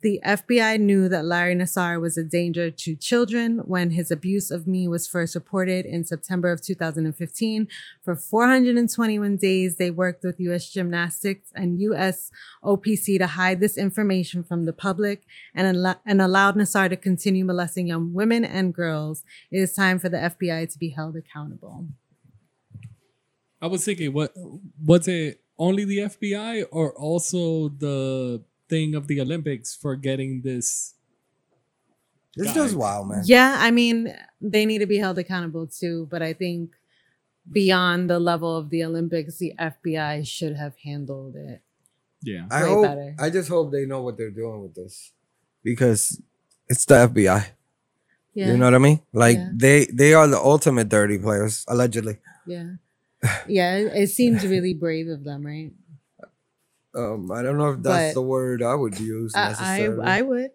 S1: The FBI knew that Larry Nassar was a danger to children when his abuse of me was first reported in September of 2015. For 421 days, they worked with U.S. Gymnastics and U.S. OPC to hide this information from the public and, al- and allowed Nassar to continue molesting young women and girls. It is time for the FBI to be held accountable.
S2: I was thinking, what was it? Only the FBI or also the thing of the Olympics for getting this?
S3: This
S2: Guy.
S3: dude's wild, man.
S1: Yeah, I mean, they need to be held accountable too, but I think beyond the level of the Olympics, the FBI should have handled it.
S2: Yeah,
S3: I
S1: Way
S3: hope.
S1: better.
S3: I just hope they know what they're doing with this, because it's the FBI.
S1: Yeah.
S3: You know what I mean? Like
S1: Yeah.
S3: they they are the ultimate dirty players, allegedly.
S1: yeah. Yeah, it, it seems really brave of them, right?
S3: Um, I don't know if that's
S1: But-
S3: the word I would use
S1: I,
S3: necessarily.
S1: I, I would.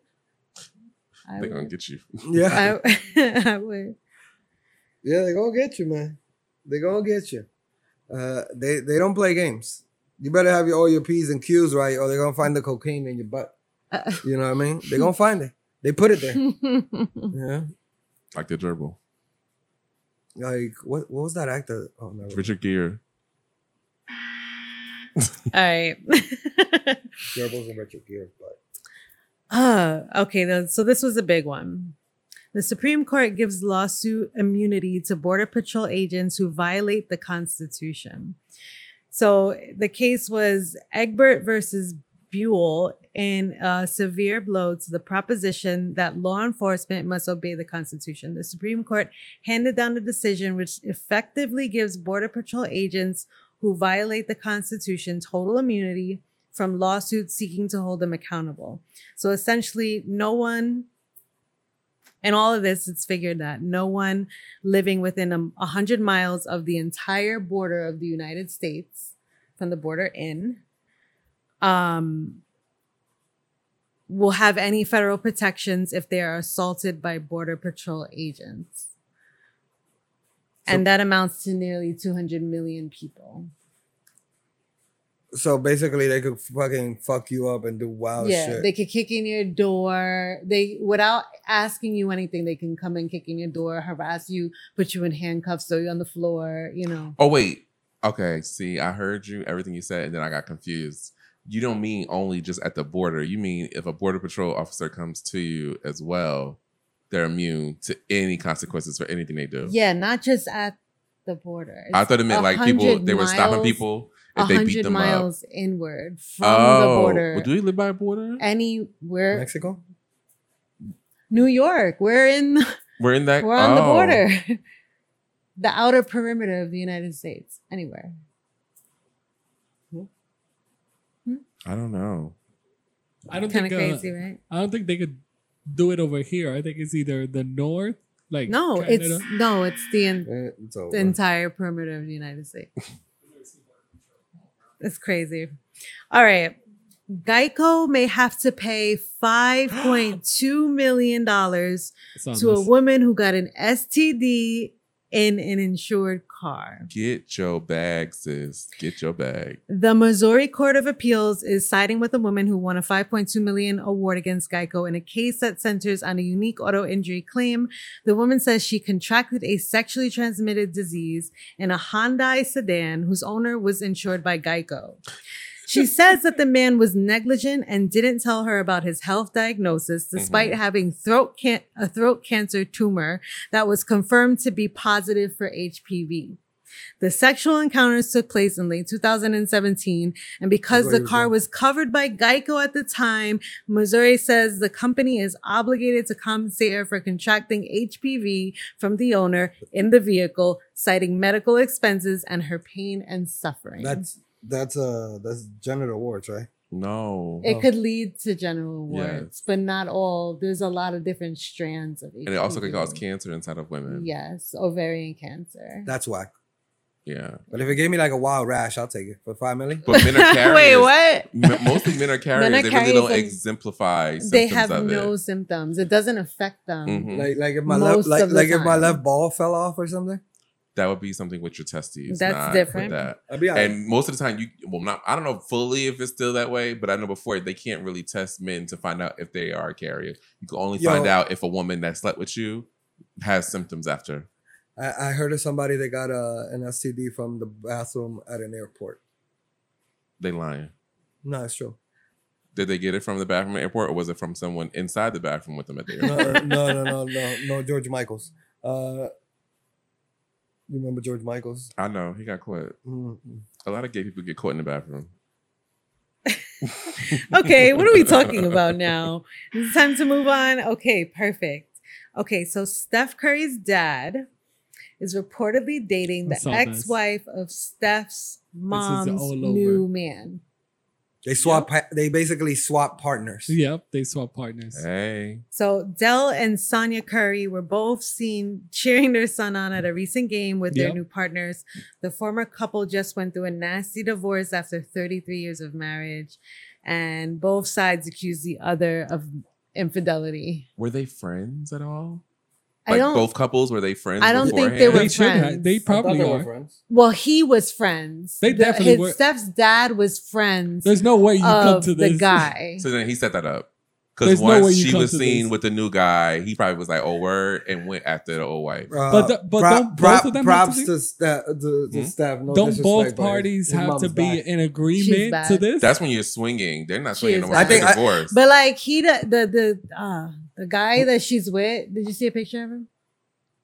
S1: I
S4: They're gonna
S1: would.
S4: get you.
S3: yeah,
S1: I, I would.
S3: yeah, they're gonna get you, man. They're gonna get you. Uh, they they don't play games. You better have your all your p's and q's right, or they're gonna find the cocaine in your butt.
S1: Uh.
S3: you know what I mean? They're gonna find it. They put it there. yeah.
S4: Like the gerbil.
S3: Like what? What was that actor? Oh no,
S4: Richard Gere.
S1: All right.
S3: Goebbels and Richard Gere. But
S1: Ah, okay. then- So this was a big one. The Supreme Court gives lawsuit immunity to Border Patrol agents who violate the Constitution. So the case was Egbert versus Buell in a severe blow to the proposition that law enforcement must obey the Constitution. The Supreme Court handed down a decision which effectively gives Border Patrol agents who violate the Constitution total immunity from lawsuits seeking to hold them accountable. So essentially, no one, in all of this, it's figured that no one living within a 100 miles of the entire border of the United States, from the border in, um, will have any federal protections if they are assaulted by Border Patrol agents. and that amounts to nearly 200 million people.
S3: so basically, they could fucking fuck you up and do
S4: Oh,
S3: wild
S1: yeah,
S3: shit.
S1: they could kick in your door. They without asking you anything, they can come and kick in your door, harass you, put you in handcuffs, throw you on the floor. You know,
S4: Oh wait. Okay. See, I heard you everything you said, and then I got confused. You don't mean only just at the border. You mean if a border patrol officer comes to you as well, they're immune to any consequences for anything they do.
S1: yeah, not just at the border.
S4: I thought it meant like people
S1: 100
S4: they were stopping
S1: miles-
S4: people
S1: A
S4: if they beat
S1: hundred
S4: them up.
S1: miles inward from the
S4: oh,
S1: border.
S4: well, do we live by a border?
S1: Anywhere,
S3: Mexico.
S1: New York. We're in.
S4: We're in that.
S1: We're on the
S4: oh.
S1: border. the outer perimeter of the United States. Anywhere.
S4: I don't know.
S2: I don't
S1: Kind of
S2: think uh,
S1: crazy, right?
S2: I uh, don't think they could do it over here. I think it's either the north, like
S1: No, it's
S2: Canada.
S1: no, it's the, en-
S3: Eh, It's over.
S1: the entire perimeter of the United States. It's crazy. All right. Geico may have to pay $5.2 million to
S2: It's on
S1: a
S2: this.
S1: woman who got an STD in an insured car.
S4: Get your bag, sis. Get your bag.
S1: The Missouri Court of Appeals is siding with a woman who won a 5.2 million award against Geico in a case that centers on a unique auto injury claim. The woman says she contracted a sexually transmitted disease in a Hyundai sedan whose owner was insured by Geico. She says that the man was negligent and didn't tell her about his health diagnosis despite having throat can- a throat cancer tumor that was confirmed to be positive for HPV. The sexual encounters took place in late 2017, and because
S3: That's what
S1: the
S3: he was
S1: car
S3: doing.
S1: was covered by Geico at the time, Missouri says the company is obligated to compensate her for contracting HPV from the owner in the vehicle, citing medical expenses and her pain and suffering.
S3: That's that's uh that's genital warts, right?
S4: No.
S1: It could lead to general
S4: Yes.
S1: warts, but not all. There's a lot of different strands of HPV.
S4: and it also could cause cancer inside of women. Yeah.
S1: Yes, ovarian cancer.
S3: That's whack. But if it gave me like a wild rash, I'll take it for five million.
S4: But men are carriers.
S1: Wait, what?
S4: M- mostly men are carriers.
S1: are
S4: they
S1: carriers
S4: really don't
S1: and
S4: exemplify symptoms
S1: They have
S4: of
S1: no
S4: it.
S1: symptoms. It doesn't affect them.
S4: Mhm.
S3: Like like if my
S1: Most
S3: left like
S1: of the
S3: like if my
S1: time.
S3: left ball fell off or something,
S4: That would be something with your testes.
S1: That's
S4: not
S1: different.
S4: With that.
S3: I'd be all right.
S4: And most of the time, you well, not I don't know fully if it's still that way, but I know before they can't really test men to find out if they are a carrier. You can only
S3: Yo.
S4: find out if a woman that slept with you has symptoms after.
S3: I, I heard of somebody that got uh, an STD from the bathroom at an airport.
S4: They lying.
S3: No, it's true.
S4: Did they get it from the bathroom at the airport, or was it from someone inside the bathroom with them at the
S3: No,
S4: airport?
S3: uh, no, no, no, no, no. George Michaels. Uh, you remember George Michaels? Mm-hmm.
S4: I know he got caught.
S3: Mm-mm.
S4: A lot of gay people get caught in the bathroom.
S1: okay, what are we talking about now? It's time to move on. Okay, perfect. Okay, so Steph Curry's dad is reportedly dating
S2: I
S1: the
S2: saw this.
S1: ex-wife of Steph's mom's
S2: all over.
S1: new man.
S3: They swap. pa- They basically swap partners.
S2: Yep, they swap partners.
S4: Eh. Hey,
S1: So Dell and Sonia Curry were both seen cheering their son on at a recent game with their
S2: Yep.
S1: new partners. The former couple just went through a nasty divorce after 33 years of marriage, and both sides accused the other of infidelity.
S4: were they friends at all?
S1: I
S4: Like
S1: don't.
S4: both couples, were they friends?
S1: I don't think they
S4: beforehand?
S1: were
S2: They should.
S1: friends.
S2: Have,
S1: I
S2: they
S1: thought
S2: probably are.
S3: friends.
S1: well, he was friends.
S2: They
S1: The-
S2: definitely
S1: his
S2: were-
S1: Steph's dad was friends
S2: There's no way you come
S1: of
S2: to
S1: the
S2: this.
S1: guy.
S4: So then he set that up. Because
S2: There's no
S4: once
S2: way you
S4: she
S2: come
S4: was
S2: to
S4: seen
S2: this.
S4: with the new guy, he probably was like, oh, word, and went after the old wife.
S3: Uh,
S2: But the- but don't both of them have to
S3: props
S2: be-
S3: to, sta- to, to
S4: Hmm?
S3: staff. No
S2: Don't
S3: disrespect,
S2: both
S3: but his-
S2: parties
S3: his
S2: have
S3: mom's
S2: to be
S3: back.
S2: in agreement to
S1: bad.
S2: this?
S4: That's when you're swinging. They're not
S1: She
S4: swinging
S1: is bad.
S4: no more.
S1: I
S4: They're
S3: think I-
S4: divorced.
S1: but like he, the the the uh, the guy that she's with. Did you see a picture of him?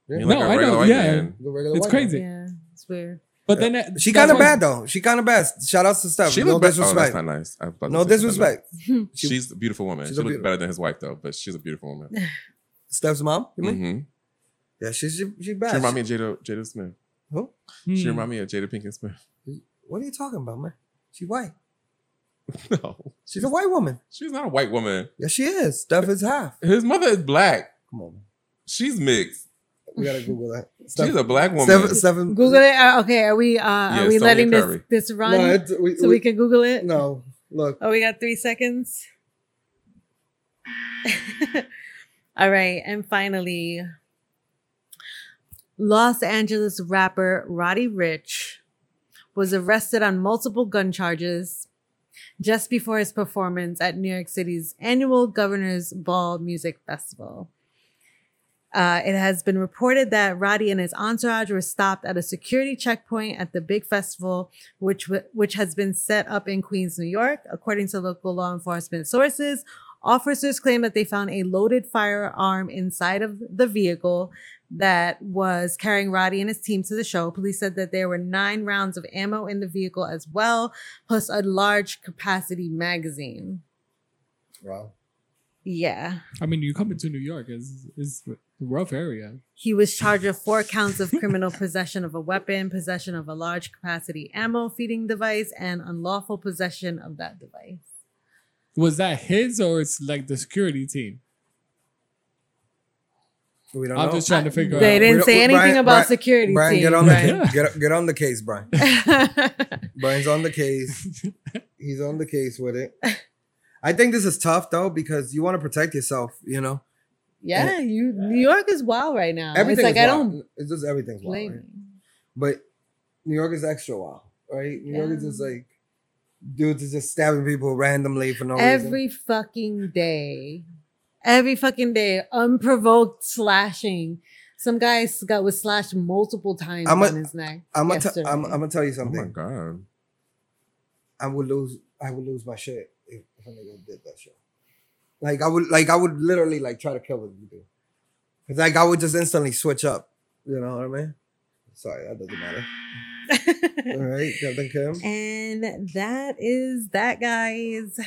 S3: Yeah.
S4: You're like
S2: No,
S4: a
S2: I know,
S4: regular white
S2: yeah.
S4: man.
S3: The regular
S2: It's
S3: white guy.
S2: crazy.
S1: Yeah, it's weird.
S2: But then that,
S3: She
S2: that's
S3: kind of
S2: why-
S3: bad though. She kind of bad. Shout outs to Steph.
S4: She
S3: no
S4: looked better. Oh, that's
S3: disrespect.
S4: not nice. I was about to
S3: no
S4: say something.
S3: disrespect. She-
S4: She's a beautiful woman.
S3: she's
S4: She
S3: a
S4: looks
S3: beautiful-
S4: better than his wife, though, but she's a beautiful woman.
S3: Steph's mom. You mean?
S4: hmm
S3: Yeah, she's she, she bad.
S4: She remind me of Jada, Jada Smith.
S3: Who?
S2: Hmm.
S4: She remind me of Jada Pinkett Smith.
S3: What are you talking about, man? She white.
S4: No,
S3: She's a white woman.
S4: she's not a white woman.
S3: Yeah, she is. Steph is half.
S4: His mother is black.
S3: Come on, man.
S4: She's mixed.
S3: we gotta Google that.
S4: She's a black woman.
S3: Steph, Steph,
S1: Google it. Uh, okay, are we uh, are
S4: Yeah,
S1: we
S4: Sonya
S1: letting this
S4: Curry.
S1: this run
S3: No, it's, we,
S1: so we can Google it?
S3: No, look.
S1: Oh, we got three seconds. All right, and finally, Los Angeles rapper Roddy Rich was arrested on multiple gun charges just before his performance at New York City's annual Governor's Ball Music Festival. Uh, it has been reported that Roddy and his entourage were stopped at a security checkpoint at the big festival, which w- which has been set up in Queens, New York, according to local law enforcement sources. Officers claim that they found a loaded firearm inside of the vehicle that was carrying Roddy and his team to the show. Police said that there were nine rounds of ammo in the vehicle as well, plus a large capacity magazine.
S3: Wow.
S1: Yeah.
S2: I mean, you come into New York, it's, it's a rough area.
S1: He was charged with four counts of criminal possession of a weapon, possession of a large capacity ammo feeding device, and unlawful possession of that device.
S2: Was that his or it's like the security team?
S3: We don't
S2: I'm
S3: know.
S2: just trying to figure
S1: They
S2: out.
S3: We
S1: didn't
S3: don't-
S1: say
S3: Brian-
S1: anything about
S3: Brian-
S1: security.
S3: Brian,
S1: team,
S3: get on
S1: right?
S3: the get, get on the case, Brian. Brian's on the case. He's on the case with it. I think this is tough though because you want to protect yourself. You know,
S1: yeah, you New York is wild right now. Uh, It's
S3: everything's
S1: like I
S3: wild.
S1: don't
S3: It's just everything's wild.
S1: blame.
S3: right?
S1: you.
S3: But New York is extra wild, right? New York is
S1: Yeah.
S3: just like dudes is just stabbing people randomly for no reason.
S1: every fucking day every fucking day unprovoked slashing some guy s- got was slashed multiple times
S3: I'm a-
S1: on his neck
S3: I'm gonna
S1: yesterday.
S3: I'm, I'm gonna tell you
S4: Oh my
S3: something.
S4: god.
S3: I would lose I would lose my shit if, if a nigga did that shit. Like I would like I would literally like try to kill the nigga. Cause like I would just instantly switch up. You know what I mean? Sorry, that doesn't matter. All right, Captain Kim.
S1: and that is that guys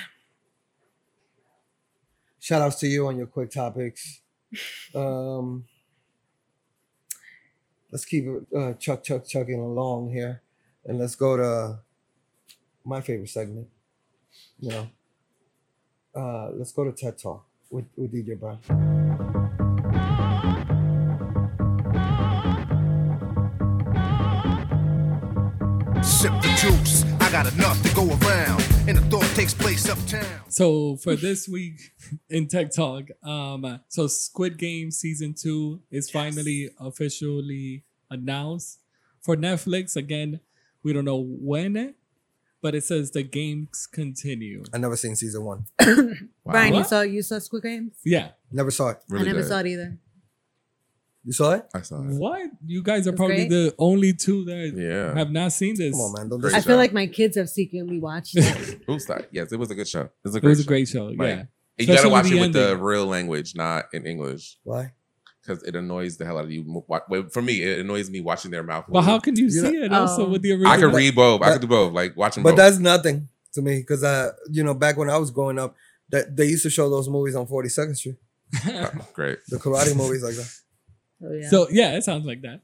S3: Shout outs to you on your quick topics. Um let's keep it uh chuck chuck chucking along here and let's go to my favorite segment. You know. Uh let's go to TED Talk with, with DJ Brian.
S5: Sip the juice, I got enough to go around, and the thought takes place uptown.
S2: So for this week in Tech Talk, um, so Squid Game season two is finally officially announced for Netflix. Again, we don't know when, but it says the games continue.
S3: I never seen season one.
S4: Wow.
S1: brian you
S2: What?
S1: saw you saw squid games
S2: Yeah.
S3: Never saw it.
S1: i
S4: Really
S1: never
S4: good.
S1: saw it either
S3: You saw it?
S4: I saw it.
S2: What? You guys are
S1: It's
S2: probably
S1: great.
S2: the only two that
S4: Yeah.
S2: have not seen this.
S3: Come on, man. Don't
S4: Great
S1: i
S3: dis-
S1: feel
S4: show.
S1: like my kids have secretly watched it
S4: Oops, sorry. Yes, it was a good show. It was a
S2: It
S4: great,
S2: was a
S4: show.
S2: great show.
S4: Like,
S2: yeah.
S4: You gotta
S2: especially
S4: watch it
S2: the
S4: with the real language, not in English.
S3: Why?
S4: Because it annoys the hell out of you. Mo- wa- well, For me, it annoys me watching their mouth.
S2: But
S4: move.
S2: how can you,
S3: You know-
S2: see it also
S1: Oh.
S2: with the original?
S4: I could read both. I
S3: but-
S4: could do both. Like watching
S3: But
S4: both.
S3: that's nothing to me because uh, you know, back when I was growing up, that they used to show those movies on 42nd Street,
S4: Oh, great.
S3: the karate movies like that.
S1: oh yeah
S2: So yeah, it sounds like that.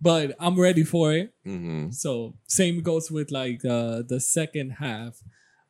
S2: But I'm ready for it.
S4: hmm
S2: So same goes with like uh, the second half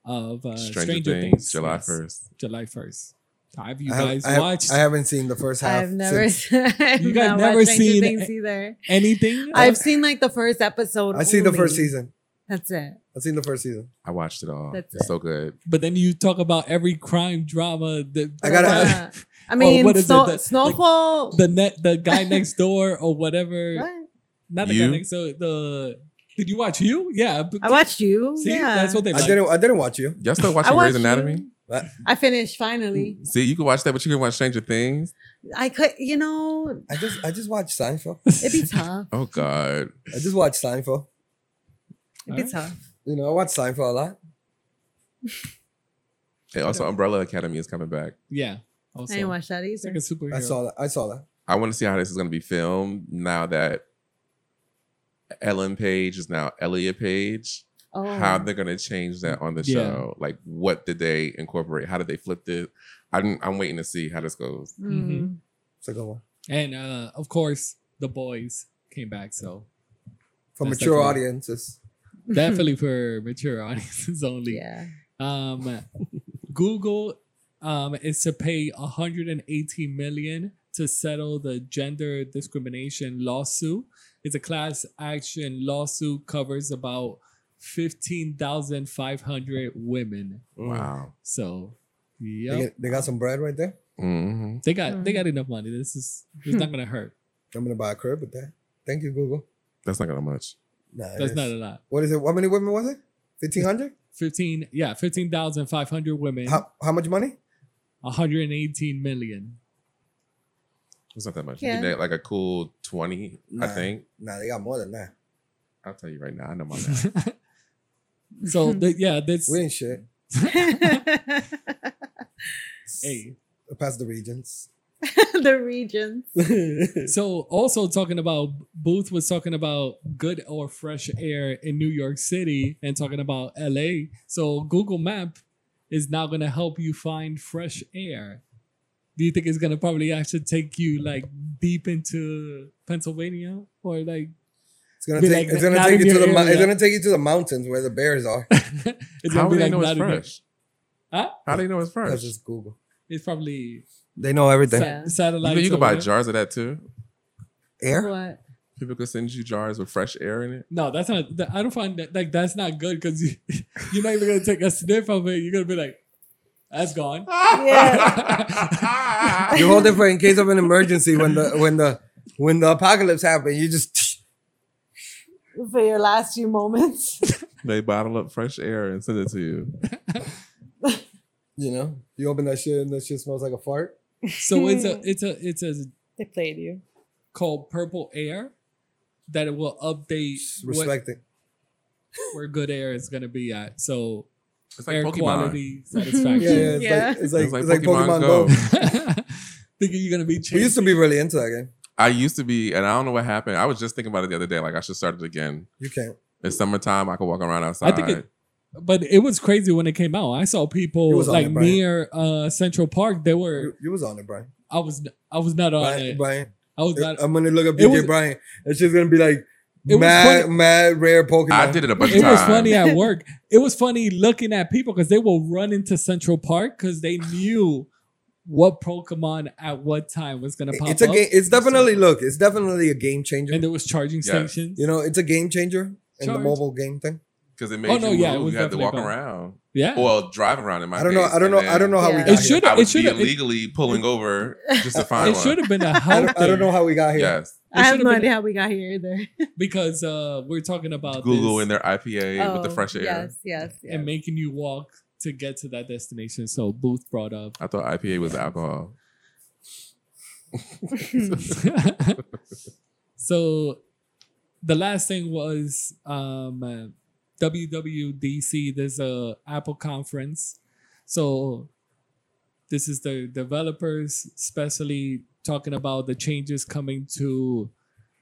S2: of uh,
S4: Stranger,
S2: Stranger,
S4: Things,
S2: Things.
S4: July
S2: yes,
S4: first.
S2: July first. Have you
S3: I have-
S2: guys
S3: I have-
S2: watched
S3: I haven't seen the first half.
S1: I've never,
S3: since-
S1: I've
S2: You guys
S1: not
S2: never
S1: watched Stranger
S2: seen
S1: things
S2: it.
S1: either.
S2: anything?
S1: I've seen like the first episode.
S3: I see the first
S1: only.
S3: season.
S1: That's it.
S3: I've seen the first season.
S4: I watched it all.
S1: That's
S4: it's so good.
S2: but then you talk about every crime drama. The
S3: I gotta-
S1: Uh, I mean,
S2: oh, what is it?
S1: Snow-
S2: The- the-
S1: Snowfall.
S2: the net the guy next door or whatever.
S1: What?
S2: Not the
S4: You?
S2: guy next door. The did you watch you? Yeah, but-
S1: I watched you.
S2: See,
S1: yeah.
S2: that's what they.
S3: I
S2: like.
S3: didn't. I didn't watch you.
S4: Y'all still
S1: I
S4: watching
S1: watched
S4: Grey's
S1: you.
S4: Anatomy?
S3: I,
S1: I finished finally.
S4: See, you can watch that, but you can watch Stranger Things.
S2: Hmm.
S1: I could, you know,
S3: I just. I just watched Seinfeld.
S1: it'd be tough.
S4: Oh God.
S3: I just watched Seinfeld.
S1: It'd be
S2: Alright.
S1: tough.
S3: You know, I watch Seinfeld a lot.
S4: Hey, also, Umbrella Academy is coming back.
S2: Yeah,
S1: I
S2: also
S1: didn't watch that
S2: it's like
S1: either.
S2: a superhero.
S3: I saw that. I saw that.
S4: I want to see how this is going to be filmed now that Ellen Page is now Elliot Page.
S1: Oh,
S4: How they're going to change that on the
S2: Yeah.
S4: show? Like, what did they incorporate? How did they flip it? I'm I'm waiting to see how this goes.
S1: mm.
S2: Mm-hmm.
S3: It's a good one
S2: And uh, of course, the boys came back. So
S3: for
S2: That's
S3: mature
S2: definitely-
S3: audiences.
S2: definitely for mature audiences only.
S1: yeah.
S2: Um, Google um, is to pay 180 million to settle the gender discrimination lawsuit. It's a class action lawsuit covers about 15,500 women.
S3: Mm.
S4: Wow.
S2: So,
S3: They,
S2: yeah,
S3: get- they got some bread right there.
S4: hmm
S2: they got they got enough money. This is it's not gonna hurt.
S3: I'm gonna buy a crib with that. Thank you, Google.
S4: That's not gonna much.
S3: Nah, it
S2: That's
S3: is.
S2: not a lot.
S3: What is it? How many women was it? Fifteen hundred.
S2: 15 yeah, 15,500 women,
S3: How how much money?
S2: 118 million.
S4: It's not that much.
S1: Yeah.
S4: You can get like a cool twenty, I
S3: Nah.
S4: think.
S3: Nah, they got more than that.
S4: I'll tell you right now. I know my math.
S2: So, the, yeah, that's
S3: We ain't shit.
S2: hey.
S3: Past the regions.
S1: the regions.
S2: So also talking about Booth was talking about good or fresh air in New York City and talking about LA. So Google Map is now gonna help you find fresh air. Do you think it's gonna probably actually take you like deep into Pennsylvania or like
S3: It's gonna
S2: Be
S3: take.
S2: like
S3: it's gonna
S2: not
S3: take
S2: in
S3: you to
S2: your
S3: the. mou- It's
S2: area.
S3: gonna take you to the mountains where the bears are.
S2: it's
S4: How
S2: gonna
S4: do
S2: be
S4: they
S2: like
S4: know it's
S2: not even-
S4: fresh?
S2: Huh?
S4: How do you know it's fresh?
S3: That's just Google.
S2: It's probably
S3: They know everything.
S1: Sad. Yeah.
S2: Satellite.
S4: you, know, you can buy jars of that too.
S3: Air.
S1: What?
S4: People could send you jars with fresh air in it.
S2: No, that's not. That, I don't find that like that's not good because you you're not even gonna take a sniff of it. You're gonna be like, that's gone.
S1: Yeah.
S3: You hold it for in case of an emergency when the when the when the apocalypse happens. You just
S1: For your last few moments.
S4: they bottle up fresh air and send it to you.
S3: you know you open that shit and that shit smells like a fart.
S2: so it's a it's a it's a
S6: They played you.
S2: called Purple Air that it will update what,
S3: Respect it.
S2: where good air is gonna be at. So
S4: It's like
S2: air
S4: Pokemon.
S2: quality
S3: Yeah,
S2: satisfaction.
S3: yeah. It's
S6: Yeah.
S3: like it's like,
S4: It's like
S3: it's like
S4: Pokemon
S3: Pokemon,
S4: Go.
S3: Go.
S2: Thinking you're gonna be chasing.
S3: We used to be really into that game.
S4: I used to be, and I don't know what happened. I was just thinking about it the other day. Like I should start it again.
S3: You can't.
S4: It's summertime. I could walk around outside.
S2: I think it, but it was crazy when it came out. I saw
S3: You
S2: people
S3: was on
S2: like
S3: it, Brian.
S2: near uh, Central Park. They
S3: You,
S2: were.
S3: you was on it, Brian.
S2: I was. I was not on
S3: Brian,
S2: it.
S3: Brian.
S2: I was not.
S3: I'm gonna look up
S2: It was-
S3: BJ Brian. It's just gonna be like
S2: was
S3: mad,
S2: funny.
S3: mad rare Pokemon.
S4: I did it a bunch of
S2: It was
S4: times.
S2: funny at work. It was funny looking at people because they will run into Central Park because they knew what Pokemon at what time was gonna pop
S3: It's a
S2: up.
S3: game. It's definitely look. It's definitely a game changer.
S2: and there was charging
S4: Yes.
S2: stations.
S3: You know, it's a game changer in the
S2: Charge.
S3: mobile game thing.
S4: because it made
S2: Oh, no,
S4: you
S2: yeah, it
S4: move.
S2: was
S4: You had to
S2: definitely
S4: walk
S2: fun.
S4: around.
S2: Yeah,
S4: Well, drive around in my.
S3: I don't know.
S4: case,
S3: I don't
S4: and
S3: know.
S4: then
S3: I don't know how we
S6: Yeah.
S3: got
S2: it should.
S4: I
S2: It
S4: would be
S2: should. It,
S4: illegally pulling over just to find
S2: it
S4: one.
S2: should have been a
S3: here. I
S2: help.
S3: don't, I don't know
S2: thing
S3: how we got here.
S4: Yes,
S1: I have
S2: should've
S1: no
S2: been-
S1: idea how we got here either.
S2: because uh, we're talking about
S4: Google
S2: this
S4: in their IPA with the
S1: Oh,
S4: fresh air.
S1: Yes, yes. yes.
S2: and making you walk to get to that destination. So Booth brought up.
S4: I thought IPA was alcohol.
S2: so the last thing was um, uh, WWDC. There's a Apple conference. So this is the developers, especially talking about the changes coming to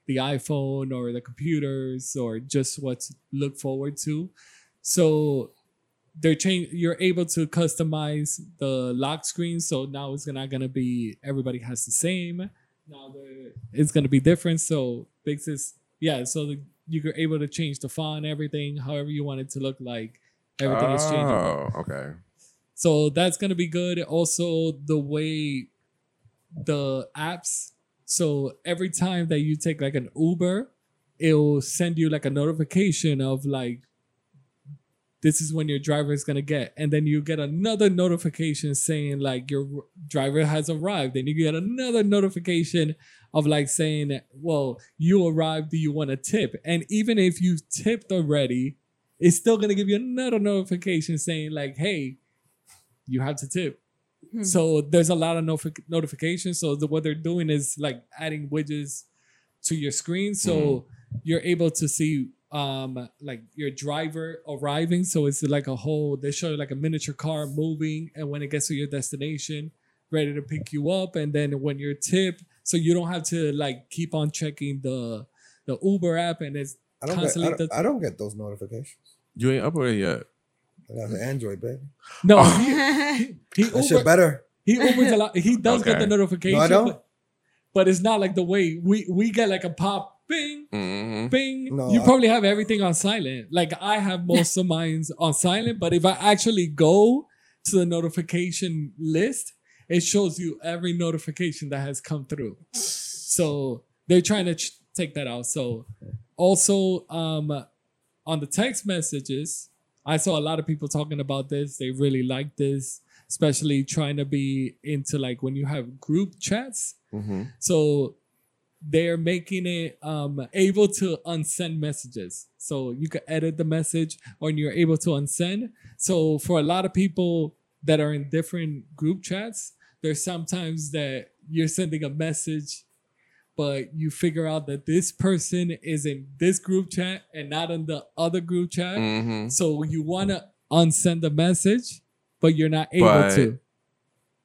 S2: the iPhone or the computers or just what to look forward to. So they're change you're able to customize the lock screen so now it's not going to be everybody has the same now the, it's going to be different so makes this yeah so the, you're able to change the font everything however you want it to look like everything is changing
S4: Oh, okay.
S2: so that's going to be good also the way the apps so every time that you take like an uber it'll send you like a notification of like this is when your driver is going to get and then you get another notification saying like your r- driver has arrived and you get another notification of like saying well you arrived do you want a tip and even if you tipped already it's still going to give you another notification saying like hey you have to tip
S1: Hmm.
S2: so there's a lot of notifi- notifications so the, what they're doing is like adding widgets to your screen so you're able to see um like your driver arriving so it's like a whole they show you like a miniature car moving and when it gets to your destination ready to pick you up and then when you're tipped so you don't have to like keep on checking the the uber app and it's
S3: I don't, get, I,
S2: Constantly
S3: don't,
S2: the-
S3: I don't get those notifications.
S4: You ain't uploaded yet.
S3: I got an Android, baby.
S2: no
S1: Oh.
S2: he,
S3: That shit
S2: Uber,
S3: better.
S2: he ubers a lot he does get the
S4: Okay.
S2: notification
S3: No, I don't.
S2: But, but it's not like the way we we get like a pop bing
S4: hmm
S2: Bing.
S3: No,
S2: you
S3: I-
S2: probably have everything on silent. Like I have most of mine on silent, but if I actually go to the notification list, it shows you every notification that has come through. So they're trying to ch- take that out. So also um, on the text messages, I saw a lot of people talking about this. They really like this, especially trying to be into like when you have group chats.
S4: hmm
S2: So they're making it um, able to unsend messages. So you can edit the message or you're able to unsend. So for a lot of people that are in different group chats, there's sometimes that you're sending a message, but you figure out that this person is in this group chat and not in the other group chat.
S4: hmm
S2: So you want to unsend the message, but you're not able
S4: But-
S2: to.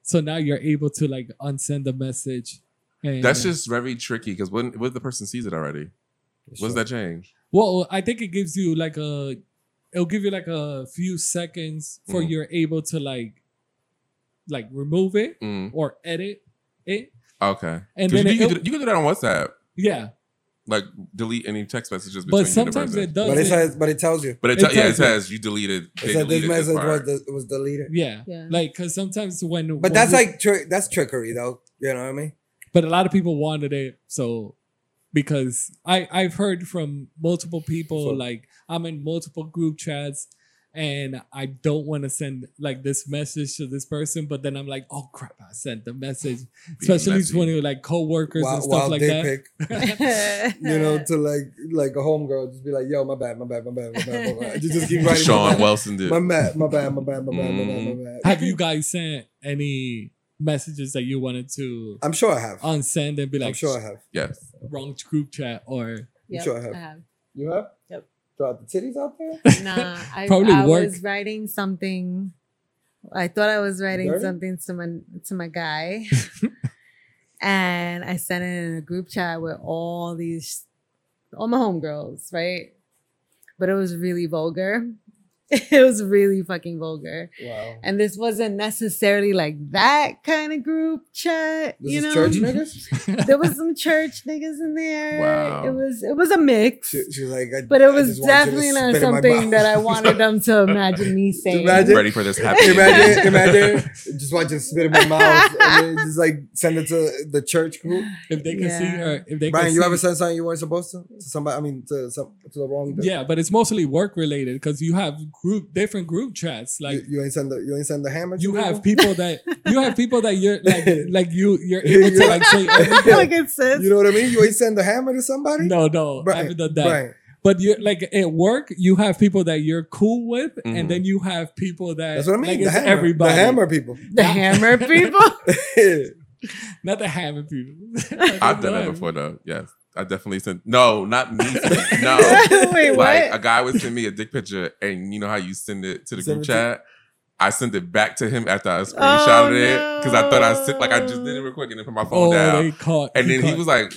S2: So now you're able to like unsend the message. And
S4: That's just very tricky because when what if the person sees it already? What's that change?
S2: well, I think it gives you like a, it'll give you like a few seconds for
S4: Mhm.
S2: you're able to like, like remove it
S4: Mm.
S2: or edit it.
S4: Okay.
S2: And
S4: 'Cause
S2: then
S4: you,
S2: it-
S4: can do, you can do that on WhatsApp.
S2: Yeah.
S4: like delete any text messages between
S2: But sometimes
S4: you and
S2: it
S4: the
S2: does.
S4: person.
S3: But it
S2: it-
S3: says, but it tells you.
S4: But it,
S2: it
S4: tell- yeah, it
S2: tells you.
S4: says you deleted.
S3: It
S4: They
S3: said this
S4: deleted this
S3: message was
S4: part.
S3: the, was deleted.
S2: yeah.
S1: Yeah.
S2: Like, because sometimes when. when
S3: But that's
S2: we-
S3: like tri- that's trickery, though. You know what I mean?
S2: But a lot of people wanted it. So, because I, I've heard from multiple people,
S3: So-
S2: like, I'm in multiple group chats and I don't want to send like this message to this person. But then I'm like, oh crap, I sent the message. Especially
S4: messy.
S2: when you're like co workers
S3: Wild,
S2: and stuff
S3: wild
S2: like
S3: dick
S2: that.
S3: pic. You know, to like like a homegirl, just be like, "Yo, my bad, my bad, my bad, my bad, my bad." You just keep writing. my
S4: Sean
S3: bad.
S4: Wilson did.
S3: My bad, my bad, my bad, my bad, my bad, my bad.
S2: Have you guys sent any messages that you wanted to
S3: I'm sure I have.
S2: unsend and be
S3: I'm
S2: like
S3: sure I have.
S4: Yes.
S2: wrong group chat or
S1: Yep,
S3: sure I have. You have?
S1: Yep.
S3: Drop the titties out there?
S1: Nah, I,
S2: Probably
S1: I
S2: work.
S1: was writing something. I thought I was writing
S3: Dirty?
S1: something to my to my guy, and I sent it in a group chat with all these, all my homegirls, right? But it was really vulgar. It was really fucking vulgar,
S3: Wow.
S1: and this wasn't necessarily like that kind of group chat.
S3: This
S1: you
S3: is
S1: know,
S3: church niggas?
S1: there was some church niggas in there.
S4: Wow.
S1: It was it was a mix.
S3: She, she was like, I,
S1: But it
S3: I
S1: was
S3: just want you to
S1: definitely
S3: spit
S1: not
S3: in my
S1: something
S3: mouth.
S1: that I wanted them to imagine me saying.
S3: Imagine-
S4: Ready for this happy
S3: imagine, imagine, just want you to spit in my mouth and then just like send it to the church group.
S2: if they can see
S1: Yeah.
S2: her if they
S3: Brian,
S2: can
S3: you
S2: see,
S3: ever sent something you weren't supposed to? To somebody, I mean, to some, to the wrong.
S2: yeah but it's mostly work related because you have group different group chats like
S3: you, you ain't send the you ain't send the hammer. to
S2: you have
S3: people?
S2: people that you have people that you're like like you you're able to like say oh,
S1: like it says.
S3: You know what I mean? You ain't send the hammer to somebody.
S2: no no I
S3: Brian,
S2: haven't done that
S3: Brian,
S2: but you're like at work you have people that you're cool with
S4: Mhm.
S2: and then you have people that
S3: that's what I mean.
S2: like
S3: the
S2: it's
S3: hammer,
S2: everybody
S3: the hammer people.
S1: the hammer people.
S2: not the hammer people
S4: I've done it before though. Yes. I definitely sent no, not me. No.
S1: Wait,
S4: like a
S1: what?
S4: guy would send me a dick picture and you know how you send it to the
S3: Send
S4: group
S3: it to- Oh,
S4: chat? I sent it back to him after I screenshotted it because I thought I sent like I just did it real quick and then put my phone
S2: oh
S4: down.
S2: they caught
S4: and then he
S2: caught.
S4: was like,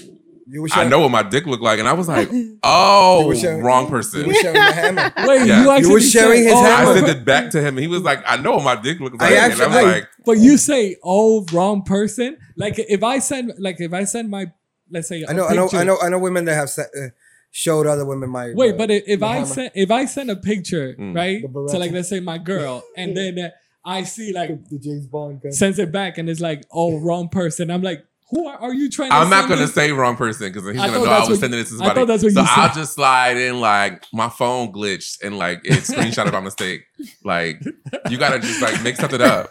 S3: you were
S4: I
S3: showing,
S4: know what my dick looked like. And I was like,
S3: You
S4: oh,
S3: were showing-
S4: wrong
S3: You
S4: person.
S3: were showing the hammer.
S2: Wait,
S4: Yeah. You
S2: you
S4: were
S2: actually
S3: sharing
S2: say,
S3: his
S2: oh,
S4: I
S3: hammer.
S4: sent it back to him and he was like, I know what my dick looked
S3: I
S4: like. and I
S3: actually-
S4: was like,
S2: But you say, "Oh, wrong person." Like if I send, like if I send my, let's say,
S3: I
S2: a
S3: know, I know,
S2: picture-
S3: I know, I know. Women that have se- uh, showed other women my. uh,
S2: Wait, but if, if
S3: The
S2: I
S3: hammer.
S2: send, if I send a picture,
S4: Mm.
S2: right?
S3: The Beretta.
S2: So like, let's say my girl, and then uh, I see like
S3: the James Bond. gun.
S2: sends it back, and it's like, "Oh, wrong person." I'm like, "Who are, are you trying?" to
S4: I'm not
S2: send
S4: gonna
S2: this-
S4: say wrong person because he's
S2: I
S4: gonna
S2: thought
S4: know I
S2: that's
S4: was
S2: what-
S4: sending it to
S2: I
S4: somebody.
S2: thought that's what
S4: so
S2: you
S4: I'll
S2: said.
S4: just slide in like my phone glitched and like it screenshotted by mistake. Like you gotta just like make something up.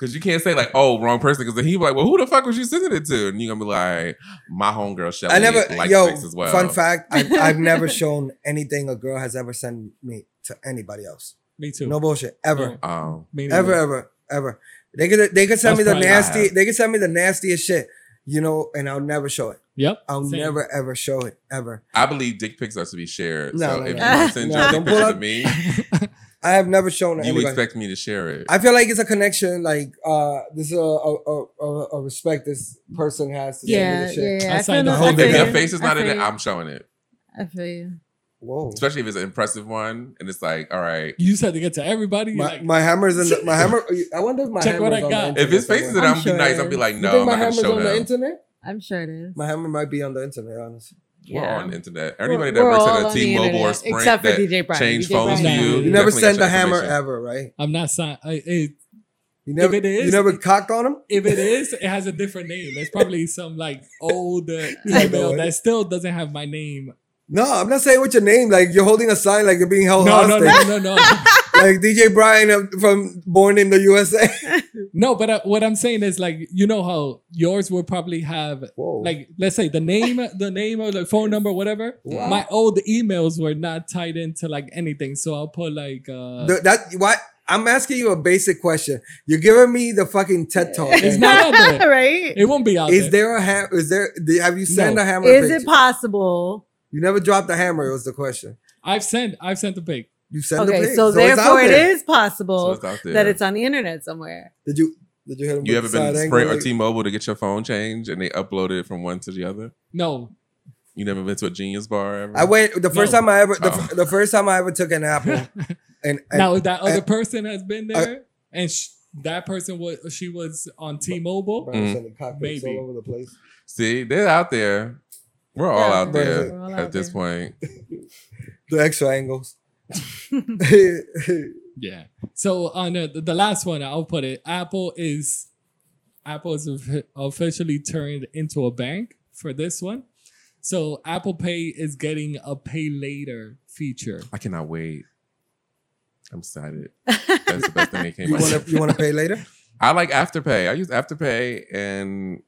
S4: Cause you can't say like, oh, wrong person. Cause then he be like, well, who the fuck was you sending it to? And you're gonna be like, my homegirl Shelly
S3: I never,
S4: likes
S3: yo,
S4: this as well.
S3: fun fact, I, I've never shown anything a girl has ever sent me to anybody else.
S2: Me too.
S3: No bullshit, ever,
S2: No.
S4: Um,
S2: Me neither.
S3: ever, ever, ever. They could, they could send
S2: That's
S3: me the
S2: probably
S4: why I
S3: nasty,
S4: have.
S3: they could send me the nastiest shit, you know, and I'll never show it.
S2: Yep.
S3: I'll
S2: Same.
S3: never ever show it ever.
S4: I believe dick pics are to be shared.
S3: No,
S4: so
S3: no,
S4: if
S3: no.
S4: you want to send
S3: No,
S4: your dick
S3: don't pull
S4: picture
S3: up-
S4: to me,
S3: I have never shown it
S4: you
S3: anybody.
S4: expect me to share it.
S3: I feel like it's a connection, like uh, this is a, a, a, a- a respect this person has to yeah,
S1: Yeah,
S3: this shit.
S1: yeah, yeah.
S2: I
S1: I
S2: signed
S1: feel
S2: the
S1: no-
S3: whole
S1: I
S3: thing.
S1: feel
S4: if your
S1: you.
S4: face is not
S1: I
S4: in
S1: feel
S4: it,
S1: you.
S4: I'm showing it.
S1: I feel you.
S3: Whoa.
S4: Especially if it's an impressive one and it's like, all right.
S2: You said to get to everybody. you're
S3: My,
S2: like,
S3: my hammer's in the, my hammer. I wonder if my
S2: Check what
S3: hammer's
S2: I
S3: on
S2: got.
S3: the internet
S4: If his face is in
S3: somewhere.
S4: it, I'm
S1: I'm
S4: gonna be
S1: sure
S4: nice.
S1: it
S4: i will be
S1: is.
S4: like,
S3: You
S4: no,
S3: think
S4: I'm
S3: my
S4: not gonna
S3: hammer's
S4: show
S3: on the
S4: them.
S3: internet?
S1: I'm sure it is.
S3: My hammer might be on the internet, honestly.
S4: We're
S1: Yeah.
S4: all on the internet. Everybody
S1: We're- we're
S4: that
S1: all
S4: works at
S1: on
S4: a
S1: the
S4: T-Mobile or
S1: internet,
S4: Sprint
S1: except for
S4: that
S1: DJ Brian.
S4: change
S1: DJ
S4: phones
S2: Brian.
S4: to you,
S2: You
S3: You never
S4: definitely gotta
S3: send the
S4: share
S3: hammer
S4: information.
S3: ever, right?
S2: I'm not sign. I, it,
S3: You never.
S2: it is-
S3: you never cocked on him.
S2: If it is, it has a different name. It's probably some like old uh,
S3: know
S2: email
S3: it.
S2: that still doesn't have my name.
S3: No, I'm not saying what's your name. Like you're holding a sign, like you're being
S2: No,
S3: held
S2: no,
S3: hostage.
S2: no, no, no.
S3: Like DJ Brian uh, from Born in the USA.
S2: No, but uh, what I'm saying is like you know how yours will probably have
S3: Whoa.
S2: like let's say the name, the name or the phone number, whatever.
S3: Wow.
S2: My old emails were not tied into like anything, so I'll put like uh,
S3: The- that why I'm asking you a basic question. You're giving me the fucking TED talk.
S2: it's not out there.
S1: right?
S2: It won't be out there.
S3: Is there a ham? Is there? do- Have you sent
S2: No.
S3: a hammer?
S1: Is
S3: picture?
S1: it possible?
S3: you never dropped the hammer. It was the question.
S2: I've sent I've sent the pic.
S3: You sent the
S1: Okay,
S3: pic,
S1: so
S3: it's out
S1: therefore it
S3: there.
S1: is
S4: So
S1: possible
S4: it's out there.
S1: that it's on the internet somewhere.
S3: Did you? Did you hit him?
S4: you ever
S3: with
S4: been
S3: the
S4: to
S3: side
S4: Sprint
S3: angle?
S4: or T-Mobile to get your phone changed and they upload it from one to the other?
S2: No,
S4: You never been to a Genius Bar ever?
S3: I went the first
S2: No.
S3: time I ever the, f-
S4: Oh.
S3: the first time I ever took an apple, and, Oh, and
S2: now if that other
S3: and- uh,
S2: person has been there and sh- that person was she was on T-Mobile.
S4: Mm.
S3: Brian was sending cockpits
S2: Maybe.
S3: all over the place.
S4: See, they're out there. We're all
S1: Yeah,
S4: out
S3: we're-
S4: there
S1: we're all
S4: at
S1: out
S4: this
S1: there.
S4: point.
S3: The extra angles.
S2: Yeah. So on uh, the, the last one, I'll put it. Apple is Apple is of- officially turned into a bank for this one. So Apple Pay is getting a pay later feature.
S4: I cannot wait. I'm excited. That's the best thing that came
S3: you
S4: out.
S3: wanna you wanna pay later?
S4: I like Afterpay. I use Afterpay and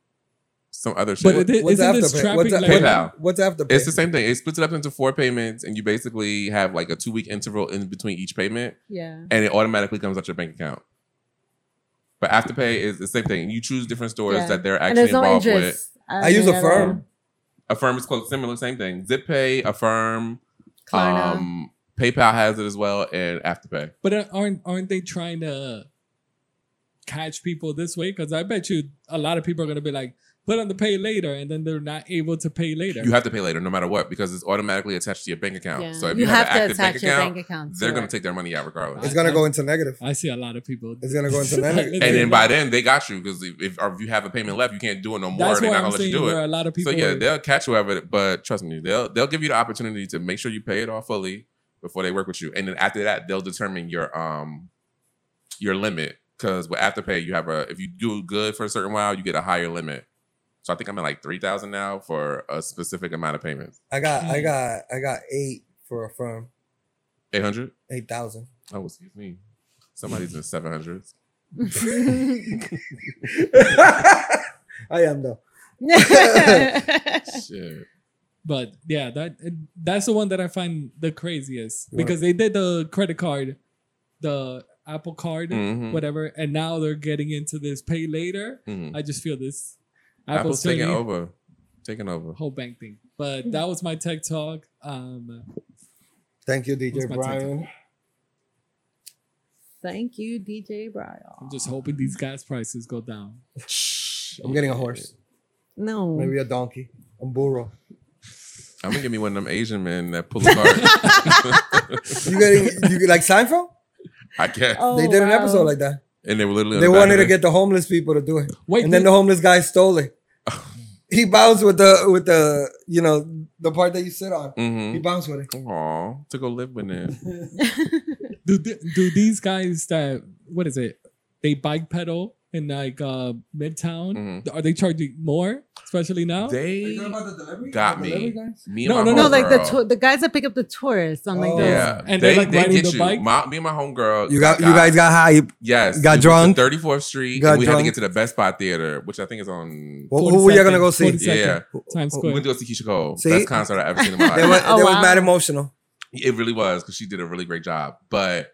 S4: some other shit.
S2: But it is,
S3: What's
S2: isn't this
S3: Afterpay?
S2: trapping
S3: What's,
S2: like
S3: what's-
S4: PayPal?
S3: what's after pay?
S4: It's the same thing. It splits it up into four payments, and you basically have like a two week interval in between each payment,
S1: Yeah.
S4: and it automatically comes out your bank account. But Afterpay is the same thing. You choose different stores
S1: Yeah.
S4: that they're
S1: And there's
S4: actually
S1: no
S4: involved with.
S1: interest.
S3: I use
S1: mean,
S3: a
S1: at
S3: firm.
S4: Affirm is close, similar, same thing. ZipPay, Affirm,
S1: all. Klarna.
S4: um, PayPal has it as well, and Afterpay.
S2: But uh, aren't aren't they trying to catch people this way? Because I bet you a lot of people are gonna be like, put on the pay later, and then they're not able to pay later.
S4: You have to pay later, no matter what, because it's automatically attached to your bank account.
S1: Yeah.
S4: So if you, have, an active bank account,
S1: account.
S4: they're
S1: to
S4: going
S1: it.
S4: to take their money out regardless.
S3: It's gonna go into negative.
S2: I see a lot of people.
S3: It's gonna go into negative.
S4: and then by then they got you because if, if, or if you have a payment left, you can't do it no more.
S2: that's
S4: They're
S2: why
S4: not
S2: I'm
S4: gonna let you
S2: saying
S4: do
S2: where
S4: it.
S2: a lot of
S4: So
S2: people.
S4: yeah,
S2: are-
S4: they'll catch you whoever. But trust me, they'll they'll give you the opportunity to make sure you pay it off fully before they work with you, and then after that, they'll determine your um your limit because with afterpay, you have a if you do good for a certain while, you get a higher limit. So I think I'm at like three thousand now for a specific amount of payments.
S3: I got
S1: Mm.
S3: I got I got eight for a firm.
S4: Eight hundred.
S3: Eight thousand.
S4: Oh, excuse me. Somebody's in seven hundreds.
S3: I am though.
S4: Shit.
S2: But yeah, that that's the one that I find the craziest because they did the credit card, the Apple Card,
S4: Mhm.
S2: whatever, and now they're getting into this pay later.
S4: Mhm.
S2: I just feel this
S4: Apple's
S2: Apple's,
S4: taking
S2: turning-
S4: over. Taking over.
S2: whole bank thing. But that was my tech talk. Um,
S3: Thank you,
S2: What's
S3: DJ
S2: my title?
S3: Brian.
S1: Thank you, DJ Brian.
S2: I'm just hoping these gas prices go down.
S3: I'm getting a horse.
S1: No.
S3: Maybe a donkey. A burro.
S4: I'm gonna give me one of them Asian men that pull apart.
S3: You getting you get like Seinfeld?
S4: I guess.
S1: Oh,
S3: they did an
S1: wow.
S3: episode like that.
S4: And they were literally on
S3: They
S4: the back
S3: wanted
S4: of
S3: to
S4: it.
S3: get the homeless people to do it.
S2: Wait,
S3: and then
S2: did-
S3: the homeless guy stole it. he bounced with the with the you know the part that you sit on. He
S4: Mhm.
S3: bounced with it.
S4: Aw, to go live with them.
S2: do th- do these guys that what is it? They bike pedal in like uh, Midtown. Are they charging more, especially now?
S4: Mm-hmm. They
S3: the delivery?
S4: got me. Me and
S2: No,
S4: my
S2: no,
S1: No, like the
S4: homegirl.
S1: tour the guys that pick up the tourists on like
S3: Oh.
S1: those.
S4: Yeah,
S2: And
S4: they,
S2: they're, like,
S4: they
S2: riding
S4: get
S2: the
S4: you.
S2: bike?
S4: My, me and my homegirl.
S3: You got you guys got hype.
S4: yes.
S3: got drunk?
S4: Thirty fourth Street.
S3: Got
S4: and we had to
S3: drunk?
S4: get to the Best Buy Theater, which I think is on.
S3: Who, who were you gonna go
S2: 42nd,
S3: see?
S2: 42nd,
S4: Yeah.
S2: Times
S4: We
S2: Square.
S4: went to go see Keisha Cole.
S3: See?
S4: Best concert I ever seen in my
S3: They
S4: life.
S3: were,
S1: Oh,
S3: they were
S1: wow.
S3: mad emotional.
S4: It really was because she did a really great job. But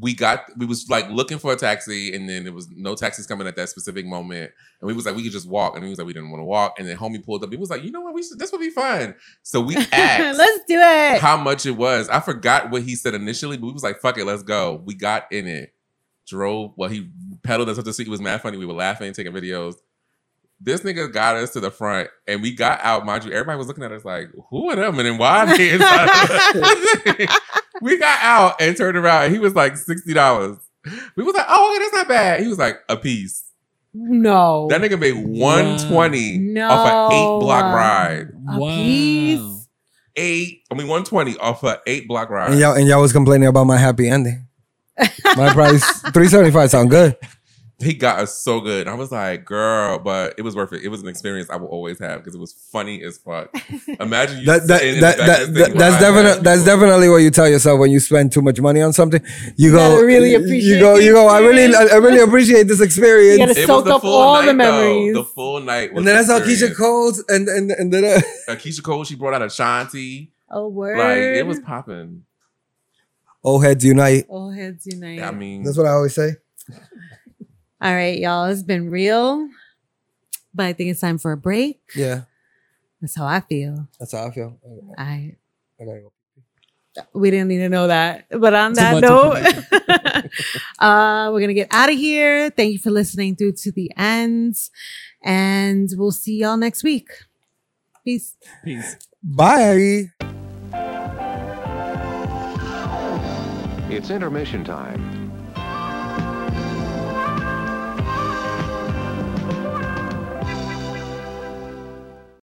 S4: we got we was like looking for a taxi, and then there was no taxis coming at that specific moment. And we was like, we could just walk. And he was like, we didn't want to walk. And then homie pulled up. He was like, you know what? We should, this would be fun. So we asked
S1: Let's do it.
S4: how much it was. I forgot what he said initially, but we was like, fuck it, let's go. We got in it. Drove. Well, he pedaled us up the street. It was mad funny. We were laughing, taking videos. This nigga got us to the front, and we got out. Mind you, everybody was looking at us like, "Who are them?" And then why? are they inside of us?" we got out and turned around. And he was like sixty dollars. We was like, "Oh, okay, that's not bad." He was like, "A piece."
S1: no.
S4: That nigga made one twenty
S1: No.
S4: off an eight block ride.
S1: A piece.
S4: Eight, I mean one twenty off an eight block ride.
S3: And y'all and y'all was complaining about my happy ending. My price three seventy five sound good.
S4: he got us so good. I was like, girl, but it was worth it. It was an experience I will always have because it was funny as fuck. Imagine you
S3: That, that,
S4: sitting in
S3: that,
S4: the back
S3: that,
S4: of
S3: that-
S4: this thing
S3: that's
S4: lying down.
S3: definitely that's definitely what you tell yourself when you spend too much money on something. You go
S1: gotta really
S3: You
S1: appreciate
S3: go
S1: the
S3: you go. I really I
S1: experience."
S3: really appreciate this experience.
S1: gotta
S4: It was
S1: soak
S4: the
S1: up
S4: full
S1: all
S4: night,
S1: the memories.
S4: Though. The full night. Was
S3: and then that's how Keisha
S4: experience.
S3: calls and and and then. uh,
S4: Uh, Keisha Cole, she brought out Ashanti.
S1: Oh word.
S4: Like, it was popping.
S3: Old heads unite.
S1: all heads unite.
S4: I mean,
S3: That's what I always say.
S1: All right, y'all. It's been real. But I think it's time for a break.
S3: Yeah,
S1: That's how I feel.
S3: that's how I feel.
S1: I
S3: I gotta go.
S1: we didn't need to know that. But on
S2: Too
S1: that
S2: much
S1: note, uh, we're gonna get out of here. Thank you for listening through to the end. And we'll see y'all next week. Peace.
S2: Peace.
S3: Bye.
S6: It's intermission time.